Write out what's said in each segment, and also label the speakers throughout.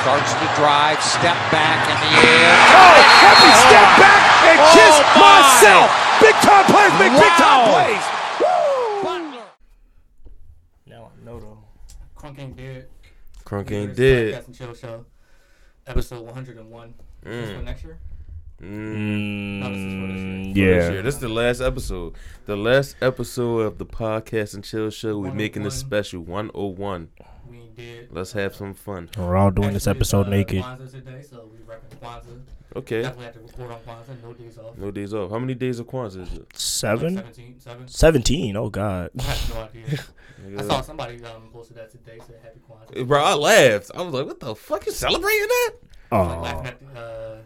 Speaker 1: Starts to drive, step back in the air.
Speaker 2: Oh, help me step back and
Speaker 1: Oh,
Speaker 2: kiss
Speaker 1: my.
Speaker 2: myself. Big time plays make big time
Speaker 1: Wow.
Speaker 2: plays.
Speaker 1: Butler.
Speaker 3: Now I know them.
Speaker 4: Crunk ain't dead.
Speaker 5: Crunk
Speaker 4: New
Speaker 5: ain't
Speaker 4: Year's
Speaker 5: dead.
Speaker 4: Podcast and Chill Show, episode 101. This one next year?
Speaker 5: Mm.
Speaker 4: No, this is for
Speaker 3: Mm.
Speaker 4: this year.
Speaker 5: For This, year. this is the last episode. The last episode of the podcast and chill show. We're making this
Speaker 4: 101.
Speaker 5: special 101.
Speaker 4: We ain't dead.
Speaker 5: oh, Let's have some fun.
Speaker 3: We're all doing this
Speaker 4: Actually, it's,
Speaker 3: episode
Speaker 4: uh,
Speaker 3: naked.
Speaker 4: Kwanzaa today, so we reckon Kwanzaa.
Speaker 5: Okay.
Speaker 4: Definitely have to record on Kwanzaa. No days off.
Speaker 5: No days off. How many days of Kwanzaa is it?
Speaker 3: Seven?
Speaker 4: Like 17, 7.
Speaker 3: Seventeen. Oh God.
Speaker 4: I have no idea. I
Speaker 5: Nigga.
Speaker 4: saw somebody um, posted that today, said Happy Kwanzaa.
Speaker 5: Bro, I laughed. I was like, what the fuck? You celebrating that?
Speaker 4: Like laughing
Speaker 3: Oh.
Speaker 4: at the, uh,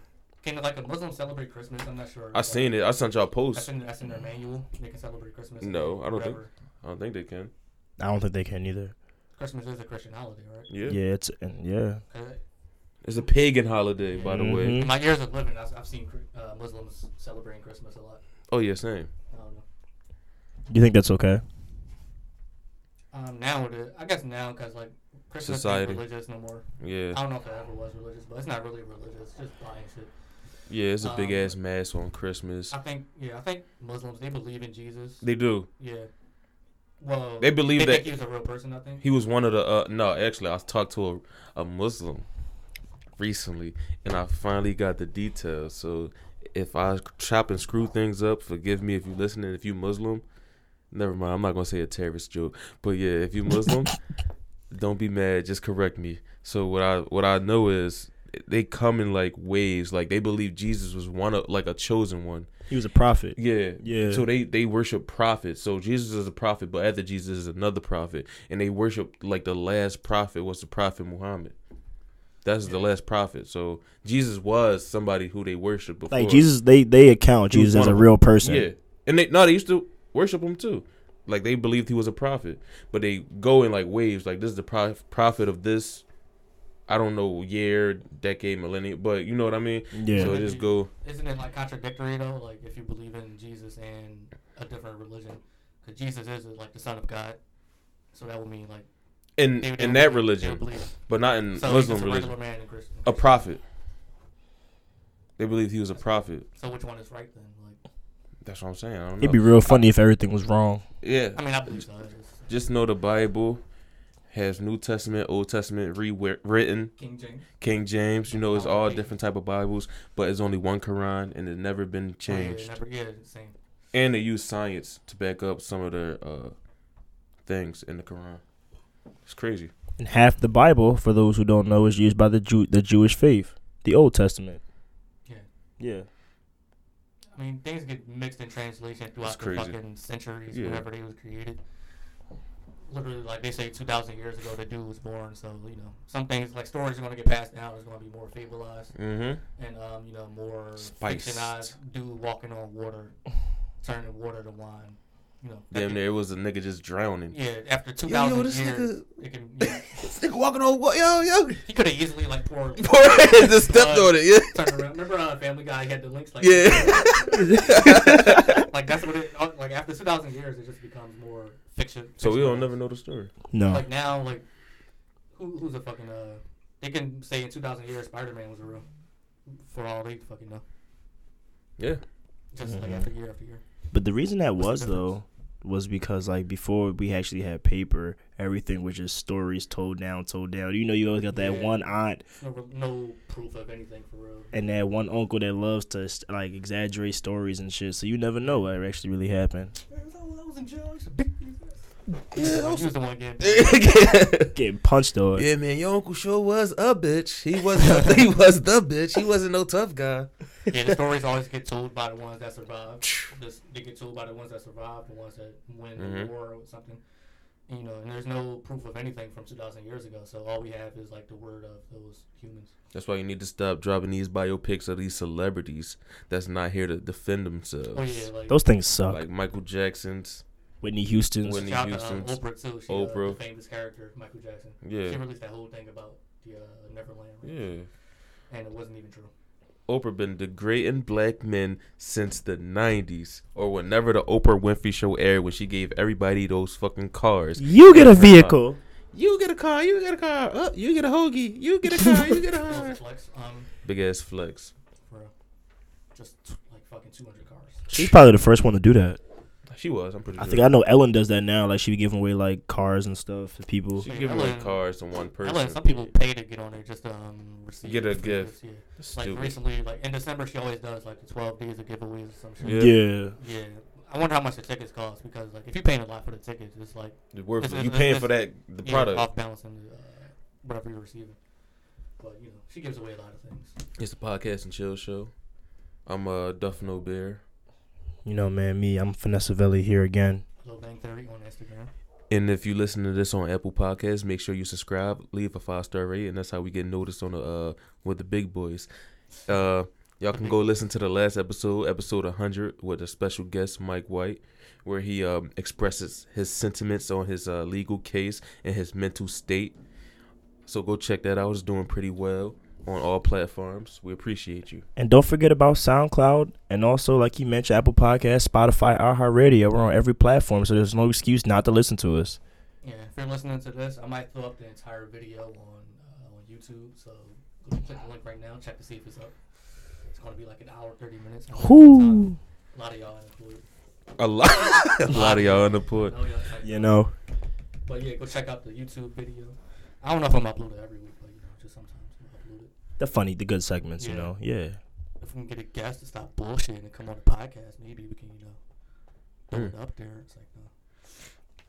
Speaker 4: can like a Muslim celebrate Christmas? I'm not sure.
Speaker 5: I seen it. I sent y'all
Speaker 4: That's
Speaker 5: posts.
Speaker 4: in, that's in their manual. They can celebrate Christmas.
Speaker 5: No, I don't think-
Speaker 4: whatever.
Speaker 5: I don't think they can.
Speaker 3: I don't think they can either.
Speaker 4: Christmas is a Christian holiday, right?
Speaker 5: Yeah.
Speaker 3: Yeah, it's and yeah.
Speaker 4: Uh,
Speaker 5: It's a pagan holiday, by the way.
Speaker 3: Mhm.
Speaker 4: In my years of living, I've, I've seen cr- uh, Muslims celebrating Christmas a lot.
Speaker 5: Oh, yeah, same.
Speaker 4: I don't know.
Speaker 3: You think that's okay?
Speaker 4: Um, now it is. I guess now because like Christmas
Speaker 5: Society.
Speaker 4: ain't religious no more.
Speaker 5: Yeah.
Speaker 4: I don't know if it ever was religious, but it's not really religious. It's just buying shit.
Speaker 5: Yeah, it's a
Speaker 4: Um,
Speaker 5: big ass mass on Christmas.
Speaker 4: I think yeah. I think Muslims they believe in Jesus.
Speaker 5: They do.
Speaker 4: Yeah. Well,
Speaker 5: They believe
Speaker 4: they
Speaker 5: that-
Speaker 4: think he was a real person. I think.
Speaker 5: He was one of the uh no, actually I talked to a, a Muslim recently and I finally got the details. So if I chop and screw things up, forgive me if you listening, if you Muslim, never mind, I'm not gonna say a terrorist joke. But yeah, if you Muslim, don't be mad, just correct me. So what I what I know is they come in like waves. Like they believe Jesus was one of like a chosen one.
Speaker 3: He was a prophet.
Speaker 5: Yeah.
Speaker 3: Yeah.
Speaker 5: So they they worship prophets. So Jesus is a prophet, but after Jesus is another prophet, and they worship like the last prophet was the prophet Muhammad. That's the last prophet. So Jesus was somebody who they worshiped before.
Speaker 3: Like Jesus, they they account
Speaker 5: He was
Speaker 3: Jesus as
Speaker 5: one
Speaker 3: a
Speaker 5: of
Speaker 3: real person.
Speaker 5: Yeah. And they no, they used to worship him too. Like they believed he was a prophet, but they go in like waves. Like this is the prof- prophet of this. I don't know year, decade, millennium, but you know what I mean.
Speaker 3: Yeah.
Speaker 5: So it just go.
Speaker 4: Isn't it like contradictory though? Like if you believe in Jesus and a different religion, because Jesus is like the Son of God, so that would mean like
Speaker 5: In
Speaker 4: they would- they
Speaker 5: in
Speaker 4: would
Speaker 5: that
Speaker 4: believe- they would
Speaker 5: religion,
Speaker 4: believe-
Speaker 5: but not in
Speaker 4: So he's
Speaker 5: Muslim
Speaker 4: just a
Speaker 5: religion.
Speaker 4: regular man and Christian.
Speaker 5: a prophet. They believed he was a prophet.
Speaker 4: So which one is right then? Like,
Speaker 5: That's what I'm saying. I don't know.
Speaker 3: It'd be real funny if everything was wrong.
Speaker 5: yeah.
Speaker 4: I mean, I believe so. It's just
Speaker 5: Just know the Bible has New Testament, Old Testament rewritten.
Speaker 4: King James.
Speaker 5: King James, you know, it's all
Speaker 4: Alright.
Speaker 5: different type of Bibles, but it's only one Quran and it's never been
Speaker 4: Oh,
Speaker 5: changed.
Speaker 4: yeah, never, yeah, same.
Speaker 5: And they use science to back up some of their uh, things in the Quran. It's crazy.
Speaker 3: And half the Bible, for those who don't know, is used by the Jew the Jewish faith, the Old Testament.
Speaker 4: Yeah.
Speaker 3: Yeah.
Speaker 4: I mean, things get mixed in translation throughout the
Speaker 5: crazy.
Speaker 4: fucking centuries,
Speaker 5: Yeah.
Speaker 4: whenever they was created. Literally, like they say, two thousand years ago, the dude was born. So you know, some things like stories are gonna get passed down. It's gonna be more fabulized
Speaker 5: Mm-hmm.
Speaker 4: and um, you know, more
Speaker 5: Spiced.
Speaker 4: fictionized. Dude walking on water, turning water to wine. You know,
Speaker 5: Damn,
Speaker 4: after-
Speaker 5: there was a nigga just drowning.
Speaker 4: Yeah, after two
Speaker 5: Yo, yo,
Speaker 4: thousand
Speaker 5: this
Speaker 4: years,
Speaker 5: nigga-
Speaker 4: it can. You know,
Speaker 5: this nigga walking on what? Yo, yo.
Speaker 4: he could have easily like poured
Speaker 5: just stepped on it. Yeah.
Speaker 4: Turn around. Remember uh, Family Guy had the links like
Speaker 5: Yeah.
Speaker 4: like that's what it uh, like after two thousand years it just becomes more fiction.
Speaker 5: so we don't
Speaker 4: fictionalized.
Speaker 5: never know the story.
Speaker 3: No.
Speaker 4: Like now, like who, who's a fucking uh? They can say in two thousand years Spider Man was real, for all they fucking know.
Speaker 5: Yeah.
Speaker 4: Just
Speaker 5: Mm-hmm.
Speaker 4: like after year after year.
Speaker 3: But the reason that
Speaker 4: What's
Speaker 3: was
Speaker 4: the
Speaker 3: though was because like before we actually had paper, everything was just stories told down, told down. You know, you always got that
Speaker 4: Yeah.
Speaker 3: one aunt
Speaker 4: No, re- no proof of anything for real.
Speaker 3: and that one uncle that loves to like exaggerate stories and shit. So you never know what actually really happened.
Speaker 4: I was, in jail. I used to beat
Speaker 5: Yeah,
Speaker 4: He was the one getting.
Speaker 3: Getting punched though.
Speaker 5: yeah, man, your uncle sure was a bitch. He was the, he was the bitch. He wasn't no tough guy.
Speaker 4: Yeah, the stories always get told by the ones that survive. This- they get told by the ones that survive, the ones that win the
Speaker 5: Mhm.
Speaker 4: war or something. You know, and there's no proof of anything from 2,000 years ago. So all we have is like the word of those humans.
Speaker 5: That's why you need to stop dropping these biopics of these celebrities that's not here to defend themselves.
Speaker 4: Oh yeah, like
Speaker 3: Those things suck.
Speaker 5: Like Michael Jackson's.
Speaker 3: Whitney Houston's.
Speaker 5: Whitney
Speaker 4: shout out to um,
Speaker 5: Houston's.
Speaker 4: Oprah too. She, Uh,
Speaker 5: Oprah.
Speaker 4: the famous character Michael Jackson.
Speaker 5: Yeah.
Speaker 4: She released that whole thing about the uh, Neverland,
Speaker 5: Yeah.
Speaker 4: and it wasn't even true.
Speaker 5: Oprah been degrading black men since the 90s or whenever the Oprah Winfrey show aired when she gave everybody those fucking cars.
Speaker 3: You get a
Speaker 5: Different, uh,
Speaker 3: vehicle.
Speaker 5: You get a car. You get a car. Up. you get a hoagie. You get a car. You get a
Speaker 4: That
Speaker 5: car.
Speaker 4: was a flex, um,
Speaker 5: Big ass flex.
Speaker 4: for uh, just t- like fucking 200 cars.
Speaker 3: She's probably the first one to do that.
Speaker 5: She was. I'm pretty.
Speaker 3: I
Speaker 5: sure.
Speaker 3: think I know Ellen does that now. Like she be giving away like cars and stuff to people.
Speaker 5: She's giving away
Speaker 4: Ellen-
Speaker 5: cars to one
Speaker 4: I
Speaker 5: person.
Speaker 4: learned some people pay to get on there just to um, receive
Speaker 5: Get a
Speaker 4: free
Speaker 5: gift.
Speaker 4: gifts, yeah.
Speaker 5: That's
Speaker 4: Like
Speaker 5: stupid.
Speaker 4: recently, like in December, she always does like the 12 days of giveaways or some shit.
Speaker 5: Yeah.
Speaker 3: Yeah.
Speaker 4: Yeah. I wonder how much the tickets cost because like if you're paying a lot for the tickets, it's like
Speaker 5: It's worth
Speaker 4: It's-
Speaker 5: it. You
Speaker 4: it's-
Speaker 5: paying
Speaker 4: it's-
Speaker 5: for that the
Speaker 4: yeah,
Speaker 5: product.
Speaker 4: off balancing uh, whatever you're receiving. But you know, she gives away a lot of things.
Speaker 5: It's the podcast and chill show. I'm uh Duff No Bear.
Speaker 3: You know, man, me, I'm Vanessa Velli here again.
Speaker 4: Little Bang Theory on Instagram.
Speaker 5: And if you listen to this on Apple Podcasts, make sure you subscribe, leave a five star rating. That's how we get noticed on the uh with the big boys. Uh y'all can go listen to the last episode, episode 100 with a special guest Mike White where he um expresses his sentiments on his uh legal case and his mental state. So go check that out. It's doing pretty well on all platforms. We appreciate you.
Speaker 3: And don't forget about SoundCloud and also, like you mentioned, Apple Podcasts, Spotify, iHeartRadio. We're on every platform, so there's no excuse not to listen to us.
Speaker 4: Yeah, if you're listening to this, I might throw up the entire video on uh, on YouTube. So go click the link right now, check to see if it's up. It's gonna be like an hour, thirty minutes. I'm gonna have a good time. A lot of y'all included.
Speaker 5: A lot a lot of y'all in the port.
Speaker 4: I know y'all excited.
Speaker 3: You know,
Speaker 4: But yeah, go check out the YouTube video. I don't know if I'm uploading every week, but you know, just sometimes I'm upload it.
Speaker 3: the funny, the good segments. You
Speaker 4: Yeah.
Speaker 3: know, yeah.
Speaker 4: If we can get a guest to stop bullshitting and come on the podcast, maybe we can, you know, put
Speaker 5: Hmm.
Speaker 4: it up there. It's like uh,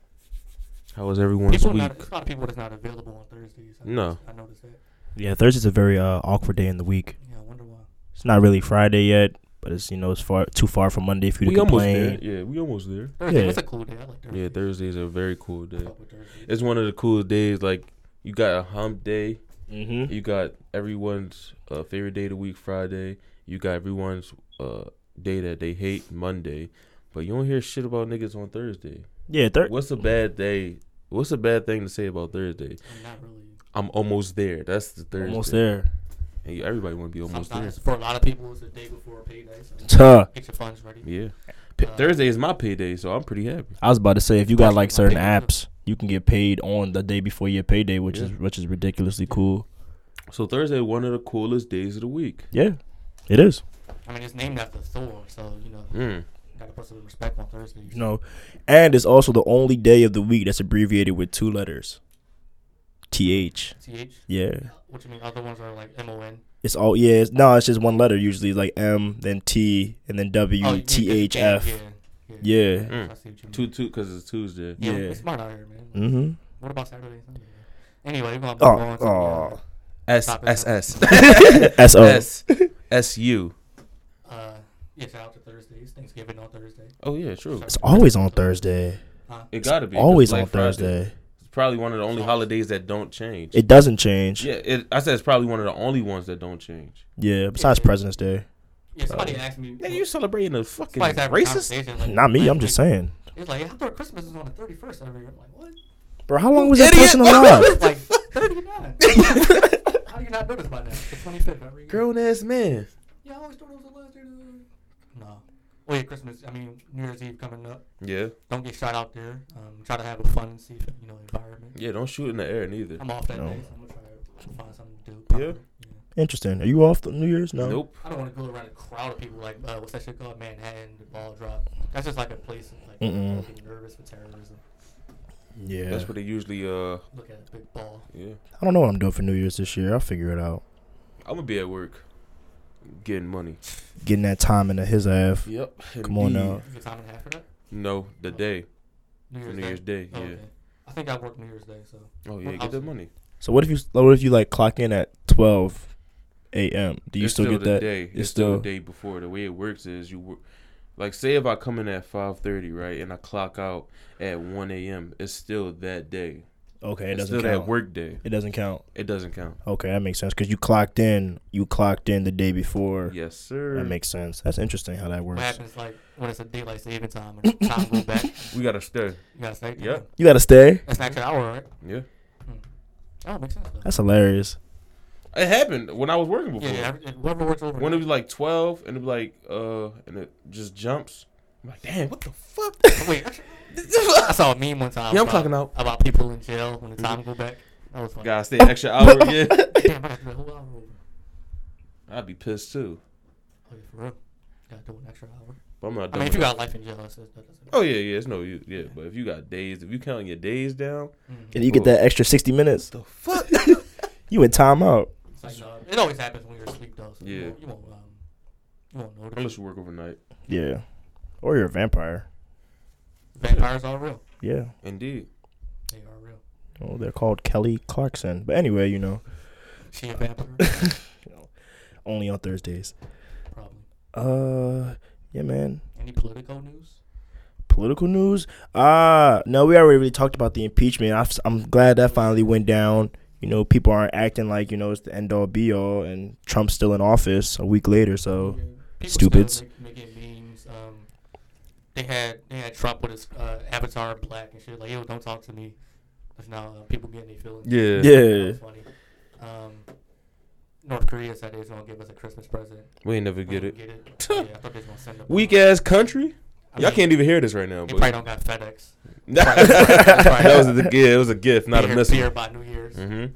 Speaker 5: How was everyone's
Speaker 4: people are
Speaker 5: week?
Speaker 4: not, there's a lot of people that's not available on Thursdays. I
Speaker 5: No.
Speaker 4: noticed- I noticed that.
Speaker 3: Yeah, Thursday's a very uh, awkward day in the week.
Speaker 4: Yeah, I wonder why.
Speaker 3: It's not really Friday yet, but it's you know it's far too far from Monday for you to complain.
Speaker 5: there. Yeah, we almost there.
Speaker 4: Thursday
Speaker 3: Yeah.
Speaker 4: was a cool day. I like Thursday.
Speaker 5: Yeah, Thursdays are a very cool
Speaker 4: I
Speaker 5: day.
Speaker 4: fuck with Thursdays.
Speaker 5: It's one of the coolest days. Like you got a hump day.
Speaker 3: Mm-hmm.
Speaker 5: You got everyone's uh, favorite day of the week, Friday. You got everyone's uh, day that they hate, Monday. But you don't hear shit about niggas on Thursday.
Speaker 3: Yeah, thir-
Speaker 5: What's a bad day? What's a bad thing to say about Thursday?
Speaker 4: I'm not really.
Speaker 5: I'm almost there. That's the Thursday.
Speaker 3: almost there.
Speaker 5: Hey, everybody want to be almost
Speaker 4: sometimes for a lot of people, it's the day before payday. So
Speaker 3: Tuh.
Speaker 4: get your funds ready.
Speaker 5: there. Yeah. P-
Speaker 4: Uh,
Speaker 5: Thursday is my payday, so I'm pretty happy.
Speaker 3: I was about to say if you got like certain
Speaker 4: Yeah.
Speaker 3: apps, you can get paid on the day before your payday, which is
Speaker 5: Yeah.
Speaker 3: which is ridiculously cool.
Speaker 5: So Thursday, one of the coolest days of the week.
Speaker 3: Yeah, it is.
Speaker 4: I mean, it's named after Thor, so you know,
Speaker 5: Mm.
Speaker 4: gotta put some respect on Thursdays.
Speaker 3: You know, and it's also the only day of the week that's abbreviated with two letters. TH.
Speaker 4: Th.
Speaker 3: Yeah.
Speaker 4: What you mean? Other ones are like M O N.
Speaker 3: It's all yeah, it's, no, it's just one letter usually, like M, then T, and then
Speaker 4: Oh,
Speaker 3: W
Speaker 4: you-
Speaker 3: T H
Speaker 4: yeah,
Speaker 3: F.
Speaker 4: Yeah. yeah.
Speaker 3: Yeah.
Speaker 5: Mm.
Speaker 4: I see what you mean.
Speaker 5: Two, two, because it's Tuesday.
Speaker 4: yeah,
Speaker 3: yeah.
Speaker 4: It's smart out here, man.
Speaker 3: Mm-hmm.
Speaker 4: What about Saturday and Sunday? man? Anyway, we're gonna
Speaker 3: Oh,
Speaker 4: go on to
Speaker 3: oh.
Speaker 5: S
Speaker 4: Stop it,
Speaker 5: S
Speaker 4: stop
Speaker 5: S
Speaker 3: S O.
Speaker 5: S S U.
Speaker 4: the, uh, uh, yeah, shout out to Thursdays. Thanksgiving on Thursday.
Speaker 5: Oh yeah, true.
Speaker 3: It's always on Thursday.
Speaker 4: Huh?
Speaker 5: It gotta be 'cause
Speaker 3: Always
Speaker 5: Black
Speaker 3: on
Speaker 5: Friday
Speaker 3: Thursday.
Speaker 5: is probably one of the only holidays that don't change.
Speaker 3: It doesn't change.
Speaker 5: yeah, it, I said it's probably one of the only ones that don't change.
Speaker 3: Yeah, besides
Speaker 4: Yeah.
Speaker 3: President's Day.
Speaker 4: Yeah, somebody
Speaker 3: uh,
Speaker 4: asked me.
Speaker 5: Nigga, you celebrating a fucking
Speaker 4: somebody's having a
Speaker 5: racist?
Speaker 4: conversation, like-
Speaker 3: Not me, I'm just saying.
Speaker 4: It's like, I thought Christmas was on the 31st every year. I'm like, what?
Speaker 3: Bro, how long was that
Speaker 5: Idiot.
Speaker 3: person alive?
Speaker 4: like 39. How do you not notice by now? The 25th every year.
Speaker 5: Grown ass man.
Speaker 4: Yeah, I always thought it was the last year. No. Well, yeah, Christmas. I mean, New Year's Eve coming up.
Speaker 5: Yeah,
Speaker 4: Don't get shot out there. Um, try to have a fun, safe, you know, environment.
Speaker 5: yeah. Don't shoot in the air neither.
Speaker 4: I'm off that
Speaker 3: No.
Speaker 4: day, so I'm gonna try to find something to do.
Speaker 5: Yeah.
Speaker 4: probably.
Speaker 3: Interesting. Are you off the New Year's? No.
Speaker 5: Nope.
Speaker 4: I don't want to go around a crowd of people like uh, what's that shit called? Manhattan, the ball drop. That's just like a place that's, like
Speaker 3: Mm-mm.
Speaker 4: people nervous for terrorism.
Speaker 3: Yeah.
Speaker 5: That's what they usually. Uh,
Speaker 4: Look at a big ball.
Speaker 5: yeah.
Speaker 3: I don't know what I'm doing for New Year's this year. I'll figure it out.
Speaker 5: I'm gonna be at work, getting money.
Speaker 3: Getting that time into his ass.
Speaker 5: Yep.
Speaker 3: Come on now.
Speaker 4: Is it time and a half for that?
Speaker 5: No, the day.
Speaker 4: New
Speaker 5: For
Speaker 4: Year's
Speaker 5: New Year's Day.
Speaker 4: Oh,
Speaker 5: Yeah.
Speaker 4: okay. I think I work New Year's Day, so
Speaker 5: Oh
Speaker 4: Well,
Speaker 5: yeah, get the
Speaker 4: I'll-
Speaker 5: money.
Speaker 3: So what if you what if you like clock in at twelve a.m. Do you
Speaker 5: It's
Speaker 3: still, get
Speaker 5: the
Speaker 3: that?
Speaker 5: Day. It's,
Speaker 3: It's
Speaker 5: still the
Speaker 3: still-
Speaker 5: day before. The way it works is you work. Like say if I come in at five thirty, right, and I clock out at one a.m., it's still that day.
Speaker 3: Okay, it
Speaker 5: it's
Speaker 3: doesn't
Speaker 5: still
Speaker 3: count. Oh.
Speaker 5: that work day.
Speaker 3: It doesn't count.
Speaker 5: It doesn't count.
Speaker 3: Okay, that makes sense because you clocked in. You clocked in the day before.
Speaker 5: Yes, sir.
Speaker 3: That makes sense. That's interesting how that
Speaker 4: what
Speaker 3: works.
Speaker 4: happens like when it's a daylight saving time and time goes back? You
Speaker 5: we gotta stay.
Speaker 4: gotta stay. there.
Speaker 5: Yep.
Speaker 3: You gotta stay.
Speaker 4: That's an extra hour, right?
Speaker 5: Yeah.
Speaker 4: Oh, makes sense. Though.
Speaker 3: That's hilarious.
Speaker 5: It happened when I was working before.
Speaker 4: Yeah, yeah, every- whoever works over.
Speaker 5: When it was like twelve, and it was like, uh, and it just jumps. I'm like, damn, what the fuck?
Speaker 4: wait, actually, I saw a meme one time.
Speaker 5: Yeah, I'm
Speaker 4: about,
Speaker 5: clocking out.
Speaker 4: about people in jail when the time go back. That was funny.
Speaker 5: Gotta stay an extra hour. Yeah,
Speaker 4: Damn, I got to do a whole hour over.
Speaker 5: I'd be pissed too.
Speaker 4: Oh, yeah, for real. Got to do an extra hour.
Speaker 5: But I'm not
Speaker 4: I
Speaker 5: doing.
Speaker 4: mean, if you
Speaker 5: that.
Speaker 4: got life in jail, that's, that doesn't.
Speaker 5: oh yeah, yeah, it's no use. Yeah, but if you got days, if you counting your days down,
Speaker 4: Mm.
Speaker 3: And you get that extra 60 minutes.
Speaker 5: the fuck.
Speaker 3: You in timeout.
Speaker 4: It's like, no, it always happens when you're asleep though. So
Speaker 5: Yeah.
Speaker 4: You won't. You won't, um, you won't notice.
Speaker 5: Unless you work overnight.
Speaker 3: Yeah. Or you're a vampire.
Speaker 4: Vampires are real.
Speaker 3: Yeah.
Speaker 5: Indeed.
Speaker 4: They are real.
Speaker 3: Oh, they're called Kelly Clarkson. But anyway, you know,
Speaker 4: She a vampire?
Speaker 3: only on Thursdays.
Speaker 4: Probably.
Speaker 3: Uh, yeah, man.
Speaker 4: Any political news?
Speaker 3: Political news? Ah, no, we already really talked about the impeachment. I've, I'm glad that finally went down. You know, people aren't acting like you know it's the end all be all, and Trump's still in office a week later. So
Speaker 4: Yeah. People
Speaker 3: stupids.
Speaker 4: still make- Making memes. Um, they had they had Trump with his uh, avatar in black and shit. Like, yo, don't talk to me. That's now uh, people getting their feelings.
Speaker 5: Yeah.
Speaker 4: That
Speaker 3: yeah,
Speaker 4: was funny. Um, North Korea said they was gonna give us a Christmas present.
Speaker 5: We ain't never
Speaker 4: We
Speaker 5: get
Speaker 4: didn't
Speaker 5: it.
Speaker 4: Get it. yeah, I thought they was gonna send a
Speaker 5: Weak ass country.
Speaker 4: I
Speaker 5: Y'all
Speaker 4: mean,
Speaker 5: can't even hear this right now,
Speaker 4: They probably
Speaker 5: but
Speaker 4: don't got FedEx.
Speaker 5: that was a gift. It was a gift, not a
Speaker 4: beer,
Speaker 5: missile.
Speaker 4: Beer by New Year's.
Speaker 5: Mm-hmm.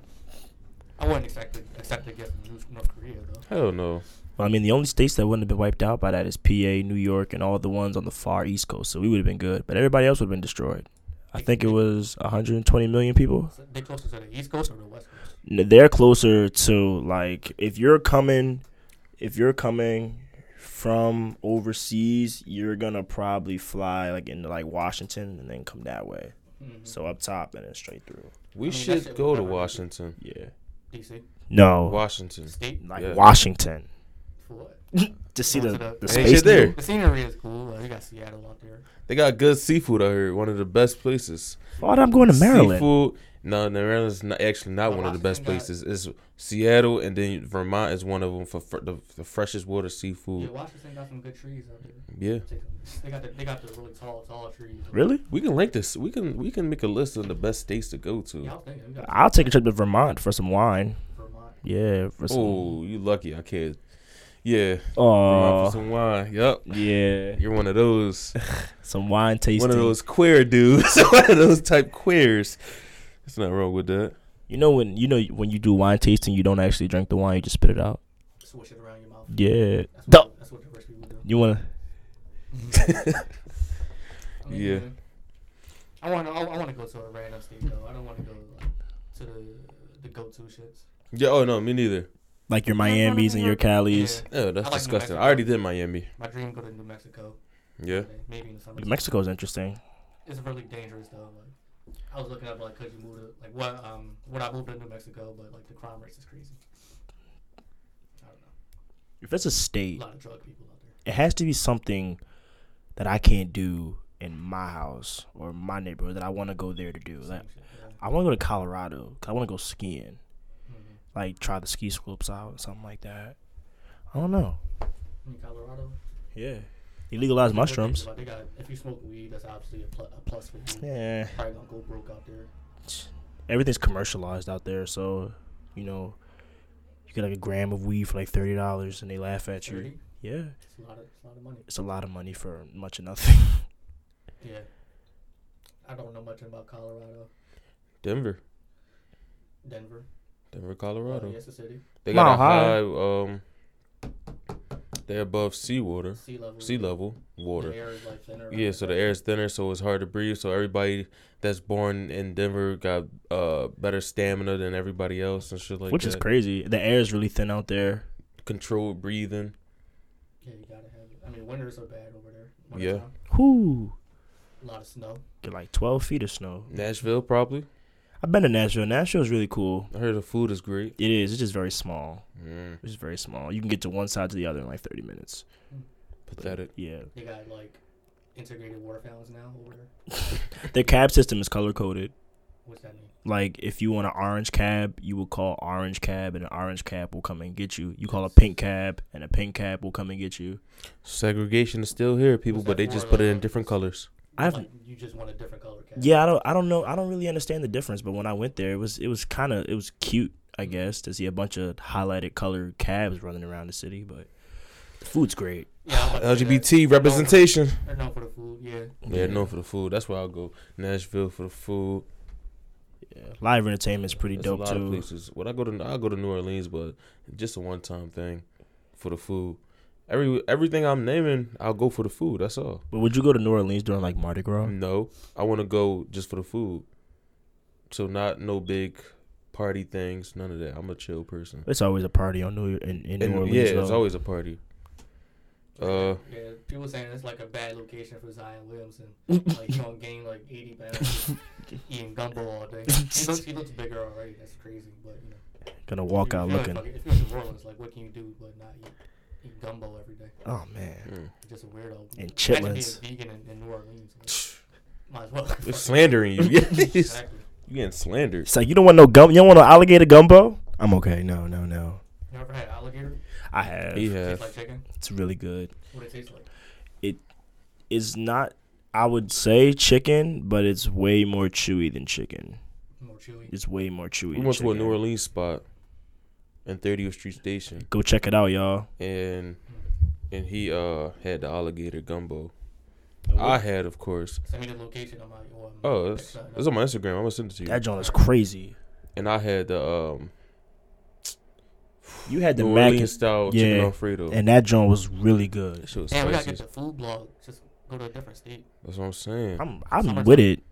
Speaker 4: I wouldn't expect to accept a gift from North- North Korea though.
Speaker 5: Hell no.
Speaker 3: Well, I mean, the only states that wouldn't have been wiped out by that is PA, New York, and all the ones on the far East Coast. So we would have been good, but everybody else would have been destroyed. I think it was 120 million people.
Speaker 4: So they closer to the East Coast or the West Coast?
Speaker 3: N- They're closer to like if you're coming, if you're coming from overseas, you're gonna probably fly like into like Washington and then come that way. So up top and then straight through.
Speaker 5: We
Speaker 4: I mean, that
Speaker 5: should
Speaker 4: shit
Speaker 5: go
Speaker 4: was
Speaker 5: to
Speaker 4: never-
Speaker 5: Washington.
Speaker 3: Yeah.
Speaker 4: DC
Speaker 5: Oh.
Speaker 3: No,
Speaker 5: Washington.
Speaker 4: state
Speaker 3: like
Speaker 5: Yeah.
Speaker 3: Washington
Speaker 4: for what?
Speaker 3: to see
Speaker 4: Going to
Speaker 3: the
Speaker 4: the-
Speaker 3: the
Speaker 5: Ain't
Speaker 3: space
Speaker 5: shit there.
Speaker 3: needle.
Speaker 4: The scenery is cool. Like, you got Seattle out there.
Speaker 5: They got good seafood out here. One of the best places.
Speaker 3: Why I'm going to Maryland?
Speaker 5: Seafood. No, no, Maryland's not, actually not
Speaker 4: No,
Speaker 5: one of the best
Speaker 4: Washington got-
Speaker 5: places. It's Seattle and then Vermont is one of them for fr- the, the freshest water seafood.
Speaker 4: Yeah, Washington got some good trees out there.
Speaker 5: Yeah.
Speaker 4: Take them. They got the they got the really tall tall trees.
Speaker 3: Really?
Speaker 5: We can link this. We can we can make a list of the best states to go to.
Speaker 4: Yeah, I was thinking, we got
Speaker 3: I'll take a trip to Vermont for some wine.
Speaker 4: Vermont.
Speaker 3: Yeah, for some.
Speaker 5: Oh, you lucky. I can't. Yeah. Vermont
Speaker 3: Aw,
Speaker 5: for some wine. Yup.
Speaker 3: yeah,
Speaker 5: You're one of those.
Speaker 3: some wine tasting.
Speaker 5: One of those queer dudes. one of those type queers. There's nothing wrong with that.
Speaker 3: You know when you know when you do wine tasting, you don't actually drink the wine; you just spit it out.
Speaker 4: Swish it around your mouth.
Speaker 3: Yeah.
Speaker 4: That's
Speaker 3: Duh.
Speaker 4: what, that's what the rich people do.
Speaker 3: You wanna?
Speaker 4: I mean,
Speaker 5: Yeah.
Speaker 4: I want to. I, I want to go to a random state though. I don't want to go like, to the, the go-to shits.
Speaker 5: Yeah. Oh no, me neither.
Speaker 3: Like your Miami's and your Cali's.
Speaker 5: Oh, that's
Speaker 4: I like New
Speaker 5: disgusting. I
Speaker 4: Mexico.
Speaker 5: already did Miami.
Speaker 4: My dream go to New Mexico.
Speaker 5: Yeah.
Speaker 4: someday, Maybe in the summer.
Speaker 3: Mexico's interesting.
Speaker 4: It's really dangerous though. Like, I was looking up like could you move to like what um when I moved to New Mexico, but like the crime rates is crazy. I don't know.
Speaker 3: If it's a state,
Speaker 4: A lot of drug people out there.
Speaker 3: it has to be something that I can't do in my house or my neighborhood that I want to go there to do. Like,
Speaker 4: Same shit, yeah.
Speaker 3: I want to go to Colorado. 'cause I want to go skiing,
Speaker 4: Mm-hmm.
Speaker 3: like try the ski slopes out or something like that. I don't know.
Speaker 4: In Colorado.
Speaker 3: Yeah, they legalized
Speaker 4: Like,
Speaker 3: mushrooms.
Speaker 4: Like, they got if you smoke weed, that's obviously a, pl- a plus for you.
Speaker 3: Yeah,
Speaker 4: Probably gonna go broke out there.
Speaker 3: everything's commercialized out there, so you know you get like a gram of weed for like thirty dollars, and they laugh at you.
Speaker 4: Thirty.
Speaker 3: Yeah,
Speaker 4: It's a lot of it's a lot of money.
Speaker 3: it's a lot of money for much of nothing.
Speaker 4: Yeah. I don't know much about Colorado.
Speaker 5: Denver.
Speaker 4: Denver.
Speaker 5: Denver,
Speaker 4: Uh,
Speaker 5: Colorado.
Speaker 4: yes, the city.
Speaker 5: They got
Speaker 3: Mile
Speaker 5: a
Speaker 3: high.
Speaker 5: high. Um, they're above seawater,
Speaker 4: Sea level.
Speaker 5: sea level
Speaker 4: The
Speaker 5: water.
Speaker 4: air is like thinner.
Speaker 5: Yeah, so the air is thinner, so it's hard to breathe. So everybody that's born in Denver got uh better stamina than everybody else and shit like
Speaker 3: Which
Speaker 5: that.
Speaker 3: is crazy. The air is really thin out there.
Speaker 5: Controlled breathing.
Speaker 4: Yeah, you gotta have it. I mean, winters are bad over there. Winter
Speaker 5: Yeah.
Speaker 4: time,
Speaker 3: Whoo.
Speaker 4: A lot of snow.
Speaker 3: Get like twelve feet of snow.
Speaker 5: Nashville, probably.
Speaker 3: I've been to Nashville. Nashville's really cool.
Speaker 5: I heard the food is great.
Speaker 3: It is. It's just very small.
Speaker 5: Mm,
Speaker 3: It's just very small. You can get to one side to the other in like thirty minutes.
Speaker 5: pathetic.
Speaker 3: Yeah.
Speaker 4: They got like integrated water fountains now over there.
Speaker 3: Their cab system is color coded.
Speaker 4: What's that mean?
Speaker 3: Like if you want an orange cab, you will call orange cab, and an orange cab will come and get you. You call a pink cab, and a pink cab will come and get you.
Speaker 5: Segregation is still here, people,
Speaker 4: What's
Speaker 5: but
Speaker 4: that
Speaker 5: they just
Speaker 4: for,
Speaker 5: put it in
Speaker 4: uh,
Speaker 5: different colors.
Speaker 3: I have-
Speaker 4: like, you just want a different color cat.
Speaker 3: Yeah, I don't, I don't know, I don't really understand the difference. But when I went there, it was, it was kind of, it was cute, I guess, to see a bunch of highlighted color cabs running around the city. But The food's great.
Speaker 4: Yeah, I'm about to say that.
Speaker 5: LGBT representation.
Speaker 4: They're known for the food. Yeah.
Speaker 5: Yeah, known for the food. That's where I'll go. Nashville for the food.
Speaker 3: Live entertainment's pretty
Speaker 5: There's
Speaker 3: dope
Speaker 5: a lot Of
Speaker 3: too.
Speaker 5: places. When I go to I go to New Orleans, but just a one time thing for the food. Every everything I'm naming, I'll go for the food. That's all.
Speaker 3: But would you go to New Orleans during like Mardi Gras?
Speaker 5: No, I want to go just for the food. So not no big party things, none of that. I'm a chill person.
Speaker 3: It's always a party on New in, in New
Speaker 5: And,
Speaker 3: Orleans.
Speaker 5: yeah,
Speaker 3: though.
Speaker 5: it's always a party. Uh,
Speaker 4: Yeah, people saying it's like a bad location for Zion Williamson. like he gonna gain like eighty pounds eating gumbo all day. He looks, he looks bigger already. That's crazy, but you know.
Speaker 3: gonna walk
Speaker 4: if
Speaker 3: out
Speaker 4: you're
Speaker 3: looking.
Speaker 4: in fucking- If you're in New Orleans, like what can you do but not eat, eat gumbo every day?
Speaker 3: Oh man,
Speaker 5: mm,
Speaker 4: Just a weirdo.
Speaker 3: And
Speaker 4: Imagine
Speaker 3: chitlins.
Speaker 4: being vegan in, in New Orleans. like, might as well.
Speaker 5: they're slandering you. you
Speaker 4: exactly.
Speaker 5: getting slandered.
Speaker 3: it's like you don't want no gum. You don't want no alligator gumbo. I'm okay. No, no, no.
Speaker 4: You ever had alligator?
Speaker 3: I have.
Speaker 5: He
Speaker 4: Tastes
Speaker 5: have.
Speaker 4: like chicken.
Speaker 3: It's really good.
Speaker 4: What it tastes like?
Speaker 3: It's not. I would say chicken, but it's way more chewy than chicken.
Speaker 4: More chewy.
Speaker 3: It's way more chewy.
Speaker 5: We
Speaker 3: than
Speaker 5: went to a
Speaker 3: chicken.
Speaker 5: New Orleans spot in 30th Street Station,
Speaker 3: Go check it out, y'all.
Speaker 5: and and he uh had the alligator gumbo. I had, of course.
Speaker 4: Send me the location. I'm like, well, I'm
Speaker 5: Oh, it's, it's on my Instagram. I'm gonna send it to
Speaker 3: That
Speaker 5: you.
Speaker 3: joint is crazy.
Speaker 5: And I had the um
Speaker 3: You had the
Speaker 5: New
Speaker 3: mac
Speaker 5: Orleans
Speaker 3: and,
Speaker 5: style chicken
Speaker 3: yeah,
Speaker 5: alfredo.
Speaker 3: and that joint was really good.
Speaker 5: That shit was
Speaker 4: Damn, we gotta
Speaker 5: spicy.
Speaker 4: get the food blog. Just go to a different state.
Speaker 5: That's what I'm saying.
Speaker 3: I'm I'm
Speaker 4: Summertime.
Speaker 3: with it.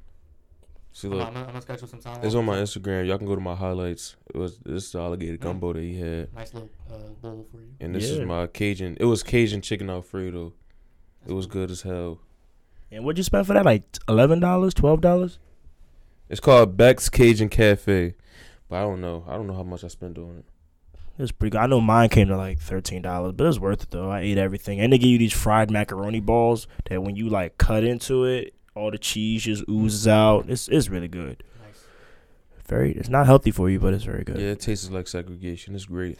Speaker 5: See,
Speaker 4: I'm,
Speaker 5: look,
Speaker 4: I'm, gonna- I'm gonna schedule some time.
Speaker 5: it's on my Instagram. Y'all can go to my highlights. It was this is the alligator
Speaker 3: Mm.
Speaker 5: gumbo that he had,
Speaker 4: Nice little uh, bowl for you.
Speaker 5: and this
Speaker 3: Yeah.
Speaker 5: is my Cajun. It was Cajun chicken alfredo. It was good as hell.
Speaker 3: And what'd you spend for that? Like eleven dollars, twelve dollars?
Speaker 5: It's called Beck's Cajun Cafe, but I don't know. I don't know how much I spent on it.
Speaker 3: It was pretty good. I know mine came to like thirteen dollars, but it was worth it though. I ate everything, and they give you these fried macaroni balls that when you like cut into it, all the cheese just oozes out. It's it's really good.
Speaker 4: Nice.
Speaker 3: Very. It's not healthy for you, but it's very good.
Speaker 5: Yeah,
Speaker 3: Yeah,
Speaker 5: it tastes like segregation. It's great.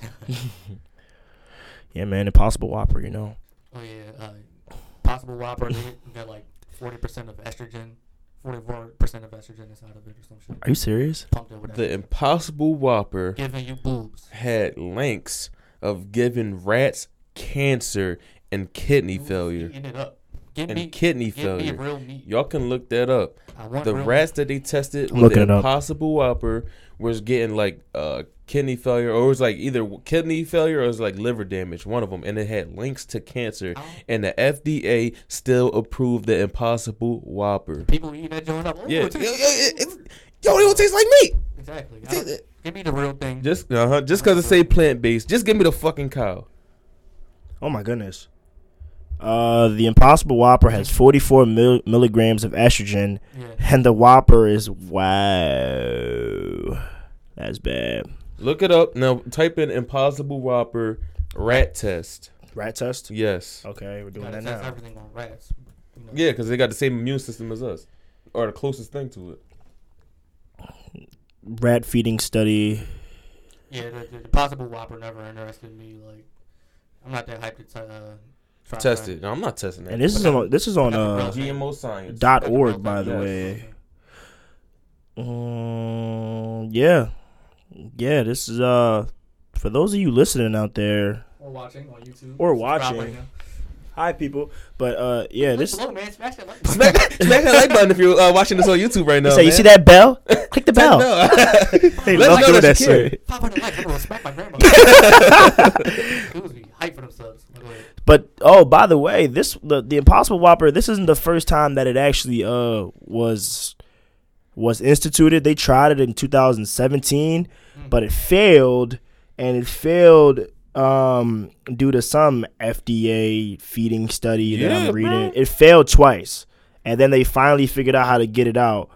Speaker 3: man. Impossible Whopper, you know.
Speaker 4: Oh yeah. Uh, possible Whopper. they got like forty percent of estrogen. Forty-four percent of estrogen inside of it or some shit.
Speaker 3: Are you serious?
Speaker 4: Pumped over that.
Speaker 5: The Impossible Whopper
Speaker 4: Giving you boobs.
Speaker 5: had links of giving rats cancer and kidney
Speaker 4: You was
Speaker 5: failure.
Speaker 4: Eating it up. Give
Speaker 5: And
Speaker 4: me
Speaker 5: kidney
Speaker 4: give me
Speaker 5: failure.
Speaker 4: real meat.
Speaker 5: Y'all can look that up.
Speaker 4: I want
Speaker 5: The
Speaker 4: real
Speaker 5: rats that they tested
Speaker 3: I'm
Speaker 5: with
Speaker 3: looking
Speaker 5: the
Speaker 3: it up.
Speaker 5: Impossible Whopper was getting like uh, kidney failure, or it was like either kidney failure or it was like liver damage, one of them, and it had links to cancer.
Speaker 4: Ow.
Speaker 5: And the FDA still approved the Impossible Whopper.
Speaker 4: meat. People eating that joint up. Ooh,
Speaker 5: Yeah,
Speaker 4: it
Speaker 5: yo,
Speaker 4: tastes-
Speaker 5: yo, it- it's- yo, it don't taste like meat.
Speaker 4: Exactly. I
Speaker 5: Taste
Speaker 4: don't-
Speaker 5: it.
Speaker 4: Give me the real thing.
Speaker 5: Just uh huh. Just cause it say plant based, just give me the fucking cow.
Speaker 3: Oh my goodness. Uh, the Impossible Whopper has 44 mil- milligrams of estrogen,
Speaker 4: Yeah.
Speaker 3: and the Whopper is wow, that's bad.
Speaker 5: Look it up now. Type in Impossible Whopper rat test.
Speaker 3: Rat test.
Speaker 5: Yes.
Speaker 3: Okay, we're doing
Speaker 4: Gotta
Speaker 3: that
Speaker 4: test
Speaker 3: now.
Speaker 4: everything on rats. You know,
Speaker 5: Yeah, cause they got the same immune system as us, or the closest thing to it.
Speaker 3: Rat feeding study.
Speaker 4: Yeah, the, the, the possible Whopper never interested me. Like, I'm not that hyped to uh, try
Speaker 5: Test it. No, I'm not testing that.
Speaker 3: And this is on this is on uh
Speaker 5: GMO science.
Speaker 3: dot org by the
Speaker 5: Yes.
Speaker 3: way. Um, yeah, yeah. This is uh for those of you listening out there.
Speaker 4: Or watching on YouTube.
Speaker 3: Or
Speaker 4: Subscribe right
Speaker 3: watching.
Speaker 4: now.
Speaker 3: Hi, people. But uh, yeah,
Speaker 4: Click
Speaker 3: this.
Speaker 4: below, man. Smash that like
Speaker 5: Smack, smack that like button if you're uh, watching this on YouTube right now.
Speaker 3: say you
Speaker 5: man.
Speaker 3: see that bell? Click the bell.
Speaker 5: No.
Speaker 3: They
Speaker 5: Let
Speaker 3: love
Speaker 5: us know
Speaker 3: doing
Speaker 5: that
Speaker 3: that
Speaker 5: you
Speaker 3: shit.
Speaker 5: care.
Speaker 4: 500 likes. I'm going to smack my grandma. Dudes be hyped for themselves. Go ahead.
Speaker 3: But oh, by the way, this the, the Impossible Whopper. This isn't the first time that it actually uh was was instituted. They tried it in 2017, but it failed, and it failed um due to some FDA feeding study that
Speaker 5: Yeah,
Speaker 3: I'm reading. It failed twice, and then they finally figured out how to get it out.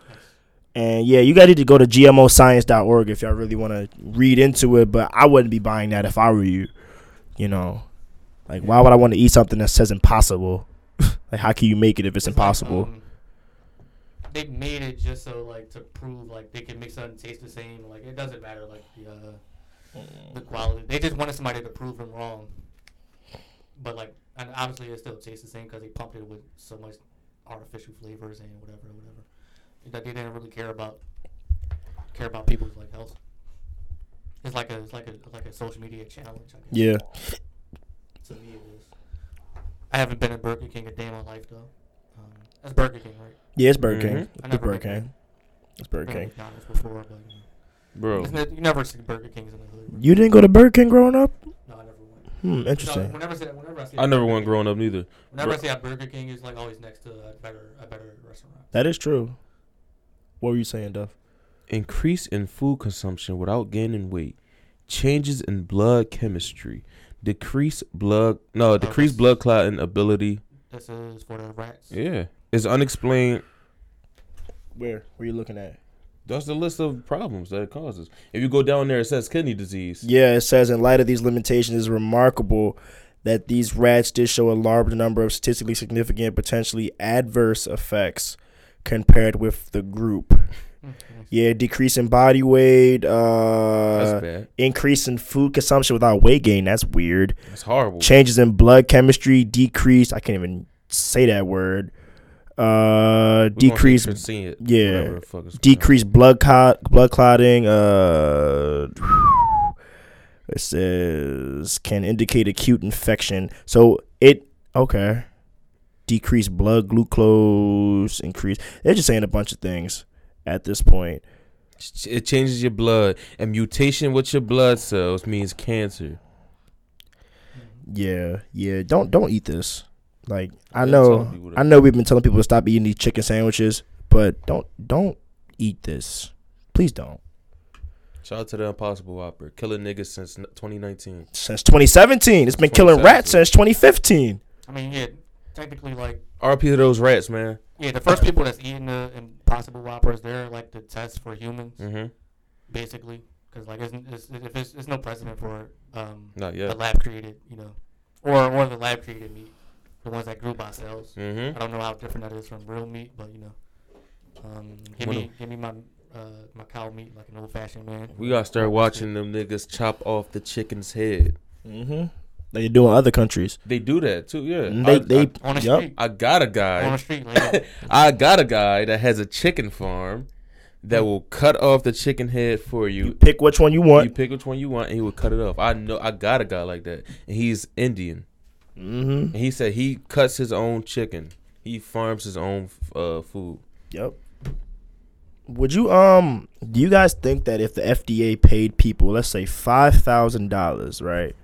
Speaker 3: And yeah, you guys need to go to gmoscience.org if y'all really want to read into it. But I wouldn't be buying that if I were you. You know, like why would I want to eat something that says impossible? like how can you make it if it's
Speaker 4: It's like,
Speaker 3: impossible?
Speaker 4: um, they made it just so like to prove like they can make something taste the same. Like it doesn't matter like the uh, the quality. They just wanted somebody to prove them wrong. But like and obviously it still tastes the same because they pumped it with so much artificial flavors and whatever, whatever. That they didn't really care about care about people's like health. It's like a it's like a like a social media challenge. I guess.
Speaker 3: yeah.
Speaker 4: To me it is. I haven't been at Burger King a day in my life though. Um, that's Burger King, right?
Speaker 3: Yeah, it's Burger
Speaker 5: Mhm.
Speaker 3: King.
Speaker 4: Mm-hmm. I
Speaker 3: It's
Speaker 4: never
Speaker 3: Burger
Speaker 4: been there.
Speaker 3: King. It's Burger
Speaker 4: Been at
Speaker 3: King.
Speaker 4: McDonald's before, but you, know,
Speaker 5: bro.
Speaker 4: it's ne- you never see Burger Kings in the hood.
Speaker 3: You didn't go to Burger King growing up?
Speaker 4: No, I never went.
Speaker 3: Hmm,
Speaker 4: Mm. No,
Speaker 3: interesting.
Speaker 4: whenever I see, whenever I see,
Speaker 5: I never went growing up neither.
Speaker 4: Whenever I
Speaker 5: Bro-
Speaker 4: see a Burger King, it's like always next to a better, a better restaurant.
Speaker 3: That is true. What were you saying, Duff?
Speaker 5: Increase in food consumption without gaining weight. Changes in blood chemistry. Decrease blood no, decrease
Speaker 4: that's-
Speaker 5: blood clotting ability.
Speaker 4: This is for the rats.
Speaker 5: Yeah. It's unexplained
Speaker 3: Where? Where you looking at?
Speaker 5: that's the list of problems that it causes. If you go down there it says kidney disease.
Speaker 3: Yeah, it says in light of these limitations, it's remarkable that these rats did show a large number of statistically significant, potentially adverse effects compared with the group.
Speaker 4: Mhm.
Speaker 3: Yeah, decrease in body weight, uh,
Speaker 5: That's bad.
Speaker 3: increase in food consumption without weight gain. That's weird.
Speaker 5: That's horrible.
Speaker 3: Changes in blood chemistry, decrease. I can't even say that word. Uh,
Speaker 5: We gonna say
Speaker 3: decrease
Speaker 5: transient,
Speaker 3: yeah.
Speaker 5: whatever the fuck it's called.
Speaker 3: decreased blood clot, blood clotting. Uh, it says can indicate acute infection. So it okay. Decreased blood glucose increase. They're just saying a bunch of things at this point.
Speaker 5: Ch- It changes your blood, and mutation with your blood cells means cancer.
Speaker 3: Yeah, yeah. Don't don't eat this. Like I
Speaker 5: Yeah,
Speaker 3: know
Speaker 5: telling people that.
Speaker 3: I know we've been telling people to stop eating these chicken sandwiches, but don't don't eat this. Please don't.
Speaker 5: Shout out to the Impossible Whopper, killing niggas since n- 2019.
Speaker 3: Since 2017, it's been killing rats since 2015.
Speaker 4: I mean, yeah, technically, like,
Speaker 5: RP to those rats, man.
Speaker 4: yeah, the first people that's eating the Impossible Whoppers, they're like the test for humans,
Speaker 5: Mm-hmm.
Speaker 4: basically. Because like, isn't it's, if there's, there's no precedent for um
Speaker 5: Not
Speaker 4: the
Speaker 5: yet.
Speaker 4: lab created, you know, or or the lab created meat, the ones that grew by cells. I
Speaker 5: Mm-hmm.
Speaker 4: don't know how different that is from real meat, but you know, um, give
Speaker 5: What
Speaker 4: me give me my uh, my cow meat like an old fashioned man.
Speaker 5: We gotta start watching them niggas chop off the chicken's head.
Speaker 3: Mm-hmm. Like you do in other countries.
Speaker 5: They do that too, yeah.
Speaker 3: And
Speaker 5: I,
Speaker 3: Mm, They, they,
Speaker 4: on the
Speaker 3: yup.
Speaker 4: street.
Speaker 5: I, I got a
Speaker 4: on the
Speaker 5: guy.
Speaker 4: street. Like,
Speaker 5: I got a guy that has a chicken farm that will cut off the chicken head for
Speaker 3: You
Speaker 5: you.
Speaker 3: pick which one you
Speaker 5: You
Speaker 3: want.
Speaker 5: pick which one you want, and he will cut it off. I know. I got a guy like that, and he's Indian.
Speaker 3: Mm-hmm.
Speaker 5: And he said he cuts his own chicken. He farms his own uh, food.
Speaker 3: Yep. Would you um? Do you guys think that if the FDA paid people, let's say five thousand dollars, right?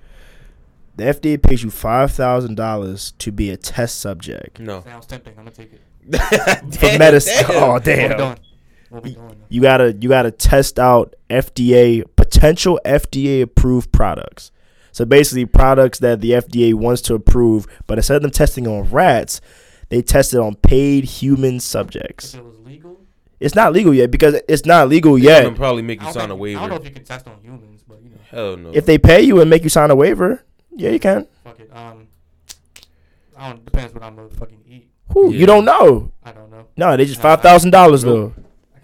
Speaker 3: The FDA pays you five thousand dollars to be a test subject
Speaker 5: No.
Speaker 4: sounds tempting. I'm gonna take it.
Speaker 3: for medicine. Oh
Speaker 4: What we
Speaker 3: damn!
Speaker 4: doing? What we doing?
Speaker 3: You gotta you gotta test out FDA potential FDA approved products. So basically, products that the FDA wants to approve, but instead of them testing on rats, they tested on paid human subjects.
Speaker 4: If it was legal,
Speaker 3: It's not legal yet because it's not legal
Speaker 5: Yeah.
Speaker 3: yet.
Speaker 5: probably make
Speaker 4: I
Speaker 5: you
Speaker 4: don't,
Speaker 5: sign
Speaker 4: think-
Speaker 5: a
Speaker 4: I don't know
Speaker 5: waiver.
Speaker 4: if you can test on humans, but you know,
Speaker 5: Hell no.
Speaker 3: If they pay you and make you sign a waiver, yeah, you can.
Speaker 4: fuck it. Um, I don't depends what I'm gonna fucking eat.
Speaker 3: Whew,
Speaker 5: Yeah.
Speaker 3: You don't know.
Speaker 4: I don't know.
Speaker 3: No, they just
Speaker 4: Nah, I-
Speaker 3: five thousand dollars though.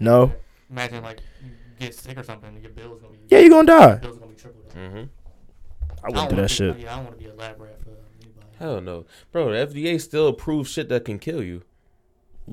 Speaker 4: I can't
Speaker 5: Nope.
Speaker 3: No.
Speaker 4: do that. Imagine like you get sick or something, your bills gonna be
Speaker 3: Yeah, you're gonna die.
Speaker 4: bills gonna be tripled. up.
Speaker 5: hmm
Speaker 3: I wouldn't do
Speaker 4: don't wanna
Speaker 3: that
Speaker 4: be-
Speaker 3: shit.
Speaker 4: Yeah, I don't want to be a lab rat for anybody.
Speaker 5: Hell no. Bro, the FDA still approves shit that can kill you.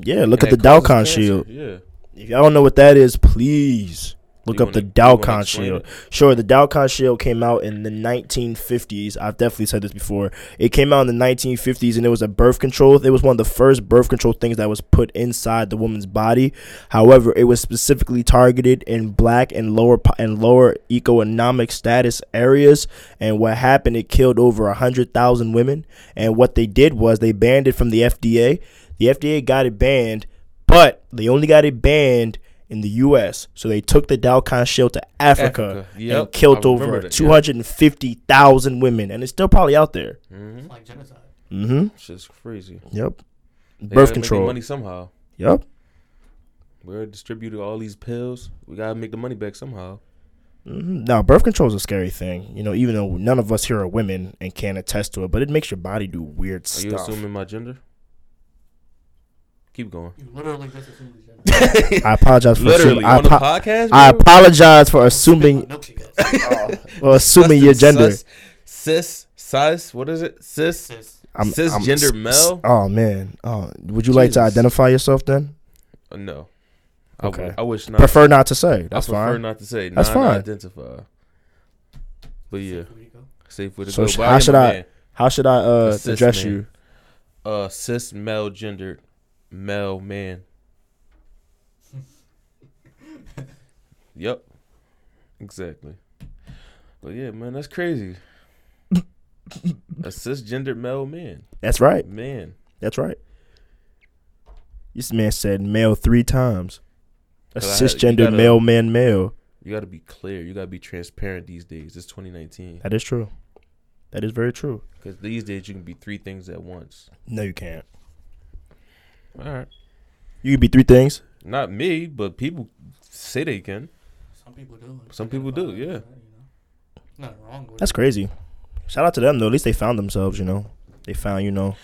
Speaker 3: Yeah, look at
Speaker 5: And
Speaker 3: the
Speaker 5: that causes
Speaker 3: Dalcon
Speaker 5: cancer.
Speaker 3: shield.
Speaker 5: Yeah.
Speaker 3: If y'all don't know what that is, please look
Speaker 5: You
Speaker 3: up the
Speaker 5: wanna- you wanna
Speaker 3: Dalcon
Speaker 5: explain
Speaker 3: shield.
Speaker 5: it?
Speaker 3: Sure, the Dalcon shield came out in the 1950s. I've definitely said this before. It came out in the 1950s, and it was a birth control. It was one of the first birth control things that was put inside the woman's body. However, it was specifically targeted in black and lower po- and lower economic status areas. And what happened? It killed over hundred thousand women. And what they did was they banned it from the FDA. The FDA got it banned, but they only got it banned in the U.S. So they took the Dalcon shield to Africa,
Speaker 5: Africa, yep,
Speaker 3: and killed
Speaker 5: I
Speaker 3: over
Speaker 5: remember that, yeah.
Speaker 3: 250,000 women, and it's still probably out there.
Speaker 5: Mm-hmm.
Speaker 4: It's like genocide.
Speaker 3: Mm-hmm.
Speaker 5: Shit's crazy. They
Speaker 3: Yep.
Speaker 5: gotta
Speaker 3: Birth
Speaker 5: make
Speaker 3: control.
Speaker 5: money somehow.
Speaker 3: Yep.
Speaker 5: We're distributing all these pills. We gotta make the money back somehow.
Speaker 3: hmm Now, birth control is a scary thing. You know, even though none of us here are women and can't attest to it, but it makes your body do weird
Speaker 5: Are you
Speaker 3: stuff.
Speaker 5: assuming my gender? Keep going.
Speaker 4: You literally just assumed the genocide.
Speaker 3: I apologize for
Speaker 5: Literally,
Speaker 3: assuming.
Speaker 5: you
Speaker 3: I,
Speaker 5: on the
Speaker 3: apo-
Speaker 5: podcast?
Speaker 3: I
Speaker 5: bro?
Speaker 3: apologize for assuming
Speaker 4: Milkshake.
Speaker 3: or assuming your gender.
Speaker 5: Cis, cis, cis, what is it? Cis,
Speaker 4: Sis.
Speaker 5: cisgender
Speaker 3: s-
Speaker 5: male?
Speaker 3: s- Oh man. Oh, would you like to
Speaker 5: Jesus.
Speaker 3: identify yourself then?
Speaker 5: Uh, No. I
Speaker 3: Okay.
Speaker 5: w- I wish not.
Speaker 3: Prefer not to say. That's
Speaker 5: I prefer
Speaker 3: fine.
Speaker 5: not to say.
Speaker 3: That's
Speaker 5: That's
Speaker 3: fine.
Speaker 5: fine. Identify. But yeah,
Speaker 4: Where you go?
Speaker 5: safe with the
Speaker 3: So
Speaker 5: so
Speaker 3: sh-
Speaker 5: go. But
Speaker 3: how
Speaker 5: am a
Speaker 3: should I-
Speaker 5: man.
Speaker 3: How should I uh,
Speaker 5: Assist
Speaker 3: address
Speaker 5: me.
Speaker 3: you?
Speaker 5: uh cis male gendered male man. yep. Exactly. But yeah, man, that's crazy. A cisgendered male man.
Speaker 3: That's right.
Speaker 5: Man.
Speaker 3: That's right. This man said male three times. A
Speaker 5: Cause I had- you
Speaker 3: cisgender
Speaker 5: gotta-
Speaker 3: male man male.
Speaker 5: You gotta be clear. You gotta be transparent these days. It's 2019.
Speaker 3: That is true. That is very true.
Speaker 5: Because these days you can be three things at once.
Speaker 3: No, you can't.
Speaker 5: All right.
Speaker 3: You could be three things.
Speaker 5: Not me, but people say they can.
Speaker 4: Some people do. and
Speaker 5: Some people do,
Speaker 4: identify as
Speaker 5: yeah.
Speaker 4: that, you know. Nothing wrong with
Speaker 3: That's
Speaker 4: it.
Speaker 3: crazy. Shout out to them though. At least they found themselves. You know, they found. You know,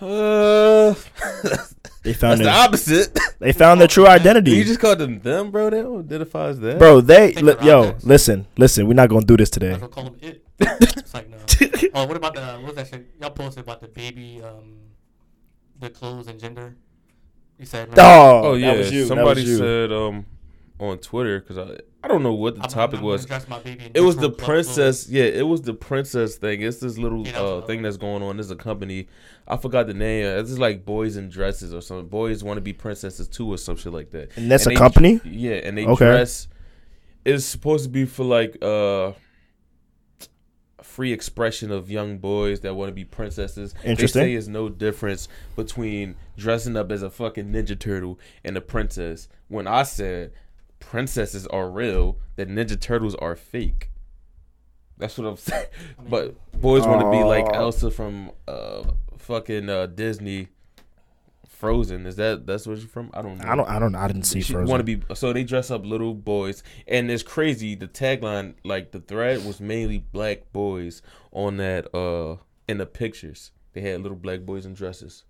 Speaker 5: Uh,
Speaker 3: they
Speaker 5: that's
Speaker 3: found.
Speaker 5: the
Speaker 3: Their,
Speaker 5: opposite.
Speaker 3: they found their true
Speaker 5: you
Speaker 3: identity.
Speaker 5: just called them them, bro. They don't identify as that.
Speaker 3: Bro, they
Speaker 4: Think
Speaker 3: li-
Speaker 4: they're
Speaker 3: yo,
Speaker 4: outcasts.
Speaker 3: listen, listen. We're not gonna do this today.
Speaker 4: That's what I call them it. it's like, no. Oh, what about the, what was that shit? Y'all posted about the baby, um, the clothes and gender. You said,
Speaker 3: Oh,
Speaker 5: Oh yeah,
Speaker 3: that was you.
Speaker 5: somebody
Speaker 3: that was you.
Speaker 5: said um on Twitter because I I don't know what the
Speaker 4: I'm-
Speaker 5: topic
Speaker 4: I'm gonna
Speaker 5: was.
Speaker 4: dress my baby in
Speaker 5: It was the
Speaker 4: neutral clothes.
Speaker 5: princess. Yeah, it was the princess thing. It's this little
Speaker 4: Yeah, that was
Speaker 5: uh,
Speaker 4: another
Speaker 5: thing
Speaker 4: one.
Speaker 5: that's going on. There's a company. I forgot the name. It's just like boys in dresses or something. Boys want to be princesses too or some shit like that.
Speaker 3: And that's a
Speaker 5: they-
Speaker 3: company?
Speaker 5: Yeah, and they
Speaker 3: Okay.
Speaker 5: dress. It's supposed to be for like uh free expression of young boys that want to be princesses.
Speaker 3: Interesting.
Speaker 5: They say it's no difference between dressing up as a fucking Ninja Turtle and a princess. When I said princesses are real, that Ninja Turtles are fake. That's what I'm saying. But boys want to be like
Speaker 3: Oh.
Speaker 5: Elsa from uh fucking uh Disney. Frozen is that that's where she's from? I don't know.
Speaker 3: I don't. I don't. I didn't see
Speaker 5: She
Speaker 3: Frozen.
Speaker 5: want to be so they dress up little boys, and it's crazy. The tagline, like the thread, was mainly black boys on that. uh In the pictures, they had little black boys in dresses.